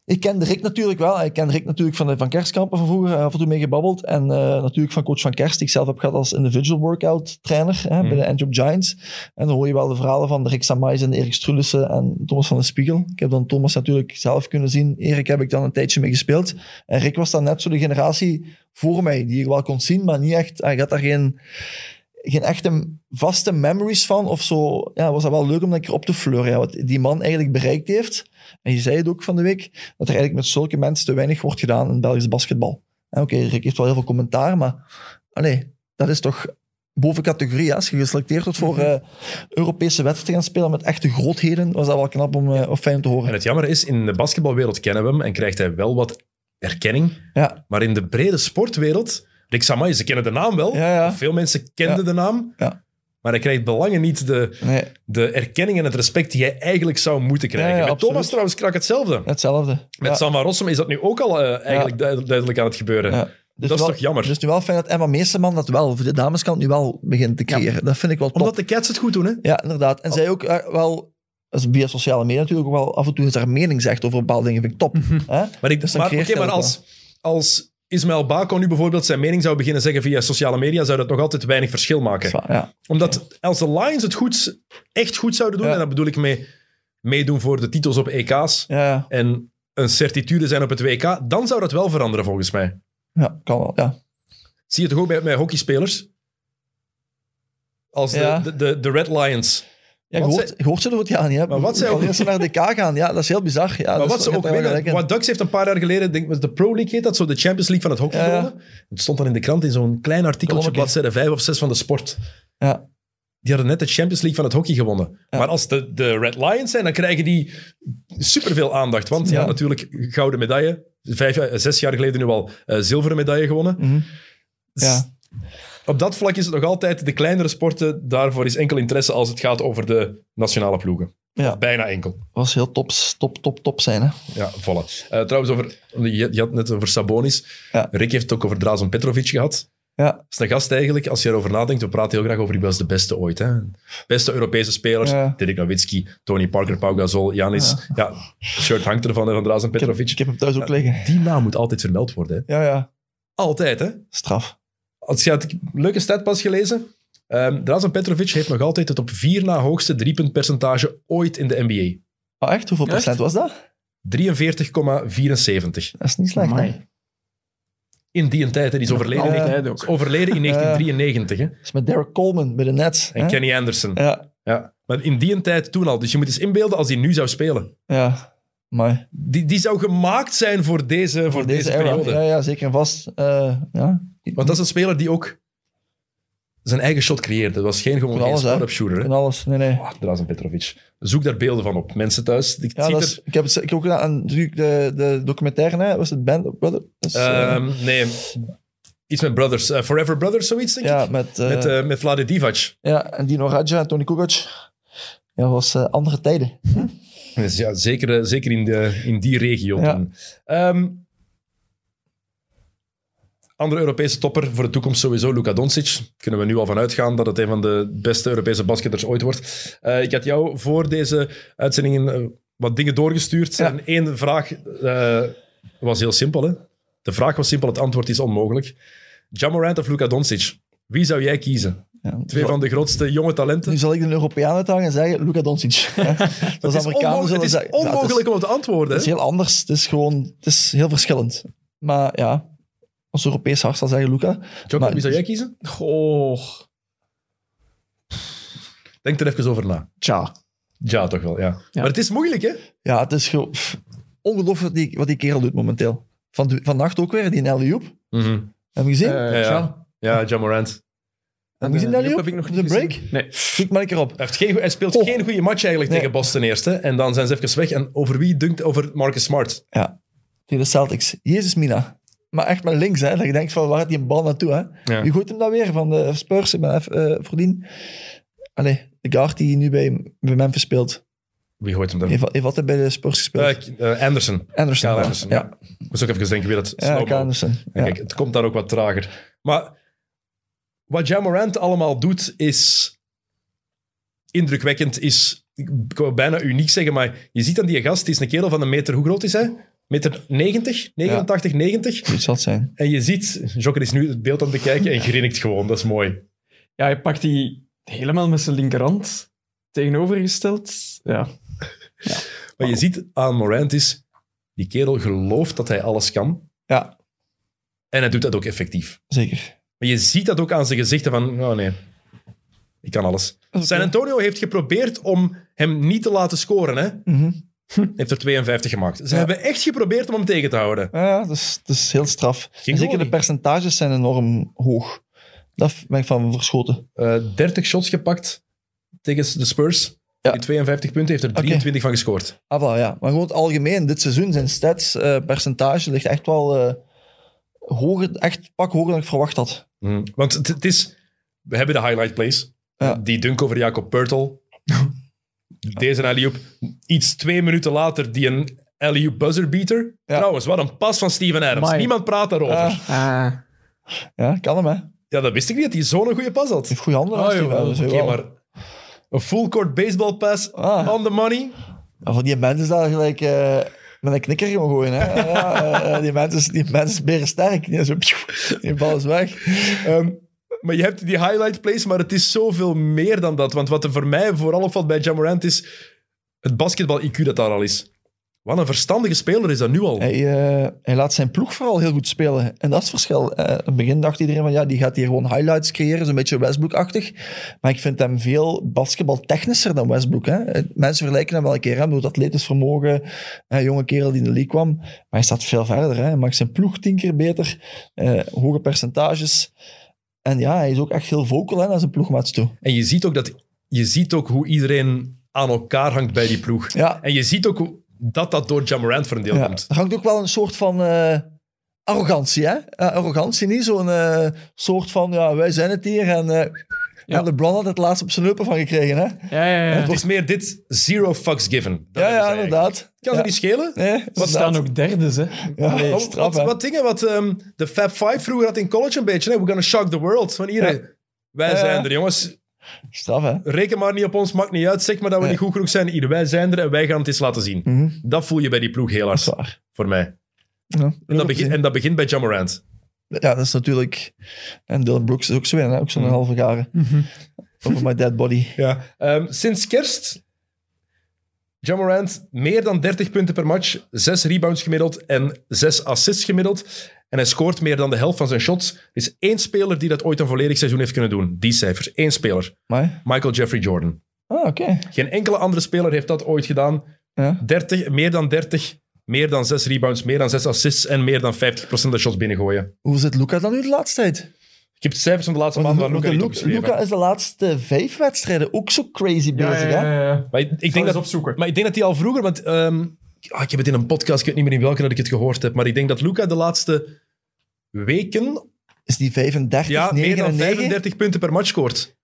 [SPEAKER 2] Ik ken Rick natuurlijk wel. Ik ken Rick natuurlijk van, de, van Kerskampen van vroeger, eh, af en toe mee gebabbeld. En eh, natuurlijk van coach van Kerst, die ik zelf heb gehad als individual workout trainer hè, bij de Antwerp Giants. En dan hoor je wel de verhalen van Rick Samais en Erik Strulissen en Thomas van den Spiegel. Ik heb dan Thomas natuurlijk zelf kunnen zien. Erik heb ik dan een tijdje mee gespeeld. En Rick was dan net zo de generatie voor mij, die je wel kon zien, maar niet echt... Hij had daar geen, geen echte vaste memories van of zo. Ja, was dat wel leuk om dat keer op te fleuren. Ja, wat die man eigenlijk bereikt heeft, en je zei het ook van de week, dat er eigenlijk met zulke mensen te weinig wordt gedaan in Belgisch basketbal. En Oké, Rick heeft wel heel veel commentaar, maar allee, dat is toch boven categorie. hè? Als je geselecteerd wordt
[SPEAKER 1] Mhm.
[SPEAKER 2] voor eh, Europese wedstrijden gaan spelen met echte grootheden, was dat wel knap om, eh, of fijn om te
[SPEAKER 1] En
[SPEAKER 2] horen.
[SPEAKER 1] het jammer is, in de basketbalwereld kennen we hem en krijgt hij wel wat erkenning.
[SPEAKER 2] Ja,
[SPEAKER 1] Maar in de brede sportwereld, Rick Samai, ze kennen de naam wel.
[SPEAKER 2] ja, ja.
[SPEAKER 1] Veel mensen kenden de naam.
[SPEAKER 2] Ja.
[SPEAKER 1] Maar hij krijgt belangen niet de,
[SPEAKER 2] Nee,
[SPEAKER 1] de erkenning en het respect die hij eigenlijk zou moeten krijgen.
[SPEAKER 2] Ja, ja,
[SPEAKER 1] Met
[SPEAKER 2] absoluut.
[SPEAKER 1] Thomas trouwens krak hetzelfde.
[SPEAKER 2] hetzelfde.
[SPEAKER 1] Met
[SPEAKER 2] Ja.
[SPEAKER 1] Samba Rossum is dat nu ook al eh, eigenlijk duid- duidelijk aan het gebeuren.
[SPEAKER 2] Ja. Dus
[SPEAKER 1] dat is
[SPEAKER 2] wel-
[SPEAKER 1] toch jammer?
[SPEAKER 2] Dus nu wel fijn dat Emma Meesterman dat wel, voor de dameskant, nu wel begint te creëren. Dat vind ik wel top.
[SPEAKER 1] Omdat de Cats het goed doen, hè?
[SPEAKER 2] Ja, inderdaad.
[SPEAKER 1] Oh.
[SPEAKER 2] En zij ook eh, wel, dat is via sociale media natuurlijk, ook wel af en toe eens haar mening zegt over bepaalde dingen. Vind ik top. hè?
[SPEAKER 1] Maar, ik,
[SPEAKER 2] Dus dan
[SPEAKER 1] maar,
[SPEAKER 2] creëert
[SPEAKER 1] oké, maar
[SPEAKER 2] hij dat
[SPEAKER 1] als, als Ismaël Bako nu bijvoorbeeld zijn mening zou beginnen zeggen via sociale media, zou dat nog altijd weinig verschil maken.
[SPEAKER 2] Zwaar, Dus Ja.
[SPEAKER 1] Omdat als de Lions het goed, echt goed zouden doen,
[SPEAKER 2] Ja.
[SPEAKER 1] en dat bedoel ik mee meedoen voor de titels op EK's
[SPEAKER 2] Ja,
[SPEAKER 1] en een certitude zijn op het WK, dan zou dat wel veranderen volgens mij.
[SPEAKER 2] ja, kan wel. Ja.
[SPEAKER 1] Zie je toch ook bij, bij hockeyspelers? Als de,
[SPEAKER 2] Ja.
[SPEAKER 1] de, de, de Red Lions.
[SPEAKER 2] Ja, je,
[SPEAKER 1] Wat
[SPEAKER 2] hoort, je hoort ze er het jaar niet. Hè?
[SPEAKER 1] Maar wat zij ook-
[SPEAKER 2] Wanneer ze naar de K gaan, ja, dat is heel bizar. Ja,
[SPEAKER 1] Maar
[SPEAKER 2] dat
[SPEAKER 1] wat
[SPEAKER 2] is-
[SPEAKER 1] ze
[SPEAKER 2] je
[SPEAKER 1] ook
[SPEAKER 2] hebt daar wel
[SPEAKER 1] winnen.
[SPEAKER 2] gelijk in.
[SPEAKER 1] Wat Ducks heeft een paar jaar geleden, denk ik, met de Pro League heet dat, zo de Champions League van het hockey
[SPEAKER 2] Ja, ja.
[SPEAKER 1] gewonnen. Het stond dan in de krant in zo'n klein artikeltje op
[SPEAKER 2] Kolommetje.
[SPEAKER 1] bladzijde 5 of 6 van de Sport.
[SPEAKER 2] Ja.
[SPEAKER 1] Die hadden net de Champions League van het hockey gewonnen.
[SPEAKER 2] Ja.
[SPEAKER 1] Maar als de, de Red Lions zijn, dan krijgen die superveel aandacht. Want ja,
[SPEAKER 2] Ja.
[SPEAKER 1] natuurlijk, gouden medaille. Vijf, jaar- zes jaar geleden nu al eh, zilveren medaille gewonnen.
[SPEAKER 2] Mhm.
[SPEAKER 1] Dus
[SPEAKER 2] Ja.
[SPEAKER 1] Op dat vlak is het nog altijd de kleinere sporten. Daarvoor is enkel interesse als het gaat over de nationale ploegen.
[SPEAKER 2] Ja.
[SPEAKER 1] Of bijna enkel.
[SPEAKER 2] was heel tops, top, top, top zijn. Hè?
[SPEAKER 1] Ja, voilà. Eh, trouwens, over, je, je had het net over Sabonis.
[SPEAKER 2] Ja.
[SPEAKER 1] Rick heeft het ook over Drazen Petrovic gehad.
[SPEAKER 2] Ja.
[SPEAKER 1] Dat is een gast eigenlijk, als je erover nadenkt, we praten heel graag over die was de beste ooit. Hè? Beste Europese spelers,
[SPEAKER 2] Ja.
[SPEAKER 1] Dirk Nowitzki, Tony Parker, Pau Gasol, Janis. Ja. shirt hangt ervan, hè, van Drazen
[SPEAKER 2] Ik, heb,
[SPEAKER 1] Petrovic.
[SPEAKER 2] ik heb hem thuis ook liggen.
[SPEAKER 1] Die naam moet altijd vermeld worden. Hè?
[SPEAKER 2] Ja, ja,
[SPEAKER 1] Altijd, hè?
[SPEAKER 2] straf.
[SPEAKER 1] Als je had ik een leuke stat pas gelezen. Ehm Drazen Petrovic heeft nog altijd het op vier na hoogste driepuntpercentage ooit in de NBA.
[SPEAKER 2] Oh, echt? Hoeveel
[SPEAKER 3] Echt?
[SPEAKER 2] procent was dat?
[SPEAKER 1] 43,74.
[SPEAKER 2] Dat is niet slecht.
[SPEAKER 3] Amai.
[SPEAKER 2] hè.
[SPEAKER 1] In die tijd, hè, die is overleden in
[SPEAKER 2] altijd.
[SPEAKER 3] Altijd
[SPEAKER 1] is
[SPEAKER 3] ook.
[SPEAKER 1] overleden in 1993. hè.
[SPEAKER 2] Dat is met Derek Coleman bij de Nets.
[SPEAKER 1] En
[SPEAKER 2] hè?
[SPEAKER 1] Kenny Anderson.
[SPEAKER 2] Ja,
[SPEAKER 1] Ja. Maar in die tijd toen al. Dus je moet eens inbeelden als hij nu zou spelen.
[SPEAKER 2] Ja, maar
[SPEAKER 1] Die, die zou gemaakt zijn voor deze, voor deze, periode.
[SPEAKER 2] Ja, ja, zeker en vast. Eh, ja.
[SPEAKER 1] Want dat is een speler die ook zijn eigen shot creëerde. Dat was geen, gewoon
[SPEAKER 2] Van
[SPEAKER 1] geen
[SPEAKER 2] alles, hè?
[SPEAKER 1] start-up shooter. Hè?
[SPEAKER 2] En alles. Nee, nee.
[SPEAKER 1] Oh, Drazen Petrovic. Zoek daar beelden van op. Mensen thuis. Ik,
[SPEAKER 2] Ja,
[SPEAKER 1] zie
[SPEAKER 2] dat
[SPEAKER 1] er,
[SPEAKER 2] is, ik, heb, het- ik heb ook gedaan aan natuurlijk de, de documentaire, hè, was het Band of Brothers? Dus, eh,
[SPEAKER 1] Ehm, nee, iets met Brothers. Eh, Forever Brothers, zoiets denk
[SPEAKER 2] ja,
[SPEAKER 1] ik.
[SPEAKER 2] met, eh,
[SPEAKER 1] Met, eh met Vlade Divac.
[SPEAKER 2] ja, en Dino Raja en Tony Kukoc. Ja, dat was eh, andere tijden.
[SPEAKER 1] Dus ja, zeker, eh, zeker in, de, in die regio.
[SPEAKER 2] Ja.
[SPEAKER 1] toen. Ehm, andere Europese topper voor de toekomst sowieso, Luka Doncic. Kunnen we nu al van uitgaan dat het een van de beste Europese basketters ooit wordt. Eh, ik had jou voor deze uitzendingen eh, wat dingen doorgestuurd.
[SPEAKER 2] Ja.
[SPEAKER 1] En één vraag eh, was heel simpel. Hè? De vraag was simpel, het antwoord is onmogelijk. Jamorant of Luka Doncic? Wie zou jij kiezen?
[SPEAKER 2] Ja,
[SPEAKER 1] Twee van de grootste jonge talenten.
[SPEAKER 2] Nu zal ik de Europeaan uithangen en zeggen Luka Doncic. Ja, Zoals de
[SPEAKER 1] Het is,
[SPEAKER 2] Amerikanen
[SPEAKER 1] onmogelijk, het
[SPEAKER 2] zullen
[SPEAKER 1] is
[SPEAKER 2] zeggen. Ja,
[SPEAKER 1] onmogelijk
[SPEAKER 2] het, is,
[SPEAKER 1] om op te antwoorden.
[SPEAKER 2] het is
[SPEAKER 1] hè?
[SPEAKER 2] heel anders. Het is gewoon het is heel verschillend. Maar ja, als Europees hart zal zeggen Luka.
[SPEAKER 1] Jocko,
[SPEAKER 2] maar-
[SPEAKER 1] wie zou jij kiezen?
[SPEAKER 3] Goh.
[SPEAKER 1] Denk er even over na.
[SPEAKER 3] Tja.
[SPEAKER 1] Ja, toch wel, ja. Maar het is moeilijk, hè?
[SPEAKER 2] Ja, het is gewoon pff, ongelooflijk wat die, wat die kerel doet momenteel. Van, vannacht ook weer, die Nelly Joep. Heb je gezien?
[SPEAKER 3] Eh,
[SPEAKER 1] Mhm. Ja, ja.
[SPEAKER 3] tja.
[SPEAKER 1] Ja, John Morant.
[SPEAKER 2] heb je gezien Nelly
[SPEAKER 3] Eh, Joep
[SPEAKER 2] Joep?
[SPEAKER 3] heb ik nog
[SPEAKER 2] De
[SPEAKER 3] niet
[SPEAKER 2] break?
[SPEAKER 3] gezien. Nee.
[SPEAKER 2] Kijk maar een keer op.
[SPEAKER 1] Hij, heeft geen, goe- hij speelt
[SPEAKER 2] Oh.
[SPEAKER 1] geen goede match eigenlijk
[SPEAKER 2] Nee.
[SPEAKER 1] tegen Boston eerst. Hè? En dan zijn ze even weg. En over wie dunkt over Marcus Smart?
[SPEAKER 2] tegen de Celtics. Jezus Mina. Maar echt maar links, hè. Dat je denkt van, waar gaat die bal naartoe, hè.
[SPEAKER 1] Ja.
[SPEAKER 2] Je gooit hem dan weer van de Spurs, ik ben even eh, voordien. Allee, de guard die nu bij, bij Memphis speelt.
[SPEAKER 1] Wie gooit hem dan?
[SPEAKER 2] Heeft, al- heeft altijd bij de Spurs gespeeld.
[SPEAKER 1] Eh, K- eh, Anderson.
[SPEAKER 2] Anderson.
[SPEAKER 1] Kyle
[SPEAKER 2] ja.
[SPEAKER 1] Anderson. Ja.
[SPEAKER 2] Ja,
[SPEAKER 1] Ik moest ook even denken wie dat
[SPEAKER 2] ja,
[SPEAKER 1] slow-mo.
[SPEAKER 2] Kyle Anderson. Ja.
[SPEAKER 1] Kijk, het komt daar ook wat trager. Maar wat Ja Morant allemaal doet, is indrukwekkend. Is, ik wou bijna uniek zeggen, maar je ziet dan die gast, die is een kerel van een meter... Hoe groot is hij? Meter 90? 89, 90?
[SPEAKER 2] Zoiets zal het zijn.
[SPEAKER 1] En je ziet, Jokker is nu het beeld aan het bekijken en grinnikt gewoon. Dat is mooi.
[SPEAKER 3] Ja, hij pakt die helemaal met zijn linkerhand tegenovergesteld. Ja.
[SPEAKER 1] Wat je ziet aan Morant is, die kerel gelooft dat hij alles kan.
[SPEAKER 2] Ja,
[SPEAKER 1] En hij doet dat ook effectief.
[SPEAKER 2] zeker.
[SPEAKER 1] Maar je ziet dat ook aan zijn gezichten van, oh nee, ik kan alles.
[SPEAKER 2] oké.
[SPEAKER 1] San Antonio heeft geprobeerd om hem niet te laten scoren. Hè?
[SPEAKER 2] Mhm.
[SPEAKER 1] Heeft er 52 gemaakt. Ze
[SPEAKER 2] Ja.
[SPEAKER 1] hebben echt geprobeerd om hem tegen te houden.
[SPEAKER 2] Ja, Ja, dus dat is heel straf. En
[SPEAKER 1] gewoon
[SPEAKER 2] zeker de
[SPEAKER 1] niet.
[SPEAKER 2] percentages zijn enorm hoog. Daar ben ik van verschoten.
[SPEAKER 1] Eh 30 shots gepakt tegen de Spurs.
[SPEAKER 2] Ja.
[SPEAKER 1] Die 52 punten heeft er
[SPEAKER 2] Oké.
[SPEAKER 1] 23 van gescoord.
[SPEAKER 2] Ah, wel, ja. Maar gewoon het algemeen, dit seizoen zijn stats, eh, percentage ligt echt wel eh, hoger, echt een pak hoger dan ik verwacht had.
[SPEAKER 3] Mhm.
[SPEAKER 1] Hm. Want het, het is... We hebben de highlight plays.
[SPEAKER 2] Ja.
[SPEAKER 1] Die dunk over Jacob Pertl. Deze alley-oop. Iets twee minuten later die een alley-oop buzzer beater.
[SPEAKER 2] Ja.
[SPEAKER 1] Trouwens, wat een pas van Steven Adams.
[SPEAKER 3] Amai.
[SPEAKER 1] Niemand praat daarover.
[SPEAKER 2] Ah.
[SPEAKER 3] Ah.
[SPEAKER 2] Ja, kan hem, hè. Hij
[SPEAKER 1] Ja, dat wist ik niet, dat hij zo'n goede pas had.
[SPEAKER 2] heeft goede handen.
[SPEAKER 3] Ah,
[SPEAKER 2] als die
[SPEAKER 3] jawel.
[SPEAKER 2] wel, dus
[SPEAKER 1] Oké,
[SPEAKER 2] jawel.
[SPEAKER 1] maar... Een full court baseball pass
[SPEAKER 2] Ah.
[SPEAKER 1] on the money.
[SPEAKER 2] Maar Van die mensen daar gelijk eh, met een knikker gaan gooien, hè. Ja, ja, eh, eh, die mensen die mensen zijn berensterk. Die, zo, die bal is weg.
[SPEAKER 1] Ehm, maar je hebt die highlight plays, maar het is zoveel meer dan dat. Want wat er voor mij vooral opvalt bij Jamorant is het basketbal-IQ dat daar al is. Wat een verstandige speler is dat nu al.
[SPEAKER 2] Hij, eh, hij laat zijn ploeg vooral heel goed spelen. En dat is het verschil. Eh, in het begin dacht iedereen van ja, die gaat hier gewoon highlights creëren, zo'n beetje Westbrook-achtig. Maar ik vind hem veel basketbaltechnischer dan Westbrook. Hè. Eh, Mensen vergelijken hem wel een keer hè, door het atletisch vermogen. Een jonge kerel die in de league kwam. Maar hij staat veel verder. Hè. Hij maakt zijn ploeg tien keer beter. eh, hoge percentages. En ja, hij is ook echt heel vocal hè, naar zijn ploegmaats toe.
[SPEAKER 1] En je ziet, ook dat, je ziet ook hoe iedereen aan elkaar hangt bij die ploeg.
[SPEAKER 2] Ja,
[SPEAKER 1] En je ziet ook hoe- dat dat door Jamorant verdeeld
[SPEAKER 2] Ja,
[SPEAKER 1] komt.
[SPEAKER 2] er hangt ook wel een soort van eh, arrogantie, hè? Eh, arrogantie, niet zo'n eh, soort van, ja, wij zijn het hier. En, eh
[SPEAKER 3] Ja.
[SPEAKER 2] en LeBron had het laatst op zijn lippen van gekregen, hè?
[SPEAKER 3] Ja, ja, ja.
[SPEAKER 1] Het is meer dit zero fucks given. Dat
[SPEAKER 2] ja,
[SPEAKER 1] hebben
[SPEAKER 2] ja,
[SPEAKER 1] zij eigenlijk.
[SPEAKER 2] inderdaad.
[SPEAKER 1] Kan
[SPEAKER 2] ja.
[SPEAKER 1] ze niet schelen?
[SPEAKER 2] Nee,
[SPEAKER 3] Ze
[SPEAKER 2] inderdaad.
[SPEAKER 3] staan ook derdes, hè.
[SPEAKER 2] Ja, nee,
[SPEAKER 1] Wat-
[SPEAKER 2] straf,
[SPEAKER 1] wat,
[SPEAKER 2] hè.
[SPEAKER 1] wat dingen wat ehm, de Fab Five vroeger had in college een beetje. Hè? We're gonna shock the world. Van hier,
[SPEAKER 2] Ja.
[SPEAKER 1] wij
[SPEAKER 2] Ja.
[SPEAKER 1] zijn er jongens.
[SPEAKER 2] Straf, hè?
[SPEAKER 1] Reken maar niet op ons, maakt niet uit. Zeg maar dat we
[SPEAKER 2] Nee.
[SPEAKER 1] niet goed genoeg zijn. Hier, wij zijn er en wij gaan het eens laten zien.
[SPEAKER 2] Mhm.
[SPEAKER 1] Dat voel je bij die ploeg heel hard,
[SPEAKER 2] Dat is waar.
[SPEAKER 1] voor mij.
[SPEAKER 2] Ja,
[SPEAKER 1] En dat,
[SPEAKER 2] leuk
[SPEAKER 1] begint
[SPEAKER 2] om te
[SPEAKER 1] en dat begint bij Jamorant.
[SPEAKER 2] zien. ja, dat is natuurlijk... En Dylan Brooks is ook zo in, hè? Ook zo'n
[SPEAKER 1] Mhm.
[SPEAKER 2] halve jaren. Over my dead body.
[SPEAKER 1] Ja. Ehm, sinds kerst, Jamorant meer dan 30 punten per match. 6 rebounds gemiddeld en 6 assists gemiddeld. En hij scoort meer dan de helft van zijn shots. Er is één speler die dat ooit een volledig seizoen heeft kunnen doen. Die cijfers. Eén speler.
[SPEAKER 2] Maar
[SPEAKER 1] Michael Jeffrey Jordan.
[SPEAKER 2] Ah, oké.
[SPEAKER 1] Geen enkele andere speler heeft dat ooit gedaan.
[SPEAKER 2] Ja.
[SPEAKER 1] 30, meer dan 30, meer dan 6 rebounds, meer dan 6 assists en meer dan 50% de shots binnengooien.
[SPEAKER 2] Hoe zit Luca dan nu de laatste tijd?
[SPEAKER 1] Ik heb de cijfers van de laatste maand van
[SPEAKER 2] Want
[SPEAKER 1] Luca niet
[SPEAKER 2] Luca-
[SPEAKER 1] opgeschreven.
[SPEAKER 2] Luca is de laatste vijf wedstrijden ook zo crazy bezig, hè?
[SPEAKER 1] Maar ik, ik denk dat,
[SPEAKER 3] opzoeken.
[SPEAKER 1] maar ik denk dat hij al vroeger... Want, ehm, ah, ik heb het in een podcast, ik weet niet meer in welke dat ik het gehoord heb. Maar ik denk dat Luca de laatste weken
[SPEAKER 2] Is die 35,
[SPEAKER 1] ja,
[SPEAKER 2] 9
[SPEAKER 1] meer dan
[SPEAKER 2] en 9?
[SPEAKER 1] 35 punten per match scoort.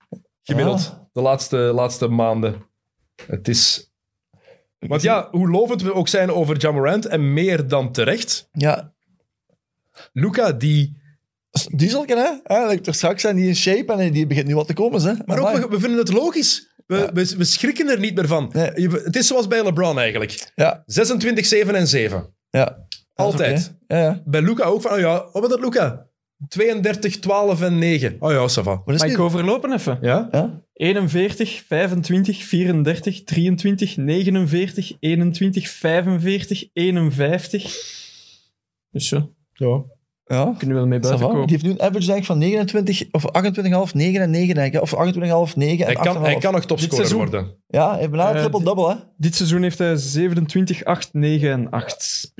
[SPEAKER 1] Gemiddeld. De laatste, laatste maanden. Het is... Want ja, hoe lovend we ook zijn over Jamorant en meer dan terecht.
[SPEAKER 2] Ja,
[SPEAKER 1] Luca, die...
[SPEAKER 2] Dieselken, hè? Eigenlijk, er straks zijn die in shape en die begint nu wat te komen, hè?
[SPEAKER 1] Maar ook,
[SPEAKER 2] Amai.
[SPEAKER 1] we, we vinden het logisch. We,
[SPEAKER 2] Ja.
[SPEAKER 1] we, we schrikken er niet meer van.
[SPEAKER 2] Nee.
[SPEAKER 1] Je- Het is zoals bij LeBron eigenlijk.
[SPEAKER 2] Ja,
[SPEAKER 1] 26, 7 en 7.
[SPEAKER 2] ja. Dat is
[SPEAKER 1] Altijd.
[SPEAKER 2] oké. Ja, ja.
[SPEAKER 1] Bij Luca ook van, oh ja, wat was dat Luca? 32, 12 en 9. Oh ja, ça va.
[SPEAKER 2] Maar dat
[SPEAKER 3] Maar
[SPEAKER 2] is
[SPEAKER 3] ik
[SPEAKER 2] niet...
[SPEAKER 3] overlopen even.
[SPEAKER 1] Ja?
[SPEAKER 2] Ja?
[SPEAKER 3] 41, 25, 34, 23, 49, 21, 45, 51. Dus zo,
[SPEAKER 1] Ja.
[SPEAKER 2] Ja.
[SPEAKER 3] kunnen we wel mee
[SPEAKER 2] Ça
[SPEAKER 3] buiten
[SPEAKER 2] va. Die
[SPEAKER 3] komen.
[SPEAKER 2] heeft nu een average denk ik, van 29, of 28,5, 9 en 9, denk ik. hè. Of 28,5, 9
[SPEAKER 1] Hij
[SPEAKER 2] en 8,5.
[SPEAKER 1] kan, hij kan nog topscorer
[SPEAKER 3] Dit seizoen.
[SPEAKER 1] worden.
[SPEAKER 2] Ja, hij heeft bijna een
[SPEAKER 3] Eh,
[SPEAKER 2] triple-double, hè?
[SPEAKER 3] Dit seizoen heeft hij 27, 8, 9 en 8.8.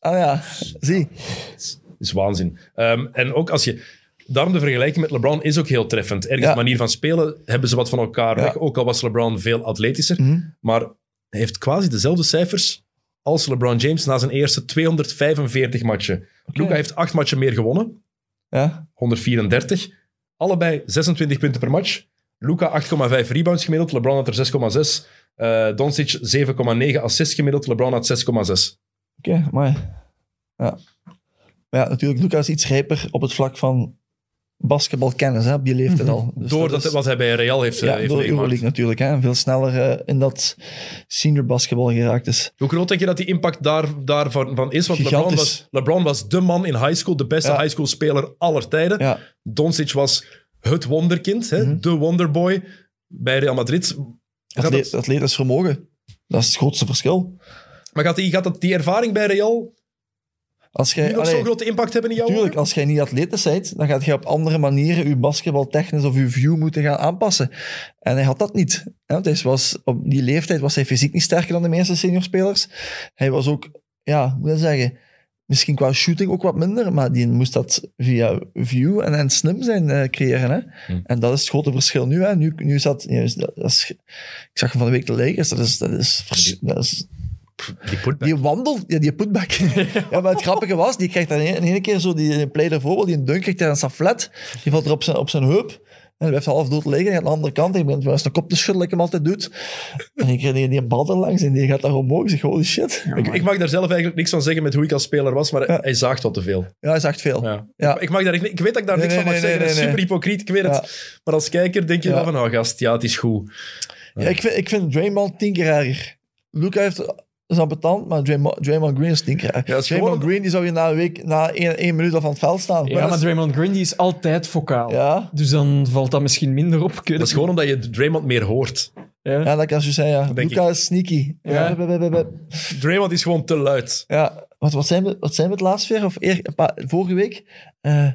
[SPEAKER 2] Ah ja, zie.
[SPEAKER 1] Dat is waanzin. Ehm, en ook als je... Daarom de vergelijking met LeBron is ook heel treffend. Ergens
[SPEAKER 2] Ja.
[SPEAKER 1] manier van spelen hebben ze wat van elkaar
[SPEAKER 2] Ja.
[SPEAKER 1] weg. Ook al was LeBron veel atletischer.
[SPEAKER 2] Mhm.
[SPEAKER 1] Maar hij heeft quasi dezelfde cijfers als LeBron James na zijn eerste 245 matchen. Luca heeft acht matchen meer gewonnen,
[SPEAKER 2] Ja,
[SPEAKER 1] 134. Allebei 26 punten per match. Luca 8,5 rebounds gemiddeld, LeBron had er 6,6. Eh Doncic 7,9 assists gemiddeld, LeBron had
[SPEAKER 2] Dus
[SPEAKER 1] 6,6.
[SPEAKER 2] oké, mooi. Ja. Maar ja, natuurlijk, Luca is iets rijper op het vlak van basketbalkennis, hè, op die leeftijd al. Dus
[SPEAKER 1] Mhm. Doordat
[SPEAKER 2] dat is-
[SPEAKER 1] wat hij bij Real heeft, eh,
[SPEAKER 2] Ja,
[SPEAKER 1] heeft
[SPEAKER 2] door de
[SPEAKER 1] meegemaakt.
[SPEAKER 2] Euroleague natuurlijk. Hè. En veel sneller eh, in dat senior basketbal geraakt is.
[SPEAKER 1] Hoe groot denk je dat die impact daar, daarvan van is? Want LeBron
[SPEAKER 2] Gigantisch.
[SPEAKER 1] was, LeBron was de man in high school, de beste
[SPEAKER 2] Ja.
[SPEAKER 1] high school speler aller tijden.
[SPEAKER 2] Ja,
[SPEAKER 1] Doncic was het wonderkind, hè?
[SPEAKER 2] Mhm.
[SPEAKER 1] de wonderboy bij Real Madrid. Gaat
[SPEAKER 2] atleet,
[SPEAKER 1] dat,
[SPEAKER 2] atleet is vermogen. Dat is het grootste verschil.
[SPEAKER 1] maar gaat, die, gaat dat, die ervaring bij Real
[SPEAKER 2] Als
[SPEAKER 1] nu
[SPEAKER 2] jij,
[SPEAKER 1] nog
[SPEAKER 2] Eh, allee,
[SPEAKER 1] zo'n grote impact hebben in jouw
[SPEAKER 2] tuurlijk,
[SPEAKER 1] ogen?
[SPEAKER 2] als jij niet atletisch bent, dan gaat je op andere manieren je basketbaltechnisch of je view moeten gaan aanpassen. En hij had dat niet. hè, Want hij was, op die leeftijd was hij fysiek niet sterker dan de meeste seniorspelers. Hij was ook, ja, hoe moet ik dat zeggen, misschien qua shooting ook wat minder, maar die moest dat via view en, en slim zijn eh, creëren. Hè?
[SPEAKER 1] Hm.
[SPEAKER 2] En dat is het grote verschil nu. Hè? Nu, nu is dat, nu is dat, dat is- ik zag van de week de Lakers, dat is, dat is, vers- dat is
[SPEAKER 1] Die putback.
[SPEAKER 2] Die wandelt, ja, die putback. ja, maar het grappige was, die krijgt dan in ene keer zo die een play ervoor, wel, die een dunk krijgt daar een saflet. Die valt er op zijn, op zijn heup. En hij blijft half dood liggen. En aan de andere kant, hij begint wel zijn kop te schudden, like hem altijd doet. En ik kreeg die, die bal er langs en die gaat daar omhoog. Ik zeg, holy shit.
[SPEAKER 1] ik, ik mag daar zelf eigenlijk niks van zeggen met hoe ik als speler was, maar hij zaagt wat te veel.
[SPEAKER 2] Ja, hij is echt veel.
[SPEAKER 1] Ja.
[SPEAKER 2] Ja.
[SPEAKER 1] Ik, mag daar, echt- ik weet dat ik daar
[SPEAKER 2] Nee,
[SPEAKER 1] niks van
[SPEAKER 2] nee,
[SPEAKER 1] mag
[SPEAKER 2] nee,
[SPEAKER 1] zeggen, dat
[SPEAKER 2] nee,
[SPEAKER 1] is
[SPEAKER 2] nee,
[SPEAKER 1] super hypocriet, ik weet het. Maar als kijker denk je
[SPEAKER 2] Ja.
[SPEAKER 1] wel van, nou gast, ja, het is goed.
[SPEAKER 2] Ja, ik, vind, ik vind Draymond tien keer erger. Luca heeft is ambetant, maar Draymond, Draymond Green is tien keer erger.
[SPEAKER 1] Ja, dat is
[SPEAKER 2] Draymond
[SPEAKER 1] gewoon-
[SPEAKER 2] Green die zou je na een week, na één, één minuut al van het veld staan.
[SPEAKER 3] Ja, maar
[SPEAKER 2] dat is-
[SPEAKER 3] Draymond Green die is altijd vocaal.
[SPEAKER 2] ja.
[SPEAKER 3] Dus dan valt dat misschien minder op. Ik weet
[SPEAKER 1] Dat is
[SPEAKER 3] het
[SPEAKER 1] gewoon omdat je Draymond meer hoort.
[SPEAKER 3] niet. Ja.
[SPEAKER 2] ja, dat kan je zeggen. Ja.
[SPEAKER 1] denk
[SPEAKER 2] Luca is sneaky.
[SPEAKER 3] Ja.
[SPEAKER 2] Bep, bep, bep, bep.
[SPEAKER 1] Draymond is gewoon te luid.
[SPEAKER 2] Ja, wat, wat, zijn we, wat zijn we het laatst weer? Of eer, een paar- vorige week? Eh,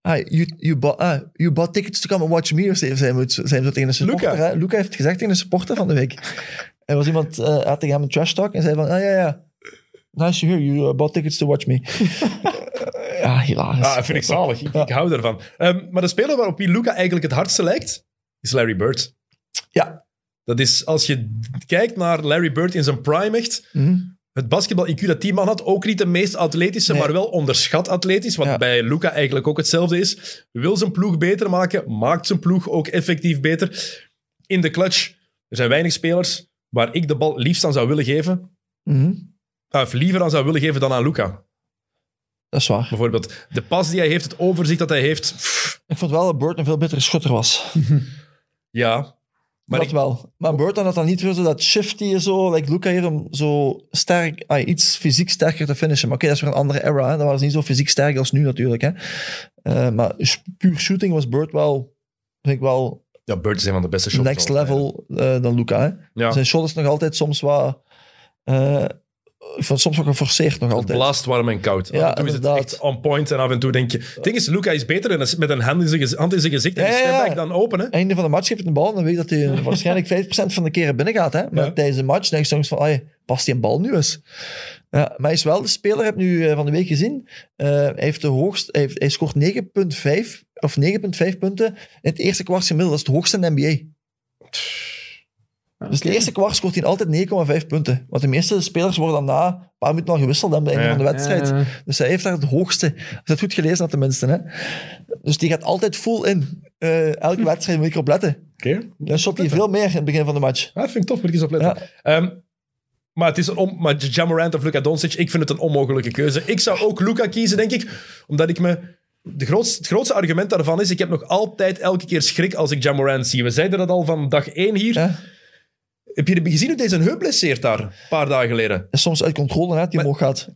[SPEAKER 2] ah, you, you, bought, ah, you bought tickets to come and watch me. Of zei, zei, moet- zei hem zo tegen een supporter.
[SPEAKER 1] Luca.
[SPEAKER 2] hè? Luca heeft gezegd tegen een supporter van de week. Er was iemand, eh had tegen hem een trash talk en zei van, ah ja, ja. Nice to hear you uh, bought tickets to watch me. Eh, ja, hilarisch.
[SPEAKER 1] Ah, vind ik zalig. Ik, ik hou daarvan. Ehm, maar de speler waarop wie Luca eigenlijk het hardste lijkt, is Larry Bird.
[SPEAKER 2] Ja.
[SPEAKER 1] Dat is, als je kijkt naar Larry Bird in zijn prime echt,
[SPEAKER 2] Mhm.
[SPEAKER 1] het basketbal-IQ dat die man had, ook niet de meest atletische,
[SPEAKER 2] Nee.
[SPEAKER 1] maar wel onderschat atletisch, wat
[SPEAKER 2] Ja.
[SPEAKER 1] bij Luca eigenlijk ook hetzelfde is. Wil zijn ploeg beter maken, maakt zijn ploeg ook effectief beter. In de clutch, er zijn weinig spelers waar ik de bal liefst aan zou willen geven,
[SPEAKER 2] Mhm.
[SPEAKER 1] of liever aan zou willen geven dan aan Luca.
[SPEAKER 2] Dat is waar.
[SPEAKER 1] Bijvoorbeeld de pas die hij heeft, het overzicht dat hij heeft, pff,
[SPEAKER 2] Ik vond wel dat Bird een veel betere schutter was.
[SPEAKER 1] ja. Maar
[SPEAKER 2] dat
[SPEAKER 1] ik, Oh.
[SPEAKER 2] wel. Maar Burton had dan niet weer zo dat shifty en zo. Like Luca heeft hem zo sterk, ah, iets fysiek sterker te finishen. Maar oké, dat is weer een andere era. Hè. Dat was niet zo fysiek sterk als nu natuurlijk. Hè. Eh, maar sh- puur shooting was Bird wel, vind ik wel,
[SPEAKER 1] ja, Bird is een van de beste shots.
[SPEAKER 2] next level eh, dan Luca. Hè.
[SPEAKER 1] Ja.
[SPEAKER 2] Zijn shot is nog altijd soms wat eh, ik vond het soms ook geforceerd nog
[SPEAKER 1] Het
[SPEAKER 2] altijd.
[SPEAKER 1] blaast warm en koud.
[SPEAKER 2] Ja,
[SPEAKER 1] af en toe is
[SPEAKER 2] inderdaad.
[SPEAKER 1] het echt on point en af en toe denk je... Het ding is, Luca is beter en dat is met een hand in zijn, gez- hand in zijn gezicht en
[SPEAKER 2] Ja,
[SPEAKER 1] een
[SPEAKER 2] ja, ja.
[SPEAKER 1] stepback dan open. Hè?
[SPEAKER 2] Einde van de match geeft hij een bal, dan weet je dat hij waarschijnlijk 5% van de keren binnen gaat. Hè? Maar
[SPEAKER 1] Ja.
[SPEAKER 2] tijdens de match denk je soms van, "Ai, past die een bal nu eens? Ja, maar hij is wel de speler, heb ik nu eh, van de week gezien. Eh, hij, heeft de hoogst, hij, heeft- hij scoort 9,5 of 9,5 punten in het eerste kwart gemiddeld. Dat is het hoogste in de NBA. Dus in het eerste kwart scoort hij altijd 9,5 punten. Want de meeste spelers worden dan na een paar minuten al gewisseld dan bij het einde
[SPEAKER 1] Ja.
[SPEAKER 2] van de wedstrijd. Dus hij heeft daar het hoogste. Als dat goed gelezen had, tenminste. Hè? Dus die gaat altijd full in. Eh,
[SPEAKER 1] Hm.
[SPEAKER 2] elke wedstrijd moet ik erop letten.
[SPEAKER 1] Oké.
[SPEAKER 2] Dan shot
[SPEAKER 1] Hm.
[SPEAKER 2] hij veel meer in het begin van de match.
[SPEAKER 1] Ah, dat vind ik tof, moet ik eens opletten. Ehm, maar het is een on- maar Jamorant of Luka Doncic, ik vind het een onmogelijke keuze. Ik zou ook Luka kiezen, denk ik, omdat ik me... De grootste, het grootste argument daarvan is, ik heb nog altijd elke keer schrik als ik Jamorant zie. We zeiden dat al van dag één hier.
[SPEAKER 2] Ja.
[SPEAKER 1] Heb je gezien hoe deze een heup blesseert daar, een paar dagen geleden?
[SPEAKER 2] Is soms uit controle, hè, die
[SPEAKER 1] Maar-
[SPEAKER 2] omhoog gaat.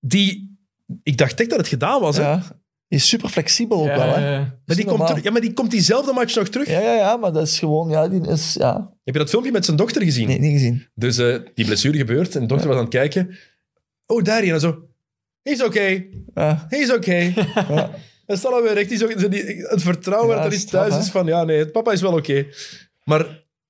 [SPEAKER 1] Die... Ik dacht echt dat het gedaan was, hè?
[SPEAKER 2] Ja. Die is super flexibel ook wel. Hè?
[SPEAKER 1] Maar
[SPEAKER 2] Is
[SPEAKER 1] die,
[SPEAKER 2] niet
[SPEAKER 1] komt
[SPEAKER 2] normaal.
[SPEAKER 1] terug- ja, maar die komt diezelfde match nog terug.
[SPEAKER 2] Ja, ja, ja, maar dat is gewoon... Ja, die is... Ja,
[SPEAKER 1] Heb je dat filmpje met zijn dochter gezien?
[SPEAKER 2] nee, niet gezien.
[SPEAKER 1] Dus eh, die blessure gebeurt en de dochter was aan het kijken. Oh, daar En dan zo... He's okay,
[SPEAKER 2] Ja,
[SPEAKER 1] he's okay.
[SPEAKER 2] ja.
[SPEAKER 1] Dat is alweer recht. Die is ook- die- die- Het vertrouwen
[SPEAKER 2] Ja,
[SPEAKER 1] dat er iets
[SPEAKER 2] straf,
[SPEAKER 1] thuis
[SPEAKER 2] hè?
[SPEAKER 1] is van... Ja, nee, het papa is wel oké. Maar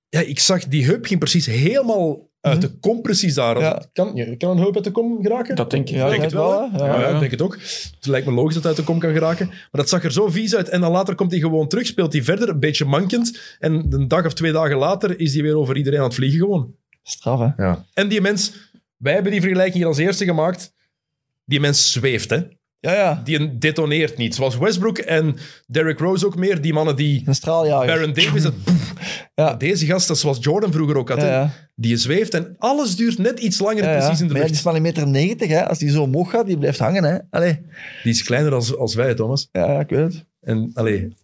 [SPEAKER 1] ja, ik zag die heup ging precies helemaal uit de kom precies daar.
[SPEAKER 2] Mhm. Ja.
[SPEAKER 1] Het Kan, je- kan een heup uit de kom geraken?
[SPEAKER 3] Dat denk ik.
[SPEAKER 2] Ja,
[SPEAKER 1] Ik denk het wel,
[SPEAKER 2] hè?
[SPEAKER 1] Ja,
[SPEAKER 2] Ja.
[SPEAKER 1] ja, ik denk het ook. Het lijkt me logisch dat hij uit de kom kan geraken. Maar dat zag er zo vies uit. En dan later komt hij gewoon terug, speelt hij verder, een beetje mankend. En een dag of twee dagen later is hij weer over iedereen aan het vliegen gewoon.
[SPEAKER 2] Straf, hè?
[SPEAKER 1] En die mens... Wij hebben die vergelijking hier als eerste gemaakt. Die mens zweeft, hè.
[SPEAKER 2] Ja, ja.
[SPEAKER 1] Die detoneert niet. Zoals Westbrook en Derrick Rose ook meer. Die mannen die...
[SPEAKER 2] Een straaljager.
[SPEAKER 1] Baron Davis, dat...
[SPEAKER 2] Ja.
[SPEAKER 1] Deze gast, dat is zoals Jordan vroeger ook had.
[SPEAKER 2] Ja,
[SPEAKER 1] hè.
[SPEAKER 2] ja.
[SPEAKER 1] Die zweeft en alles duurt net iets langer
[SPEAKER 2] Ja, ja.
[SPEAKER 1] precies in de
[SPEAKER 2] Maar ja, die
[SPEAKER 1] lucht.
[SPEAKER 2] is maar een meter 90, hè. Als die zo omhoog gaat, die blijft hangen, hè. Allee.
[SPEAKER 1] Die is kleiner als, als wij, Thomas.
[SPEAKER 2] Ja, ja, ik weet het.
[SPEAKER 1] En allee.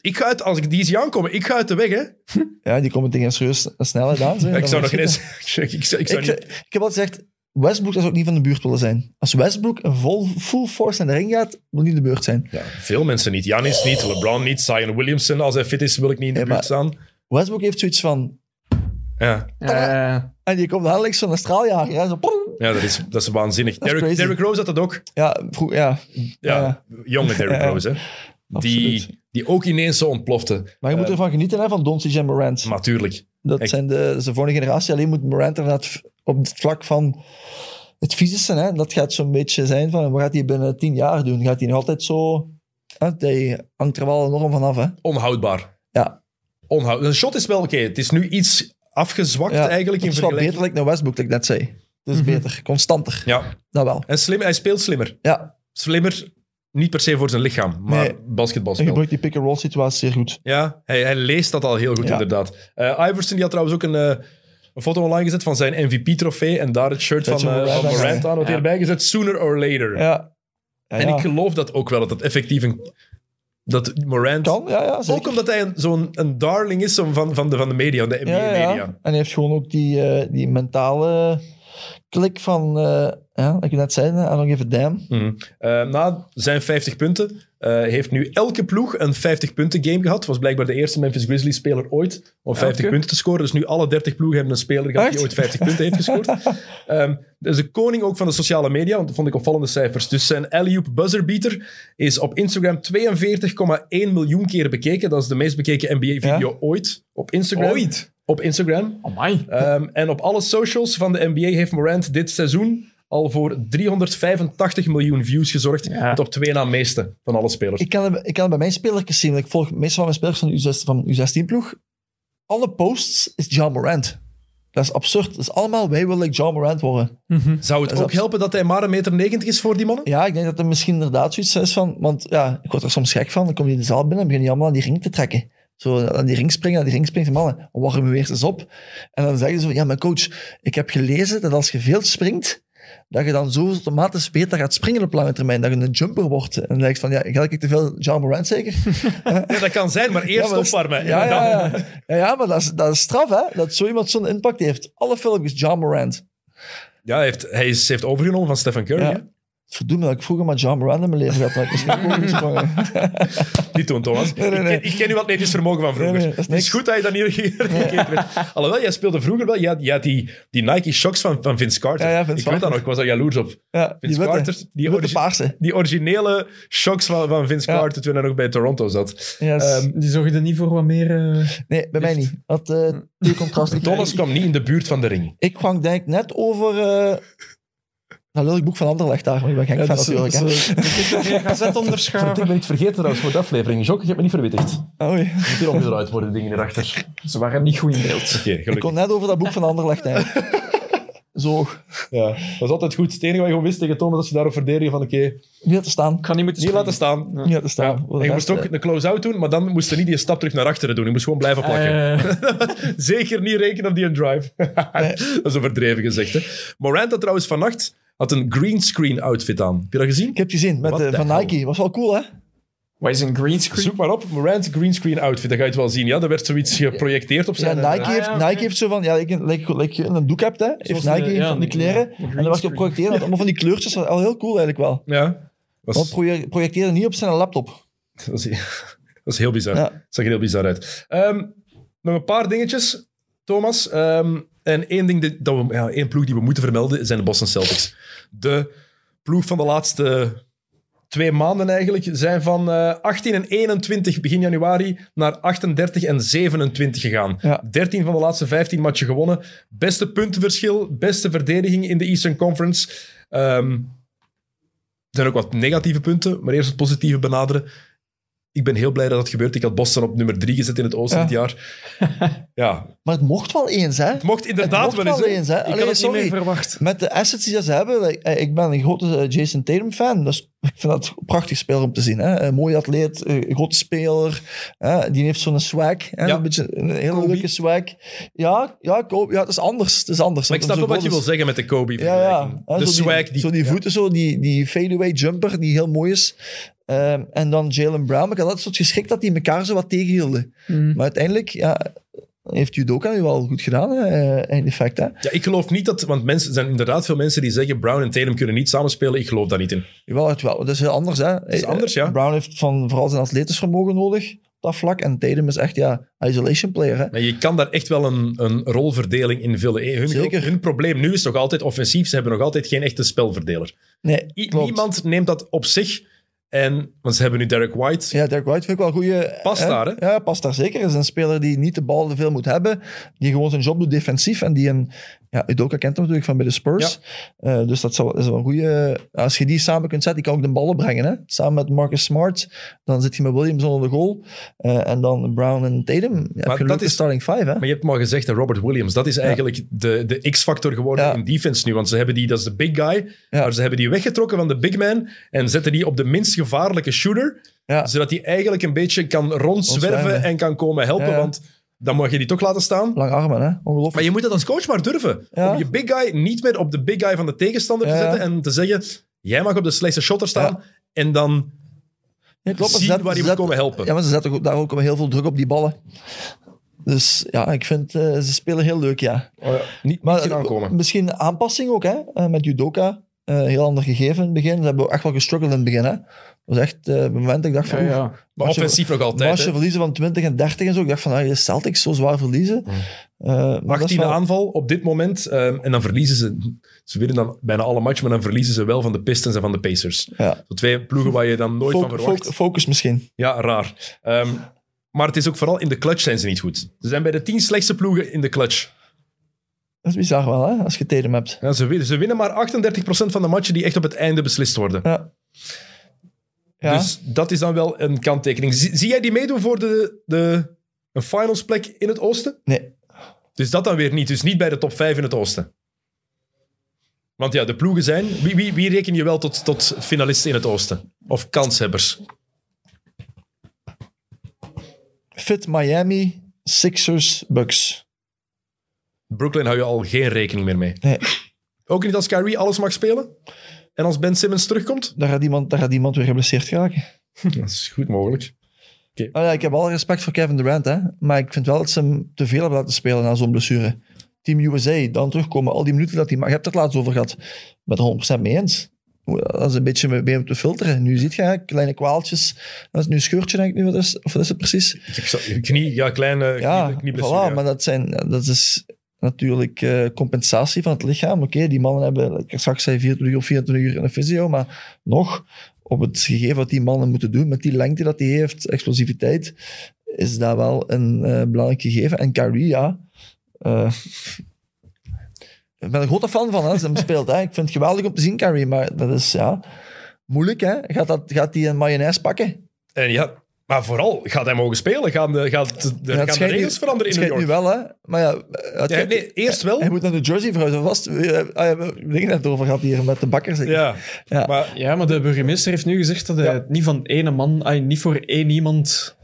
[SPEAKER 1] Ik ga uit, als ik die zie aankomen, ik ga uit de weg, hè?
[SPEAKER 2] Ja, die komen tegen een serieus een snelheid aan. zeg.
[SPEAKER 1] ik
[SPEAKER 2] Dan
[SPEAKER 1] zou nog
[SPEAKER 2] schieten.
[SPEAKER 1] eens. Ik, zou- ik zou
[SPEAKER 2] Ik,
[SPEAKER 1] niet.
[SPEAKER 2] ik heb al gezegd, Westbrook zou ook niet van de buurt willen zijn. Als Westbrook een vol, full force naar de ring gaat, moet niet in de beurt zijn.
[SPEAKER 1] Ja, eh, veel mensen niet. Janis niet, LeBron niet, Zion Williamson. Als hij fit is, wil ik niet in de
[SPEAKER 2] Ja,
[SPEAKER 1] buurt
[SPEAKER 2] maar-
[SPEAKER 1] staan.
[SPEAKER 2] Westbrook heeft zoiets van...
[SPEAKER 1] Ja,
[SPEAKER 2] En die komt dadelijk zo'n straaljager. Hè, zo, pom.
[SPEAKER 1] ja dat, is, dat is waanzinnig.
[SPEAKER 2] is
[SPEAKER 1] Derrick,
[SPEAKER 2] crazy.
[SPEAKER 1] Derrick Rose had dat ook.
[SPEAKER 2] ja, vroeg, ja,
[SPEAKER 1] Ja, jonge Derrick
[SPEAKER 2] Ja.
[SPEAKER 1] Rose, hè?
[SPEAKER 2] absoluut.
[SPEAKER 1] Die, die ook ineens zo ontplofte.
[SPEAKER 2] Maar je moet
[SPEAKER 1] eh,
[SPEAKER 2] ervan genieten, hè, van Doncic en Morant.
[SPEAKER 1] Natuurlijk.
[SPEAKER 2] dat
[SPEAKER 1] echt.
[SPEAKER 2] zijn de, dat is de volgende generatie. Alleen moet Morant inderdaad v- op het vlak van het fysisch zijn. Hè, dat gaat zo'n beetje zijn van, wat gaat hij binnen tien jaar doen? Gaat hij nog altijd zo... Hè, hij hangt er wel enorm van af, hè.
[SPEAKER 1] onhoudbaar.
[SPEAKER 2] Ja.
[SPEAKER 1] Onhoud. Een shot is wel oké. Het is nu iets afgezwakt
[SPEAKER 2] Ja,
[SPEAKER 1] eigenlijk in
[SPEAKER 2] Het is wel
[SPEAKER 1] vergelijking.
[SPEAKER 2] beter dan Westbrook, dat ik net zei. Het is beter, constanter.
[SPEAKER 1] Ja,
[SPEAKER 2] Dat wel.
[SPEAKER 1] en slim, hij speelt slimmer.
[SPEAKER 2] Ja,
[SPEAKER 1] Slimmer, niet per se voor zijn lichaam, maar
[SPEAKER 2] Nee.
[SPEAKER 1] basketbal
[SPEAKER 2] en gebruikt die pick-and-roll situatie zeer goed.
[SPEAKER 1] Ja, hij, hij leest dat al heel goed
[SPEAKER 2] Ja.
[SPEAKER 1] inderdaad. Eh Iverson die had trouwens ook een, eh, een foto online gezet van zijn MVP-trofee en daar het shirt
[SPEAKER 2] Dat
[SPEAKER 1] van,
[SPEAKER 2] is
[SPEAKER 1] eh,
[SPEAKER 2] een
[SPEAKER 1] van
[SPEAKER 2] Morant.
[SPEAKER 1] Morant aan wat
[SPEAKER 3] Ja.
[SPEAKER 1] erbij gezet. Sooner or later.
[SPEAKER 2] Ja. Ja,
[SPEAKER 1] En
[SPEAKER 2] ja.
[SPEAKER 1] ik geloof dat ook wel, dat het effectief een... Dat Morant...
[SPEAKER 2] kan, ja, ja,
[SPEAKER 1] ook
[SPEAKER 2] zeker.
[SPEAKER 1] omdat hij een- zo'n een darling is zo van, van, de, van de media, van de
[SPEAKER 2] ja, ja.
[SPEAKER 1] NBA-media.
[SPEAKER 2] En hij heeft gewoon ook die, eh, die mentale klik van, eh ja, wat ik net zei, I don't give a damn.
[SPEAKER 1] Mhm. Eh, na zijn 50 punten eh, heeft nu elke ploeg een 50-punten game gehad. Was blijkbaar de eerste Memphis Grizzlies-speler ooit om 50
[SPEAKER 3] Elke?
[SPEAKER 1] punten te scoren. Dus nu alle 30 ploegen hebben een speler gehad die
[SPEAKER 2] Echt?
[SPEAKER 1] ooit 50 punten heeft gescoord. Ehm dat is de koning ook van de sociale media, want dat vond ik opvallende cijfers. Dus zijn alley-oop buzzerbeater is op Instagram 42,1 miljoen keer bekeken. Dat is de meest bekeken NBA-video ooit op Instagram.
[SPEAKER 3] Ooit?
[SPEAKER 1] Op Instagram.
[SPEAKER 3] Amai.
[SPEAKER 1] Ehm, en op alle socials van de NBA heeft Morant dit seizoen al voor 385 miljoen views gezorgd.
[SPEAKER 3] Ja.
[SPEAKER 1] Het op twee na meeste van alle spelers.
[SPEAKER 2] Ik kan, hem- ik kan hem bij mijn spelertjes zien, want ik volg meestal mijn spelers van de U16 van de U16-ploeg. Alle posts is John Morant. Dat is absurd. Dat is allemaal, wij willen John Morant worden.
[SPEAKER 1] Zou het
[SPEAKER 2] is
[SPEAKER 1] ook
[SPEAKER 2] abs-
[SPEAKER 1] helpen dat hij maar 1,90 meter is voor die mannen?
[SPEAKER 2] Ja, ik denk dat er misschien inderdaad zoiets is van, want ja, ik word er soms gek van. Dan kom je in de zaal binnen en begin je allemaal aan die ring te trekken. Zo aan die ring springen, aan die ring springen. Mannen, warm je weer eens op. En dan zeggen ze, van, ja, maar coach, ik heb gelezen dat als je veel springt, dat je dan zo automatisch beter gaat springen op lange termijn. Dat je een jumper wordt. En dan denk ik van, ja, ga ik te veel John Morant zeker?
[SPEAKER 1] Ja, dat kan zijn, maar eerst
[SPEAKER 2] Ja, maar-
[SPEAKER 1] opwarmen.
[SPEAKER 2] Ja,
[SPEAKER 1] En dan-
[SPEAKER 2] ja, ja. ja, ja maar dat is, dat is straf, hè? Dat zo iemand zo'n impact heeft. Alle filmpjes, John Morant.
[SPEAKER 1] Ja, hij, heeft, hij is, heeft overgenomen van Stephen Curry.
[SPEAKER 2] Ja.
[SPEAKER 1] hè?
[SPEAKER 2] Verdoe me dat ik vroeger met John Moran in mijn leven had. had ik misschien ook gesprongen.
[SPEAKER 1] Niet doen, Thomas.
[SPEAKER 2] nee, nee.
[SPEAKER 1] Ik, ken, ik ken uw atletisch vermogen van vroeger.
[SPEAKER 2] Nee, nee, dat is
[SPEAKER 1] het is
[SPEAKER 2] niks.
[SPEAKER 1] goed dat je dat niet gekeken hebt. Alhoewel, jij speelde vroeger wel. Je had, je had die, die Nike Shocks van, van Vince Carter.
[SPEAKER 2] Ja, ja, Vince
[SPEAKER 1] ik weet
[SPEAKER 2] Carter.
[SPEAKER 1] dat nog, ik was daar jaloers op.
[SPEAKER 2] Ja, die
[SPEAKER 1] Vince
[SPEAKER 2] witte.
[SPEAKER 1] Carter, die
[SPEAKER 2] Die witte
[SPEAKER 1] origi-
[SPEAKER 2] paarse.
[SPEAKER 1] Die originele shocks van, van Vince
[SPEAKER 2] Ja.
[SPEAKER 1] Carter toen hij nog bij Toronto zat.
[SPEAKER 2] Yes.
[SPEAKER 1] Ehm,
[SPEAKER 3] Die zorgen er niet voor wat meer... eh,
[SPEAKER 2] nee, bij mij niet. Dat eh die contrast. Ik,
[SPEAKER 1] Thomas kwam niet in de buurt van de ring.
[SPEAKER 2] ik hang denk ik net over... eh dat lullig boek van Anderlecht daar, maar ik ben geen fan
[SPEAKER 3] dus-
[SPEAKER 2] natuurlijk. hè.
[SPEAKER 3] dus, eh, Je gaat zet onderschaven.
[SPEAKER 1] ben het vergeten trouwens voor de aflevering. Jok, je hebt me niet verwittigd.
[SPEAKER 2] Oei.
[SPEAKER 1] Moet hier omgedraaid worden, dingen hierachter.
[SPEAKER 3] Ze waren niet goed in beeld.
[SPEAKER 1] Oké,
[SPEAKER 2] Ik
[SPEAKER 1] gelukkig.
[SPEAKER 2] kon net over dat boek van Anderlecht eigenlijk. Zo,
[SPEAKER 1] Ja. Dat was altijd goed. Het enige wat je gewoon wist tegen Thomas, dat je daarop verdedigen van oké,
[SPEAKER 2] niet laten staan.
[SPEAKER 3] Ik ga niet moeten
[SPEAKER 1] niet
[SPEAKER 3] springen.
[SPEAKER 1] laten staan.
[SPEAKER 2] Niet laten
[SPEAKER 1] Ja,
[SPEAKER 2] staan. Voor de
[SPEAKER 1] en je
[SPEAKER 2] rest,
[SPEAKER 1] moest ook
[SPEAKER 2] eh,
[SPEAKER 1] een close-out doen, maar dan moest je niet die stap terug naar achteren doen. Je moest gewoon blijven plakken.
[SPEAKER 3] Eh,
[SPEAKER 1] Zeker niet rekenen op die drive. dat is overdreven gezegd. Hè? Morant had trouwens vannacht had een greenscreen outfit aan. Heb je dat gezien?
[SPEAKER 2] Ik heb gezien met
[SPEAKER 1] What
[SPEAKER 2] eh,
[SPEAKER 1] the
[SPEAKER 2] van
[SPEAKER 1] hell?
[SPEAKER 2] Nike. Was wel cool, hè?
[SPEAKER 3] wat is een greenscreen?
[SPEAKER 1] Zoek maar op, Morant greenscreen outfit. Dat ga je het wel zien. Ja, er werd zoiets geprojecteerd op
[SPEAKER 2] Ja,
[SPEAKER 1] zijn...
[SPEAKER 2] Nike,
[SPEAKER 3] Ah,
[SPEAKER 2] heeft,
[SPEAKER 3] ja,
[SPEAKER 2] Nike
[SPEAKER 3] oké.
[SPEAKER 2] heeft zo van, ja, like, like, like je een doek hebt, hè, heeft
[SPEAKER 3] een,
[SPEAKER 2] Nike
[SPEAKER 3] ja,
[SPEAKER 2] van die
[SPEAKER 3] een-
[SPEAKER 2] kleren.
[SPEAKER 3] ja,
[SPEAKER 2] en dan was
[SPEAKER 3] een
[SPEAKER 2] je
[SPEAKER 3] greenscreen.
[SPEAKER 2] op projecteren, dat allemaal van die kleurtjes, dat was al heel cool eigenlijk wel.
[SPEAKER 1] Ja, was,
[SPEAKER 2] Want proje- projecteerde niet op zijn laptop.
[SPEAKER 1] dat, was, dat was heel bizar.
[SPEAKER 2] Ja.
[SPEAKER 1] zag er heel bizar uit. Ehm, nog een paar dingetjes, Thomas. Ehm, en één, ding dit- dat we, ja, één ploeg die we moeten vermelden zijn de Boston Celtics. De ploeg van de laatste twee maanden eigenlijk zijn van eh, 18 en 21 begin januari naar 38 en 27 gegaan.
[SPEAKER 2] Ja.
[SPEAKER 1] 13 van de laatste 15 matchen gewonnen. Beste puntenverschil, beste verdediging in de Eastern Conference. Ehm, er zijn ook wat negatieve punten, maar eerst het positieve benaderen. Ik ben heel blij dat dat gebeurt. Ik had Boston op nummer 3 gezet in het oosten
[SPEAKER 2] Ja.
[SPEAKER 1] dit jaar. Ja,
[SPEAKER 2] Maar het mocht wel eens, hè?
[SPEAKER 1] het mocht inderdaad
[SPEAKER 2] Het mocht
[SPEAKER 1] wel eens.
[SPEAKER 2] wel
[SPEAKER 1] hè.
[SPEAKER 2] eens, hè?
[SPEAKER 3] Ik
[SPEAKER 2] Allee,
[SPEAKER 3] had het niet
[SPEAKER 2] sorry.
[SPEAKER 3] meer verwacht.
[SPEAKER 2] Met de assets die dat ze hebben, like, eh, ik ben een grote eh, Jason Tatum fan, dus ik vind dat een prachtig speler om te zien. Hè? Een mooie atleet, eh, een grote speler, hè? die heeft zo'n swag, hè?
[SPEAKER 1] Ja.
[SPEAKER 2] een beetje een hele
[SPEAKER 3] Kobe.
[SPEAKER 2] leuke swag. Ja, ja, Kobe, ja, het is anders, het is anders.
[SPEAKER 1] Maar ik snap
[SPEAKER 2] Zo
[SPEAKER 1] wel wat
[SPEAKER 2] groot
[SPEAKER 1] je wil
[SPEAKER 2] is-
[SPEAKER 1] zeggen met de Kobe.
[SPEAKER 2] Ja, ja.
[SPEAKER 1] vergelijking. De
[SPEAKER 2] zo
[SPEAKER 1] swag.
[SPEAKER 2] Die,
[SPEAKER 1] die-
[SPEAKER 2] zo die
[SPEAKER 1] ja.
[SPEAKER 2] voeten, zo, die, die fadeaway jumper, die heel mooi is. Ehm, en dan Jalen Brown. Maar ik had altijd soort geschikt dat die elkaar zo wat tegenhielden. Maar uiteindelijk ja, heeft Judoka nu wel goed gedaan, hè, eh, in effect. Hè?
[SPEAKER 1] Ja, ik geloof niet dat... Want mensen, er zijn inderdaad veel mensen die zeggen Brown en Tatum kunnen niet samenspelen. Ik geloof daar niet in.
[SPEAKER 2] Jawel, het wel. Dat is heel anders. Hè? Het
[SPEAKER 1] is anders, ja.
[SPEAKER 2] Brown heeft van, vooral zijn atletisch vermogen nodig op dat vlak. En Tatum is echt ja, isolation player. Hè?
[SPEAKER 1] Maar je kan daar echt wel een, een rolverdeling in vullen. Eh, Hun,
[SPEAKER 2] Zeker.
[SPEAKER 1] hun probleem nu is nog altijd offensief. Ze hebben nog altijd geen echte spelverdeler.
[SPEAKER 2] Nee,
[SPEAKER 1] I-
[SPEAKER 2] klopt.
[SPEAKER 1] niemand neemt dat op zich. En, want ze hebben nu Derek White.
[SPEAKER 2] Ja, Dirk White vind ik wel een goede...
[SPEAKER 1] Past daar, hè?
[SPEAKER 2] Ja, past daar zeker. Is een speler die niet de bal te veel moet hebben. Die gewoon zijn job doet defensief. En die een... Ja, Udoka kent hem natuurlijk van bij de Spurs. Eh, dus dat zou- is wel een goede... Als je die samen kunt zetten, die kan ook de ballen brengen, hè? Samen met Marcus Smart. Dan zit je met Williamson onder de goal. Eh, en dan Brown en Tatum. Ja, heb je
[SPEAKER 1] dat
[SPEAKER 2] een leuke
[SPEAKER 1] is-
[SPEAKER 2] starting five, hè?
[SPEAKER 1] Maar je hebt maar gezegd, hè, Robert Williams, dat is eigenlijk de, de X-factor geworden
[SPEAKER 2] Ja.
[SPEAKER 1] in defense nu. Want ze hebben die, dat is de big guy,
[SPEAKER 2] Ja.
[SPEAKER 1] maar ze hebben die weggetrokken van de big man en zetten die op de minst gevaarlijke shooter,
[SPEAKER 2] Ja.
[SPEAKER 1] zodat die eigenlijk een beetje kan rondzwerven
[SPEAKER 2] Rondzwerven.
[SPEAKER 1] en kan komen helpen,
[SPEAKER 2] Ja, ja.
[SPEAKER 1] want dan mag je die toch laten staan.
[SPEAKER 2] Lang armen, hè? Ongelooflijk.
[SPEAKER 1] Maar je moet dat als coach maar durven.
[SPEAKER 2] Ja.
[SPEAKER 1] Om je big guy niet meer op de big guy van de tegenstander te
[SPEAKER 2] Ja, ja.
[SPEAKER 1] zetten en te zeggen, jij mag op de slechtste shotter staan en dan
[SPEAKER 2] Ja, klopt, maar
[SPEAKER 1] zien
[SPEAKER 2] ze zetten-
[SPEAKER 1] waar je
[SPEAKER 2] ze
[SPEAKER 1] moet
[SPEAKER 2] zetten-
[SPEAKER 1] komen helpen.
[SPEAKER 2] Ja, maar ze zetten ook- daar ook wel heel veel druk op die ballen. Dus ja, ik vind eh, ze spelen heel leuk, ja.
[SPEAKER 1] niet,
[SPEAKER 2] Maar eh,
[SPEAKER 1] niet zien aankomen.
[SPEAKER 2] misschien aanpassing ook, hè? eh, met judoka. Eh, heel ander gegeven in het begin. Ze hebben echt wel gestruggeld in het begin, hè. Dat was echt eh, het moment dat ik dacht
[SPEAKER 3] Ja,
[SPEAKER 2] van... oeh,
[SPEAKER 3] ja.
[SPEAKER 1] Maar
[SPEAKER 2] Marshall-
[SPEAKER 1] offensief nog altijd.
[SPEAKER 2] Als je
[SPEAKER 1] hè.
[SPEAKER 2] verliezen van 20 en 30 en zo, ik dacht van, ah, de Celtics zo zwaar verliezen. Eh, maar dat is
[SPEAKER 1] 18e
[SPEAKER 2] wel-
[SPEAKER 1] aanval op dit moment. ehm, en dan verliezen ze. Ze winnen dan bijna alle matchen, maar dan verliezen ze wel van de Pistons en van de Pacers.
[SPEAKER 2] Ja.
[SPEAKER 1] Zo twee ploegen waar je dan nooit
[SPEAKER 2] Fo-
[SPEAKER 1] van
[SPEAKER 2] fo-
[SPEAKER 1] verwacht.
[SPEAKER 2] focus misschien.
[SPEAKER 1] Ja, raar. Ehm, maar het is ook vooral in de clutch zijn ze niet goed. Ze zijn bij de tien slechtste ploegen in de clutch.
[SPEAKER 2] Dat is bizar wel, hè, als je Tatum hebt.
[SPEAKER 1] Ja, ze, win- ze winnen maar 38% van de matchen die echt op het einde beslist worden.
[SPEAKER 2] Ja. Ja.
[SPEAKER 1] Dus dat is dan wel een kanttekening. Zie, zie jij die meedoen voor de, de, een finals plek in het oosten?
[SPEAKER 2] Nee.
[SPEAKER 1] Dus dat dan weer niet. Dus niet bij de top 5 in het oosten. Want ja, de ploegen zijn... Wie, wie, wie reken je wel tot, tot finalisten in het oosten? Of kanshebbers?
[SPEAKER 2] Fit Miami, Sixers, Bucks.
[SPEAKER 1] Brooklyn hou je al geen rekening meer mee.
[SPEAKER 2] Nee.
[SPEAKER 1] Ook niet als Kyrie alles mag spelen? En als Ben Simmons terugkomt?
[SPEAKER 2] Daar gaat iemand, daar gaat iemand weer geblesseerd geraken.
[SPEAKER 1] Dat is goed mogelijk.
[SPEAKER 2] Nou ja, ik heb alle respect voor Kevin Durant, hè. Maar ik vind wel dat ze hem te veel hebben laten spelen na zo'n blessure. Team USA, dan terugkomen, al die minuten dat hij... Maar je hebt het laatst over gehad. Ik ben het er 100% mee eens. dat is een beetje mee- mee om te filteren. Nu ziet je hè, kleine kwaaltjes. Dat is nu een scheurtje, denk ik nu. Wat is, of wat is het precies?
[SPEAKER 1] Ik heb zo- knie, ja, kleine knie,
[SPEAKER 2] Ja,
[SPEAKER 1] knieblessure,
[SPEAKER 2] voilà,
[SPEAKER 1] ja.
[SPEAKER 2] maar dat, zijn, dat is natuurlijk eh, compensatie van het lichaam. Oké, die mannen hebben, ik straks zei 24 of 24 uur in een fysio, maar nog op het gegeven wat die mannen moeten doen, met die lengte dat die heeft, explosiviteit, is dat wel een eh, belangrijk gegeven. En Kyrie, ja... eh, ik ben er grote fan van, hè, als hij hem speelt. Hè. Ik vind het geweldig om te zien, Kyrie, maar dat is, ja... Moeilijk, hè? Gaat hij gaat die een mayonaise pakken?
[SPEAKER 1] En ja, maar vooral, gaat hij mogen spelen? Gaan de, gaat de,
[SPEAKER 2] Ja,
[SPEAKER 1] gaan de
[SPEAKER 2] schijnt nu-
[SPEAKER 1] regels veranderen in
[SPEAKER 2] het
[SPEAKER 1] New
[SPEAKER 2] schijnt
[SPEAKER 1] York?
[SPEAKER 2] nu wel, hè? Maar ja, het
[SPEAKER 1] Ja,
[SPEAKER 2] schijnt-
[SPEAKER 1] nee, eerst wel.
[SPEAKER 2] Hij moet naar de Jersey verhuizen. Vast, eh, ah, ja, we hebben het net over gehad hier met de bakker. zeker?
[SPEAKER 1] Ja,
[SPEAKER 2] Ja.
[SPEAKER 1] maar
[SPEAKER 3] Ja, maar de burgemeester heeft nu gezegd dat hij
[SPEAKER 1] Ja.
[SPEAKER 3] het niet van ene man, ay, niet voor één iemand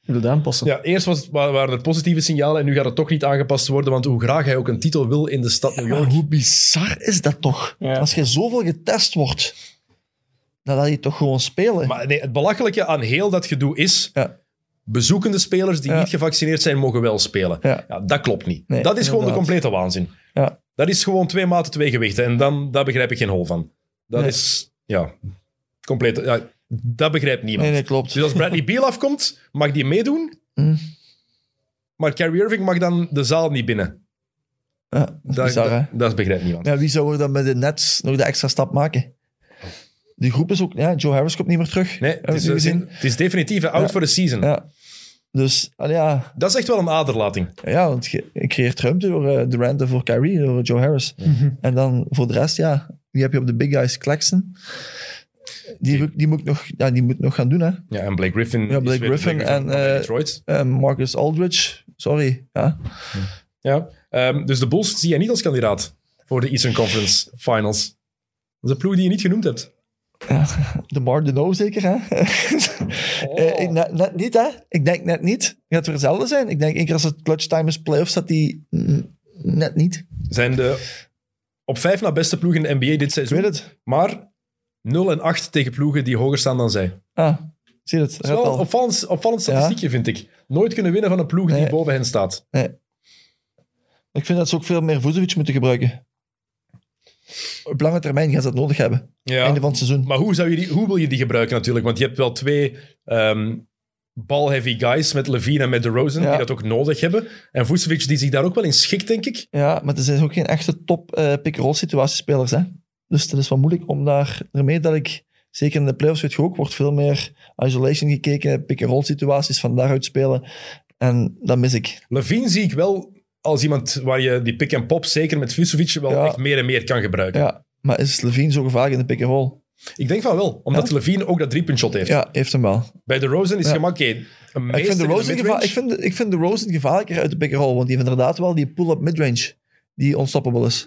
[SPEAKER 3] wil aanpassen.
[SPEAKER 1] ja, eerst was, het- wa- waren er positieve signalen en nu gaat het toch niet aangepast worden, want hoe graag hij ook een titel wil in de stad New
[SPEAKER 2] Maar
[SPEAKER 1] York.
[SPEAKER 2] hoe bizar is dat toch?
[SPEAKER 3] Ja.
[SPEAKER 2] Als je zoveel getest wordt, dan laat je toch gewoon spelen.
[SPEAKER 1] Maar nee, het belachelijke aan heel dat gedoe is...
[SPEAKER 2] Ja.
[SPEAKER 1] Bezoekende spelers die
[SPEAKER 2] Ja.
[SPEAKER 1] niet gevaccineerd zijn, mogen wel spelen.
[SPEAKER 2] Ja.
[SPEAKER 1] dat klopt niet.
[SPEAKER 2] Nee,
[SPEAKER 1] dat is gewoon de
[SPEAKER 2] inderdaad.
[SPEAKER 1] complete waanzin.
[SPEAKER 2] Ja.
[SPEAKER 1] Dat is gewoon twee maten, twee gewichten. En dan, daar begrijp ik geen hol van. Dat
[SPEAKER 2] Nee.
[SPEAKER 1] is... Ja, compleet... Ja, dat begrijpt niemand.
[SPEAKER 2] nee, nee, klopt.
[SPEAKER 1] Dus als Bradley Beal afkomt, mag die meedoen.
[SPEAKER 2] Mm.
[SPEAKER 1] Maar Kyrie Irving mag dan de zaal niet binnen.
[SPEAKER 2] Ja, dat is
[SPEAKER 1] Dat,
[SPEAKER 2] bizar, hè?
[SPEAKER 1] dat, dat begrijpt niemand.
[SPEAKER 2] Ja, wie zou er dan met de Nets nog de extra stap maken? Die groep is ook... Ja, Joe Harris komt niet meer terug.
[SPEAKER 1] Nee,
[SPEAKER 2] Hebben
[SPEAKER 1] het, is,
[SPEAKER 2] we nu
[SPEAKER 1] eh,
[SPEAKER 2] gezien?
[SPEAKER 1] het is definitief hè, out
[SPEAKER 2] Ja.
[SPEAKER 1] for the season.
[SPEAKER 2] Ja. Dus allee, ja,
[SPEAKER 1] Dat is echt wel een aderlating.
[SPEAKER 2] ja, want je je creëert ruimte door eh, Durant en voor Kyrie, door Joe Harris.
[SPEAKER 1] Mhm.
[SPEAKER 2] En dan voor de rest, ja, wie heb je op de big guys? Claxton. Die, moet- die, moet, nog, ja, die moet nog gaan doen, hè.
[SPEAKER 1] Ja, en Blake Griffin. is
[SPEAKER 2] Blake
[SPEAKER 1] weer de
[SPEAKER 2] Griffin en,
[SPEAKER 1] van
[SPEAKER 2] eh,
[SPEAKER 1] Detroit.
[SPEAKER 2] Eh, Marcus Aldridge, sorry. Ja.
[SPEAKER 1] Ja. Ehm, dus de Bulls zie jij niet als kandidaat voor de Eastern Conference Finals. Dat is een ploeg die je niet genoemd hebt.
[SPEAKER 2] De Mar de No zeker, hè?
[SPEAKER 1] Oh.
[SPEAKER 2] Eh, ik- net, net niet, hè? Ik denk net niet. Gaat het weer hetzelfde zijn? Ik denk één keer als het clutch time is playoffs, dat die mm, net niet. Ik
[SPEAKER 1] Zijn de op vijf na beste ploeg in de NBA dit seizoen.
[SPEAKER 2] weet het.
[SPEAKER 1] Maar 0 en 8 tegen ploegen die hoger staan dan zij.
[SPEAKER 2] Ah, zie je het?
[SPEAKER 1] Dat is
[SPEAKER 2] Red
[SPEAKER 1] wel
[SPEAKER 2] al.
[SPEAKER 1] een opvallend, opvallend statistiekje, vind ik. Nooit kunnen winnen van een ploeg die
[SPEAKER 2] Nee.
[SPEAKER 1] boven hen staat.
[SPEAKER 2] Ik vind dat ze ook veel meer Vucevic moeten gebruiken. Op lange termijn gaan ze dat nodig hebben. Einde van het seizoen.
[SPEAKER 1] Maar hoe, zou je die, hoe wil je die gebruiken natuurlijk? Want je hebt wel twee ehm ball-heavy guys met Levine en met DeRozan
[SPEAKER 2] Ja.
[SPEAKER 1] die dat ook nodig hebben. En Vucevic die zich daar ook wel in schikt, denk ik.
[SPEAKER 2] Ja, maar er zijn ook geen echte top eh pick-and-roll situatiespelers. Hè? Dus dat is wel moeilijk om daar... Daarmee dat ik, zeker in de playoffs weet je ook, wordt veel meer isolation gekeken, pick-and-roll situaties, van daaruit spelen. En dat mis ik.
[SPEAKER 1] Levine zie ik wel als iemand waar je die pick-and-pop zeker met Vucevic wel
[SPEAKER 2] Ja.
[SPEAKER 1] echt meer en meer kan gebruiken.
[SPEAKER 2] Ja, maar is Levine zo gevaarlijk in de pick-and-roll?
[SPEAKER 1] Ik denk van wel, omdat Levine ook dat drie-punt-shot heeft.
[SPEAKER 2] Ja, heeft hem wel.
[SPEAKER 1] Bij DeRozan is
[SPEAKER 2] Ja.
[SPEAKER 1] je maar oké, een
[SPEAKER 2] Ik
[SPEAKER 1] meester
[SPEAKER 2] vind, de
[SPEAKER 1] in de
[SPEAKER 2] Rosen gevaar,
[SPEAKER 1] midrange.
[SPEAKER 2] ik, vind, de- ik vind de Rosen gevaarlijker uit de pick-and-roll, want die heeft inderdaad wel die pull-up midrange die onstoppable is.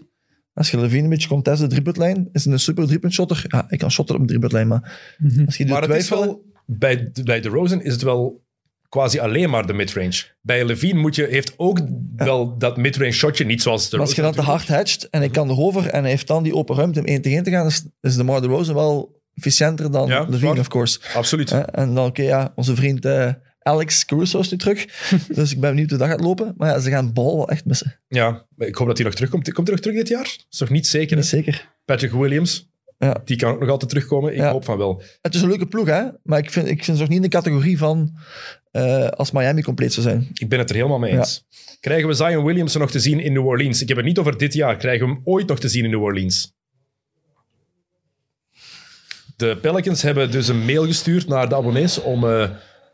[SPEAKER 2] Als je Levine een beetje komt testen, de driepuntlijn, is een super driepuntshotter. Ja, ik kan shotten op een driepuntlijn, maar als je doet
[SPEAKER 1] Mhm. Maar het is
[SPEAKER 2] twijfelen...
[SPEAKER 1] wel, bij, bij DeRozan is het wel quasi alleen maar de midrange. Bij Levine moet je, heeft ook wel dat midrange shotje, niet zoals de
[SPEAKER 2] Maar als je dan te hard hatcht en hij
[SPEAKER 1] Mhm.
[SPEAKER 2] kan erover en hij heeft dan die open ruimte om 1 tegen 1 te gaan, is, is de Mar de Rosen wel efficiënter dan
[SPEAKER 1] Ja,
[SPEAKER 2] Levine,
[SPEAKER 1] zwart.
[SPEAKER 2] of course.
[SPEAKER 1] Absoluut.
[SPEAKER 2] Hè? En dan, oké, ja, onze vriend eh, Alex Caruso is nu terug. dus ik ben benieuwd hoe dat gaat lopen. Maar ja, ze gaan de bal wel echt missen.
[SPEAKER 1] Ja, maar ik hoop dat hij nog terugkomt. Komt hij nog terug dit jaar? Dat is nog niet zeker. hè?
[SPEAKER 2] Niet zeker.
[SPEAKER 1] Patrick Williams,
[SPEAKER 2] Ja.
[SPEAKER 1] die kan ook nog altijd terugkomen. Ik
[SPEAKER 2] Ja.
[SPEAKER 1] hoop van wel.
[SPEAKER 2] Het is een leuke ploeg, hè? Maar ik vind, ik vind ze nog niet in de categorie van eh, als Miami compleet zou zijn.
[SPEAKER 1] Ik ben het er helemaal mee eens. Krijgen we Zion Williamson nog te zien in New Orleans? Ik heb het niet over dit jaar. Krijgen we hem ooit nog te zien in New Orleans? De Pelicans hebben dus een mail gestuurd naar de abonnees om eh,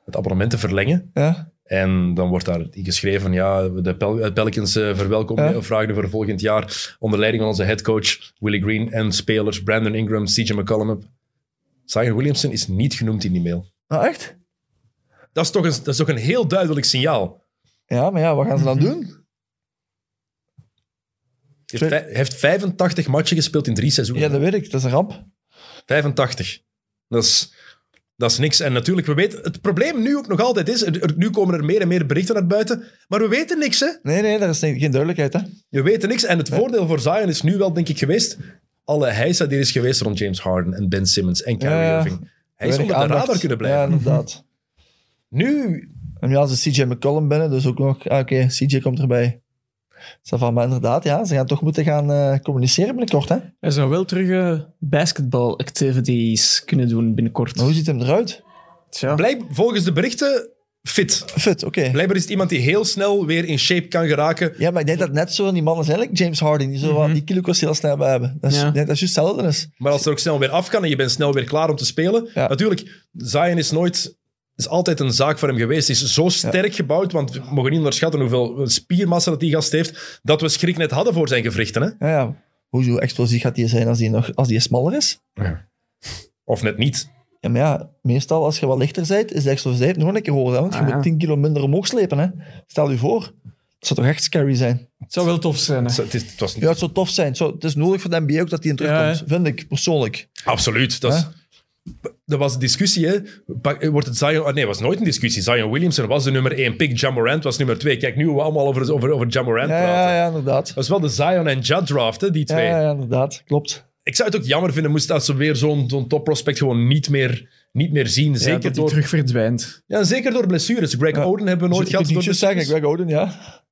[SPEAKER 1] het abonnement te verlengen.
[SPEAKER 2] Ja,
[SPEAKER 1] En dan wordt daar geschreven van ja, de Pel- eh, Pelicans eh, verwelkomen
[SPEAKER 2] Ja.
[SPEAKER 1] eh, vragen voor volgend jaar onder leiding van onze headcoach Willie Green en spelers Brandon Ingram, CJ McCollum. Zion Williamson is niet genoemd in die mail.
[SPEAKER 2] nou echt?
[SPEAKER 1] Dat is toch een, dat is toch een heel duidelijk signaal.
[SPEAKER 2] Ja, maar ja, wat gaan ze
[SPEAKER 1] Mhm.
[SPEAKER 2] dan doen?
[SPEAKER 1] Hij heeft, vij- hij heeft 85 matchen gespeeld in drie seizoenen.
[SPEAKER 2] Ja, dat weet ik. Dat is een ramp.
[SPEAKER 1] 85. Dat is, dat is niks. En natuurlijk, we weten, het probleem nu ook nog altijd is, er- er- nu komen er meer en meer berichten naar buiten, maar we weten niks hè.
[SPEAKER 2] Nee, nee, daar is geen geen duidelijkheid, hè?
[SPEAKER 1] Je weet niks. En het voordeel voor Zion is nu wel, denk ik, geweest. Alle heisa die er is geweest rond James Harden en Ben Simmons en Kyrie
[SPEAKER 2] Ja, ja.
[SPEAKER 1] Irving. Hij is
[SPEAKER 2] Weinig
[SPEAKER 1] onder de
[SPEAKER 2] aandacht.
[SPEAKER 1] radar kunnen blijven.
[SPEAKER 2] Ja, inderdaad.
[SPEAKER 1] Nu,
[SPEAKER 2] En ja, ze CJ McCollum binnen, dus ook nog... ah, Oké, CJ komt erbij. Ça va, maar inderdaad, ja, ze gaan toch moeten gaan eh, communiceren binnenkort. Hè?
[SPEAKER 3] Hij zou wel terug eh, basketball activities kunnen doen binnenkort.
[SPEAKER 2] Maar hoe ziet hem eruit?
[SPEAKER 3] Tja.
[SPEAKER 1] Blijk, volgens de berichten fit.
[SPEAKER 2] Fit, oké.
[SPEAKER 1] Blijkbaar is het iemand die heel snel weer in shape kan geraken.
[SPEAKER 2] Ja, maar ik denk dat net zo die man is eigenlijk James Harden, die zo wat die kilo's heel snel hebben. Dat is,
[SPEAKER 3] Mhm. Ja.
[SPEAKER 2] ik denk dat is juist hetzelfde is.
[SPEAKER 1] Maar als er ook snel weer af kan en je bent snel weer klaar om te spelen.
[SPEAKER 2] Ja.
[SPEAKER 1] Natuurlijk, Zion is nooit. is altijd een zaak voor hem geweest. Hij is zo sterk gebouwd, want we mogen niet onderschatten hoeveel spiermassa dat die gast heeft, dat we schrik net hadden voor zijn gewrichten. Hè?
[SPEAKER 2] Ja, ja. Hoe, hoe explosief gaat die zijn als die, nog, als die smaller is?
[SPEAKER 1] Of net niet.
[SPEAKER 2] Ja, maar ja, meestal als je wat lichter bent, is de explosiviteit nog een keer hoger. hè, Want je
[SPEAKER 3] Ah, ja.
[SPEAKER 2] moet 10 kilo minder omhoog slepen. Hè? Stel je voor. Het zou toch echt scary zijn?
[SPEAKER 3] Het zou wel tof zijn. hè.
[SPEAKER 1] Het is, het was niet-
[SPEAKER 2] Ja, het zou tof zijn. Het, zou- het is nodig voor de NBA ook dat die in terugkomt,
[SPEAKER 3] Ja,
[SPEAKER 2] vind ik, persoonlijk.
[SPEAKER 1] Absoluut. Dat, is-
[SPEAKER 2] Hè?
[SPEAKER 1] dat was een discussie. Hè? Pak- Wordt het Zion... ah, Nee, het was nooit een discussie. Zion Williamson was de nummer één pick. Ja Morant was nummer twee. Kijk, nu we allemaal over, over, over Ja Morant
[SPEAKER 2] Ja,
[SPEAKER 1] praten.
[SPEAKER 2] ja, ja, inderdaad.
[SPEAKER 1] Dat is wel de Zion en Ja draft, hè, die
[SPEAKER 2] Ja,
[SPEAKER 1] twee.
[SPEAKER 2] ja, ja, inderdaad. Klopt.
[SPEAKER 1] Ik zou het ook jammer vinden moest dat ze weer zo'n zo'n topprospect gewoon niet meer, niet meer zien.
[SPEAKER 3] Ja,
[SPEAKER 1] Zeker,
[SPEAKER 3] dat die
[SPEAKER 1] door,
[SPEAKER 3] terug verdwijnt.
[SPEAKER 1] ja, zeker door blessures. Greg
[SPEAKER 2] Ja.
[SPEAKER 1] Oden hebben we nooit
[SPEAKER 2] Dus
[SPEAKER 1] gehad.
[SPEAKER 2] Ik moet
[SPEAKER 1] Door
[SPEAKER 2] niet zeggen,
[SPEAKER 1] blessures.
[SPEAKER 2] Greg Oden,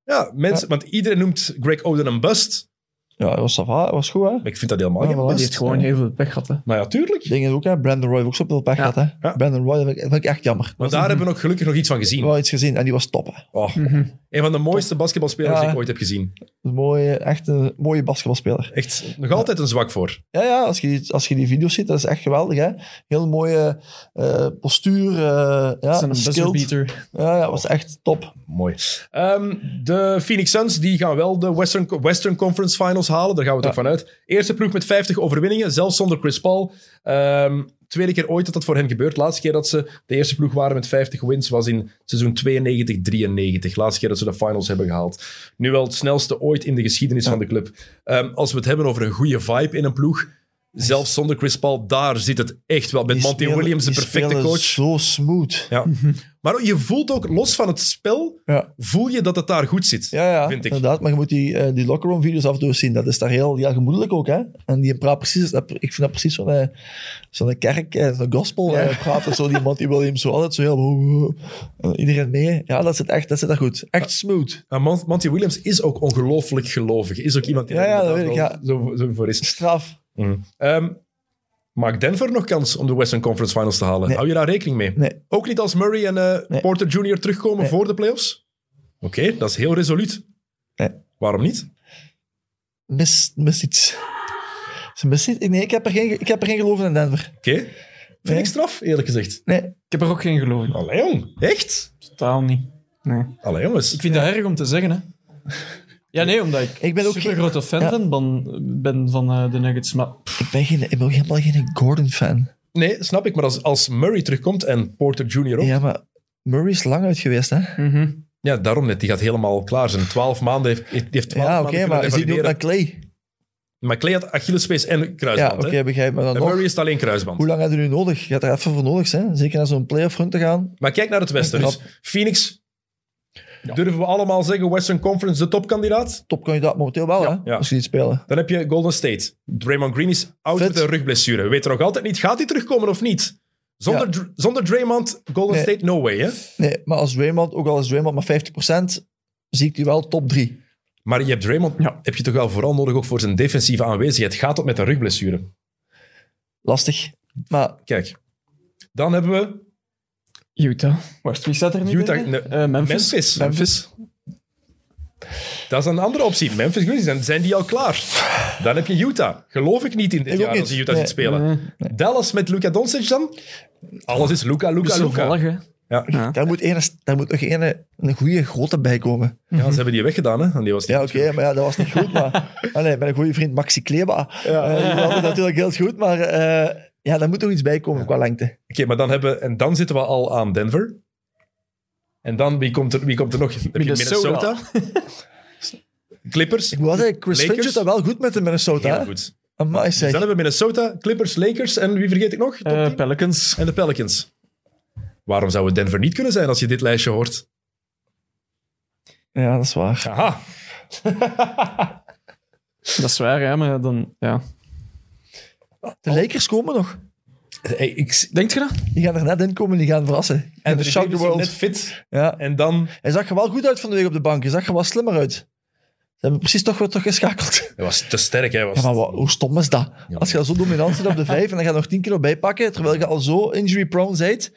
[SPEAKER 2] ja.
[SPEAKER 1] Ja, mensen, want iedereen noemt Greg Oden een bust.
[SPEAKER 2] Ja, dat was, ça va, dat was goed, hè.
[SPEAKER 1] Maar ik vind dat helemaal
[SPEAKER 2] Ja,
[SPEAKER 1] geen
[SPEAKER 2] maar
[SPEAKER 3] Maar
[SPEAKER 1] bust.
[SPEAKER 3] die heeft gewoon heel veel pech gehad. Hè.
[SPEAKER 1] Maar ja, tuurlijk.
[SPEAKER 2] Ding is ook, hè. Brandon Roy heeft ook zoveel pech
[SPEAKER 3] Ja.
[SPEAKER 2] gehad, hè.
[SPEAKER 1] Ja.
[SPEAKER 2] Brandon Roy, dat vind ik, dat vind ik echt jammer.
[SPEAKER 1] Maar daar hebben we nog gelukkig nog iets van gezien.
[SPEAKER 2] wel iets gezien en die was top, hè.
[SPEAKER 1] Oh, een van de mooiste basketbalspelers
[SPEAKER 2] Mhm. Ja.
[SPEAKER 1] die ik ooit heb gezien.
[SPEAKER 2] Een mooie, echt een mooie basketbalspeler.
[SPEAKER 1] Echt nog altijd een zwak voor.
[SPEAKER 2] Ja, ja, als je, die- als je die video's ziet, dat is echt geweldig, hè. Heel mooie eh, postuur, eh
[SPEAKER 3] Dat is
[SPEAKER 2] ja,
[SPEAKER 3] een buzzer
[SPEAKER 2] skilled.
[SPEAKER 3] beater.
[SPEAKER 2] Ja, ja, was echt top.
[SPEAKER 1] Mooi. Ehm, de Phoenix Suns die gaan wel de Western, Western Conference Finals halen. Daar gaan we toch vanuit. Eerste ploeg met 50 overwinningen, zelfs zonder Chris Paul. Ehm, tweede keer ooit dat dat voor hen gebeurt. Laatste keer dat ze de eerste ploeg waren met 50 wins was in seizoen 92-93. Laatste keer dat ze de finals hebben gehaald. Nu wel het snelste ooit in de geschiedenis van de club. Ehm, als we het hebben over een goede vibe in een ploeg. Zelfs zonder Chris Paul, daar zit het echt wel. Met
[SPEAKER 2] Die
[SPEAKER 1] Monty
[SPEAKER 2] spelen-
[SPEAKER 1] Williams, de
[SPEAKER 2] die
[SPEAKER 1] perfecte
[SPEAKER 2] spelen
[SPEAKER 1] coach.
[SPEAKER 2] zo smooth.
[SPEAKER 1] Ja. Maar je voelt ook, los van het spel,
[SPEAKER 2] Ja.
[SPEAKER 1] voel je dat het daar goed zit.
[SPEAKER 2] Ja, ja,
[SPEAKER 1] Vind ik.
[SPEAKER 2] inderdaad. Maar je moet die, eh, die locker room video's af en toe eens zien. Dat is daar heel ja, gemoedelijk ook, hè. En die praat precies... dat- Ik vind dat precies zo'n eh, zo'n kerk, eh, zo'n gospel eh, praten. Zo die Monty Williams, zo altijd zo heel... oh, en iedereen mee. Ja, dat zit echt, dat zit daar goed. Echt smooth.
[SPEAKER 1] Maar Mon- Monty Williams is ook ongelooflijk gelovig. Is ook iemand die
[SPEAKER 2] Ja,
[SPEAKER 1] daar
[SPEAKER 2] ja, Mhm. dat
[SPEAKER 1] inderdaad
[SPEAKER 2] weet
[SPEAKER 1] wel zo, zo voor is.
[SPEAKER 2] Straf.
[SPEAKER 1] Ehm, maakt Denver nog kans om de Western Conference Finals te halen?
[SPEAKER 2] Nee.
[SPEAKER 1] Hou je daar rekening mee?
[SPEAKER 2] Nee.
[SPEAKER 1] Ook niet als Murray en eh,
[SPEAKER 2] Nee.
[SPEAKER 1] Porter Jr. terugkomen
[SPEAKER 2] Nee.
[SPEAKER 1] voor de playoffs? Oké, dat is heel resoluut.
[SPEAKER 2] Nee.
[SPEAKER 1] Waarom niet?
[SPEAKER 2] Mis, mis iets. Ze mist iets. Nee, ik heb, er geen, ik heb er geen geloof in in Denver.
[SPEAKER 1] Oké. Vind
[SPEAKER 2] Nee.
[SPEAKER 1] ik straf, eerlijk gezegd.
[SPEAKER 2] Nee.
[SPEAKER 3] Ik heb er ook geen geloof in.
[SPEAKER 1] Allee, jong. Echt?
[SPEAKER 3] Totaal niet. Nee.
[SPEAKER 1] Allee, jongens.
[SPEAKER 3] Ik vind dat erg om te zeggen, hè. Ja, nee, omdat ik,
[SPEAKER 2] Ik ben ook
[SPEAKER 3] super
[SPEAKER 2] geen-
[SPEAKER 3] grote fan
[SPEAKER 2] Ja.
[SPEAKER 3] ben, van- ben van eh, de Nuggets. Maar
[SPEAKER 2] Ik ben, geen, ik ben ook helemaal geen Gordon-fan.
[SPEAKER 1] Nee, snap ik. Maar als, als Murray terugkomt en Porter Jr. ook,
[SPEAKER 2] Ja, maar Murray is lang uit geweest, hè.
[SPEAKER 1] Ja, daarom net. Die gaat helemaal klaar zijn. Twaalf maanden heeft, heeft, heeft 12
[SPEAKER 2] Ja, oké,
[SPEAKER 1] maanden
[SPEAKER 2] maar
[SPEAKER 1] kunnen
[SPEAKER 2] is die nu ook naar
[SPEAKER 1] revalideren.
[SPEAKER 2] Clay?
[SPEAKER 1] Maar Clay had Achillespees en
[SPEAKER 2] Ja,
[SPEAKER 1] kruisband.
[SPEAKER 2] oké,
[SPEAKER 1] hè?
[SPEAKER 2] begrijp me dan
[SPEAKER 1] En
[SPEAKER 2] nog.
[SPEAKER 1] Murray is alleen kruisband.
[SPEAKER 2] Hoe lang heb je nu nodig? Je gaat er even voor nodig zijn. Zeker naar zo'n playoff run te gaan.
[SPEAKER 1] Maar kijk naar het westen. Dus Phoenix, durven we allemaal zeggen, Western Conference de topkandidaat?
[SPEAKER 2] Top kan je dat momenteel wel, hè?
[SPEAKER 1] ja.
[SPEAKER 2] Als je niet spelen.
[SPEAKER 1] Dan heb je Golden State. Draymond Green is oud
[SPEAKER 2] Fit.
[SPEAKER 1] met een rugblessure. We weten nog altijd niet, gaat hij terugkomen of niet? Zonder,
[SPEAKER 2] Ja.
[SPEAKER 1] Dr- zonder Draymond, Golden
[SPEAKER 2] Nee.
[SPEAKER 1] State, no way. Hè?
[SPEAKER 2] Nee, maar als Draymond, ook al is Draymond maar 50%, zie ik die wel top 3.
[SPEAKER 1] Maar je hebt Draymond
[SPEAKER 3] Ja.
[SPEAKER 1] heb je toch wel vooral nodig ook voor zijn defensieve aanwezigheid. Gaat dat met een rugblessure?
[SPEAKER 2] Lastig. Maar
[SPEAKER 1] Kijk. Dan hebben we
[SPEAKER 3] Utah. Wacht, wie staat er nu?
[SPEAKER 1] Utah-
[SPEAKER 3] tegen?
[SPEAKER 1] nee,
[SPEAKER 3] Eh, Memphis.
[SPEAKER 1] Memphis.
[SPEAKER 3] Memphis.
[SPEAKER 1] Dat is een andere optie. Memphis Grizzlies, dan zijn die al klaar. Dan heb je Utah. Geloof ik niet in dit
[SPEAKER 2] Ik ook
[SPEAKER 1] jaar als
[SPEAKER 2] niet.
[SPEAKER 1] je Utah ziet
[SPEAKER 2] Nee.
[SPEAKER 3] Eh,
[SPEAKER 1] spelen. Dallas met Luka Doncic dan? Alles is Luka, Luka,
[SPEAKER 3] Dus
[SPEAKER 1] Luka.
[SPEAKER 3] toevallig, hè.
[SPEAKER 1] Ja.
[SPEAKER 3] Ja.
[SPEAKER 2] daar moet, ene, daar moet nog ene, een goede grote bij komen.
[SPEAKER 1] ja, ze hebben die weggedaan. Hè? En die was niet
[SPEAKER 2] Ja, oké, maar ja, dat was niet goed. Maar ah, nee, mijn goede vriend Maxi Kleba. Ja. die had het natuurlijk heel goed, maar eh, ja, daar moet nog iets bij komen qua lengte.
[SPEAKER 1] Oké, maar dan, hebben, en dan zitten we al aan Denver. En dan, wie komt er, wie komt er nog? Dan heb je
[SPEAKER 3] Minnesota.
[SPEAKER 1] Minnesota. Clippers.
[SPEAKER 2] Ik moet wel zeggen, Chris
[SPEAKER 1] Lakers?
[SPEAKER 2] Finch doet dat wel goed met de Minnesota.
[SPEAKER 1] Heel
[SPEAKER 2] hè?
[SPEAKER 1] goed.
[SPEAKER 2] Amai,
[SPEAKER 1] Dus
[SPEAKER 2] zeg.
[SPEAKER 1] dan hebben we Minnesota, Clippers, Lakers en wie vergeet ik nog? Top
[SPEAKER 3] Eh,
[SPEAKER 1] tien?
[SPEAKER 3] Pelicans.
[SPEAKER 1] en de Pelicans. Waarom zou het Denver niet kunnen zijn als je dit lijstje hoort?
[SPEAKER 2] Ja, dat is waar.
[SPEAKER 1] Aha,
[SPEAKER 3] Dat is waar, ja, maar dan... Ja.
[SPEAKER 2] De Lakers komen nog.
[SPEAKER 1] Hey, ik,
[SPEAKER 3] Denkt je dat?
[SPEAKER 2] Die gaan er net in komen, die gaan verrassen. En de
[SPEAKER 1] Anthony
[SPEAKER 2] shock the
[SPEAKER 1] Davis is
[SPEAKER 2] world.
[SPEAKER 1] net fit.
[SPEAKER 2] Ja.
[SPEAKER 1] En dan...
[SPEAKER 2] Hij zag er wel goed uit van de week op de bank. Hij zag er wel slimmer uit. Ze hebben precies toch weer teruggeschakeld.
[SPEAKER 1] Hij was te sterk, hij was...
[SPEAKER 2] Ja, maar wat, hoe stom is dat?
[SPEAKER 1] Ja.
[SPEAKER 2] Als je al zo dominant zit op de vijf en dan ga je nog 10 kilo bijpakken, terwijl je al zo injury-prone bent.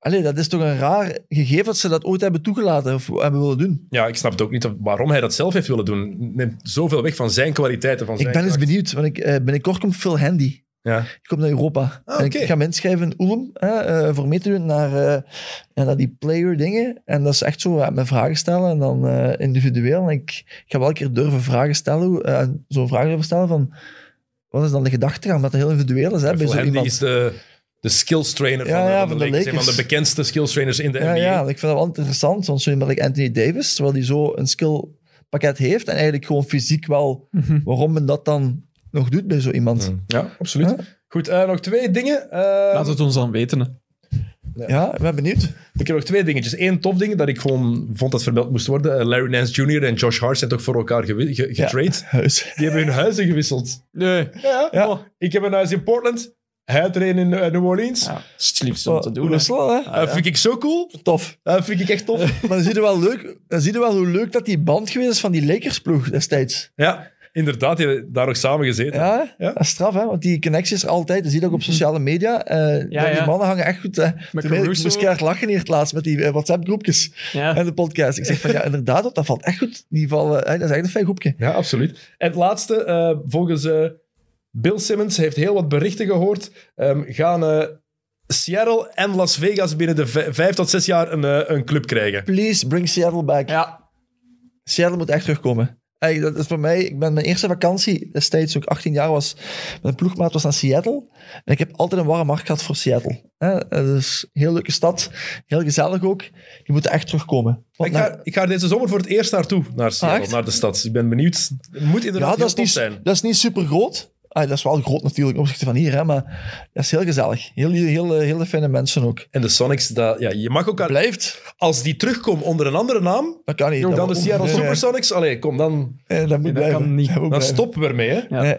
[SPEAKER 2] Allee, dat is toch een raar gegeven dat ze dat ooit hebben toegelaten of hebben willen doen.
[SPEAKER 1] Ja, ik snap het ook niet waarom hij dat zelf heeft willen doen. Neemt zoveel weg van zijn kwaliteiten. Van zijn
[SPEAKER 2] ik ben eens
[SPEAKER 1] kracht.
[SPEAKER 2] benieuwd, want ik, eh, binnenkort komt Phil Handy.
[SPEAKER 1] Ja.
[SPEAKER 2] Ik kom naar Europa.
[SPEAKER 1] Ah,
[SPEAKER 2] en
[SPEAKER 1] oké.
[SPEAKER 2] ik ga me inschrijven in Ulm hè, eh, voor mee te doen naar, eh, ja, naar die player dingen. En dat is echt zo, ja, mijn vragen stellen en dan eh, individueel. En ik, ik ga wel een keer durven vragen stellen, eh, zo'n vraag durven stellen van, wat is dan de gedachte aan dat het heel individueel is hè, bij
[SPEAKER 1] Phil
[SPEAKER 2] zo
[SPEAKER 1] Handy
[SPEAKER 2] iemand.
[SPEAKER 1] is de, de skills trainer
[SPEAKER 2] Ja,
[SPEAKER 1] van, de-
[SPEAKER 2] ja,
[SPEAKER 1] van
[SPEAKER 2] van
[SPEAKER 1] de,
[SPEAKER 2] de
[SPEAKER 1] Lakers. Een van
[SPEAKER 2] Lakers.
[SPEAKER 1] de bekendste skills trainers in de
[SPEAKER 2] Ja,
[SPEAKER 1] NBA.
[SPEAKER 2] ja, ik vind dat wel interessant. Want zo iemand like Anthony Davis, terwijl hij zo een skillpakket heeft en eigenlijk gewoon fysiek wel, waarom men dat dan nog doet bij zo iemand.
[SPEAKER 1] Ja, absoluut.
[SPEAKER 2] Ja.
[SPEAKER 1] Goed, eh, nog twee dingen. Eh,
[SPEAKER 3] Laat het ons dan weten. hè.
[SPEAKER 2] Ja, ik ben benieuwd.
[SPEAKER 1] Ik heb nog twee dingetjes. Eén tof ding dat ik gewoon vond dat vermeld moest worden. Eh, Larry Nance Jr. en Josh Hart zijn toch voor elkaar gewi- ge- getrade.
[SPEAKER 2] Huis.
[SPEAKER 1] Die hebben hun huizen gewisseld.
[SPEAKER 3] Nee.
[SPEAKER 1] Ja.
[SPEAKER 2] Ja.
[SPEAKER 1] Oh, Ik heb een huis in Portland. Hij had er een in eh, New Orleans.
[SPEAKER 2] Ah,
[SPEAKER 3] Ja, dat is het liefste om te doen. hè.
[SPEAKER 2] Oeruzla, hè?
[SPEAKER 1] Dat vind ik zo cool.
[SPEAKER 2] Tof.
[SPEAKER 1] Dat vind ik echt tof.
[SPEAKER 2] Maar dan zie, je wel leuk, dan zie je wel hoe leuk dat die band geweest is van die Lakers-ploeg destijds.
[SPEAKER 1] ja, inderdaad. Die hebben daar nog samen gezeten.
[SPEAKER 2] Ja,
[SPEAKER 1] Ja.
[SPEAKER 2] dat is straf, hè? want die connectie is er altijd. Je ziet ook op sociale media. eh,
[SPEAKER 3] Mhm. Ja,
[SPEAKER 2] dat
[SPEAKER 3] ja.
[SPEAKER 2] Die mannen hangen echt goed. Hè. Toen ik
[SPEAKER 3] Caruso.
[SPEAKER 2] moest keihard lachen hier het laatst met die eh, WhatsApp-groepjes
[SPEAKER 3] Ja.
[SPEAKER 2] en de podcast. Ik zeg van ja, inderdaad, want dat valt echt goed. Die vallen, hè, dat is echt een fijn groepje.
[SPEAKER 1] Ja, absoluut. En het laatste, eh, volgens eh, Bill Simmons heeft heel wat berichten gehoord. ehm, gaan eh, Seattle en Las Vegas binnen de vij- vijf tot zes jaar een, eh, een club krijgen.
[SPEAKER 2] Please bring Seattle back.
[SPEAKER 3] Ja.
[SPEAKER 2] Seattle moet echt terugkomen. Ey, dat is voor mij, ik ben mijn eerste vakantie destijds, toen ik 18 jaar was, met een ploegmaat was naar Seattle. En ik heb altijd een warm hart gehad voor Seattle. Hè, eh, dus een heel leuke stad, heel gezellig ook. Die moeten echt terugkomen. Want
[SPEAKER 1] Ik ga,
[SPEAKER 2] nou-
[SPEAKER 1] ik ga deze zomer voor het eerst naartoe, naar Seattle,
[SPEAKER 2] echt?
[SPEAKER 1] naar de stad. Ik ben benieuwd. Het moet inderdaad
[SPEAKER 2] ja,
[SPEAKER 1] heel
[SPEAKER 2] dat is,
[SPEAKER 1] tof
[SPEAKER 2] niet,
[SPEAKER 1] zijn.
[SPEAKER 2] dat is niet super groot. Ah, dat is wel groot natuurlijk ten opzichte van hier, hè, maar dat is heel gezellig. Heel, heel, heel, eh, hele fijne mensen ook.
[SPEAKER 1] En de Sonics, dat, ja, je mag ook... aan-
[SPEAKER 2] Blijft,
[SPEAKER 1] Als die terugkomen onder een andere naam,
[SPEAKER 2] dat kan niet.
[SPEAKER 1] dan
[SPEAKER 2] dat
[SPEAKER 1] de
[SPEAKER 2] moet-
[SPEAKER 1] Seattle
[SPEAKER 2] nee,
[SPEAKER 1] Supersonics... Allee, kom, dan,
[SPEAKER 2] nee, dat moet
[SPEAKER 3] dat
[SPEAKER 2] blijven.
[SPEAKER 3] kan niet.
[SPEAKER 2] Dat moet
[SPEAKER 1] dan
[SPEAKER 2] blijven.
[SPEAKER 1] stoppen we ermee, hè.
[SPEAKER 3] Ja.
[SPEAKER 2] Nee.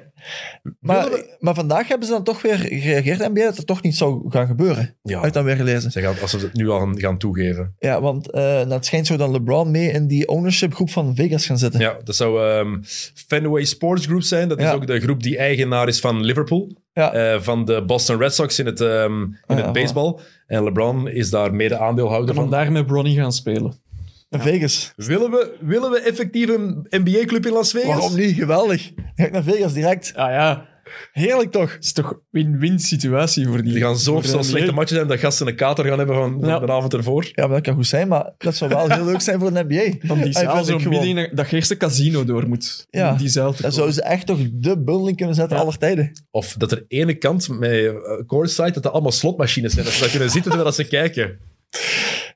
[SPEAKER 2] Maar,
[SPEAKER 1] Willen we-
[SPEAKER 2] maar vandaag hebben ze dan toch weer gereageerd, NBA, dat het toch niet zou gaan gebeuren.
[SPEAKER 1] Ja.
[SPEAKER 2] Uit dan weer gelezen.
[SPEAKER 1] Ze gaan, als ze het nu al gaan, gaan toegeven.
[SPEAKER 2] Ja, want eh dat schijnt zo dan LeBron mee in die ownership groep van Vegas gaan zitten.
[SPEAKER 1] Ja, dat zou ehm, Fenway Sports Group zijn. Dat is
[SPEAKER 2] Ja.
[SPEAKER 1] ook de groep die eigenaar is van Liverpool.
[SPEAKER 2] Ja.
[SPEAKER 1] Eh, van de Boston Red Sox in het, ehm, in
[SPEAKER 2] Ah, ja.
[SPEAKER 1] het baseball. En LeBron is daar mede aandeelhouder
[SPEAKER 3] Van
[SPEAKER 1] van.
[SPEAKER 3] daar met Bronny gaan spelen.
[SPEAKER 2] Vegas.
[SPEAKER 1] Willen we, willen we effectief een NBA-club in Las Vegas?
[SPEAKER 2] Waarom niet? Geweldig. Dan ga ik naar Vegas direct.
[SPEAKER 3] Ah ja,
[SPEAKER 2] Heerlijk toch?
[SPEAKER 3] het is toch win-win situatie voor die.
[SPEAKER 1] Die gaan zo
[SPEAKER 3] voor de
[SPEAKER 1] veel
[SPEAKER 3] NBA.
[SPEAKER 1] slechte matchen hebben dat gasten een kater gaan hebben van, van
[SPEAKER 3] Ja.
[SPEAKER 1] de avond ervoor.
[SPEAKER 2] Ja, maar dat kan goed zijn, maar dat zou wel heel leuk zijn voor een NBA.
[SPEAKER 3] Van die
[SPEAKER 2] Hij
[SPEAKER 3] zaal
[SPEAKER 2] vindt
[SPEAKER 3] zo
[SPEAKER 2] het gewoon-
[SPEAKER 3] midden in een- dat je eerst een casino door moet.
[SPEAKER 2] Ja.
[SPEAKER 3] Om Die zaal te
[SPEAKER 2] Dan zouden ze echt toch de bundeling kunnen zetten
[SPEAKER 3] Ja.
[SPEAKER 2] aller tijden.
[SPEAKER 1] Of dat er ene kant met eh, courtside, dat dat allemaal slotmachines zijn. Dat ze daar kunnen zitten terwijl ze kijken.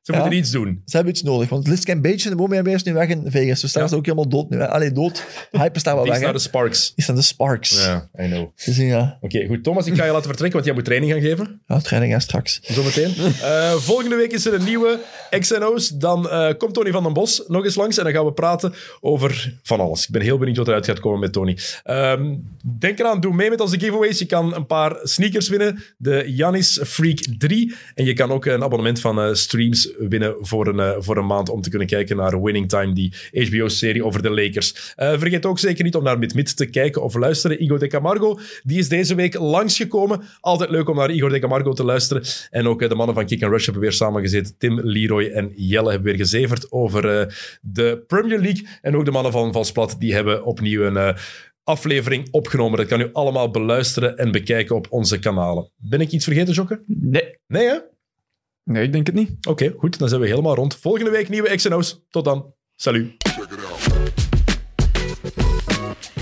[SPEAKER 1] Ze
[SPEAKER 2] Ja.
[SPEAKER 1] moeten iets doen.
[SPEAKER 2] Ze hebben iets nodig, want Lisk en Beetje en de Boom is nu weg in Vegas. Dus daar
[SPEAKER 1] Ja.
[SPEAKER 2] is ook helemaal dood nu. hè. Allee, dood. De Hype is daar wel
[SPEAKER 1] Die
[SPEAKER 2] weg.
[SPEAKER 1] is
[SPEAKER 2] hè.
[SPEAKER 1] naar de Sparks.
[SPEAKER 2] Die staan de Sparks.
[SPEAKER 1] Ja, I know.
[SPEAKER 2] Dus ja,
[SPEAKER 1] Oké, goed. Thomas, ik ga je laten vertrekken, want jij moet training gaan geven.
[SPEAKER 2] ja training en straks.
[SPEAKER 1] Zometeen. Eh, volgende week is er een nieuwe XNO's. Dan eh, komt Tony van den Bos nog eens langs en dan gaan we praten over van alles. Ik ben heel benieuwd wat eruit gaat komen met Tony. Ehm, denk eraan, doe mee met onze giveaways. Je kan een paar sneakers winnen. De Janis Freak 3. En je kan ook een abonnement van eh, streams winnen voor een, eh, voor een maand om te kunnen kijken naar Winning Time, die HBO-serie over de Lakers. Eh, vergeet ook zeker niet om naar Mid-Mid te kijken of luisteren. Igor de Camargo, die is deze week langsgekomen. Altijd leuk om naar Igor de Camargo te luisteren. En ook eh, de mannen van Kick and Rush hebben weer samengezeten. Tim, Leroy en Jelle hebben weer gezeverd over eh, de Premier League. En ook de mannen van Valsplat, die hebben opnieuw een... eh, aflevering opgenomen. Dat kan u allemaal beluisteren en bekijken op onze kanalen. Ben ik iets vergeten, Jokke?
[SPEAKER 3] Nee.
[SPEAKER 1] Nee, hè?
[SPEAKER 3] nee, ik denk het niet.
[SPEAKER 1] Oké, goed. Dan zijn we helemaal rond. Volgende week nieuwe XNO's. Tot dan. Salut.
[SPEAKER 5] Check it out.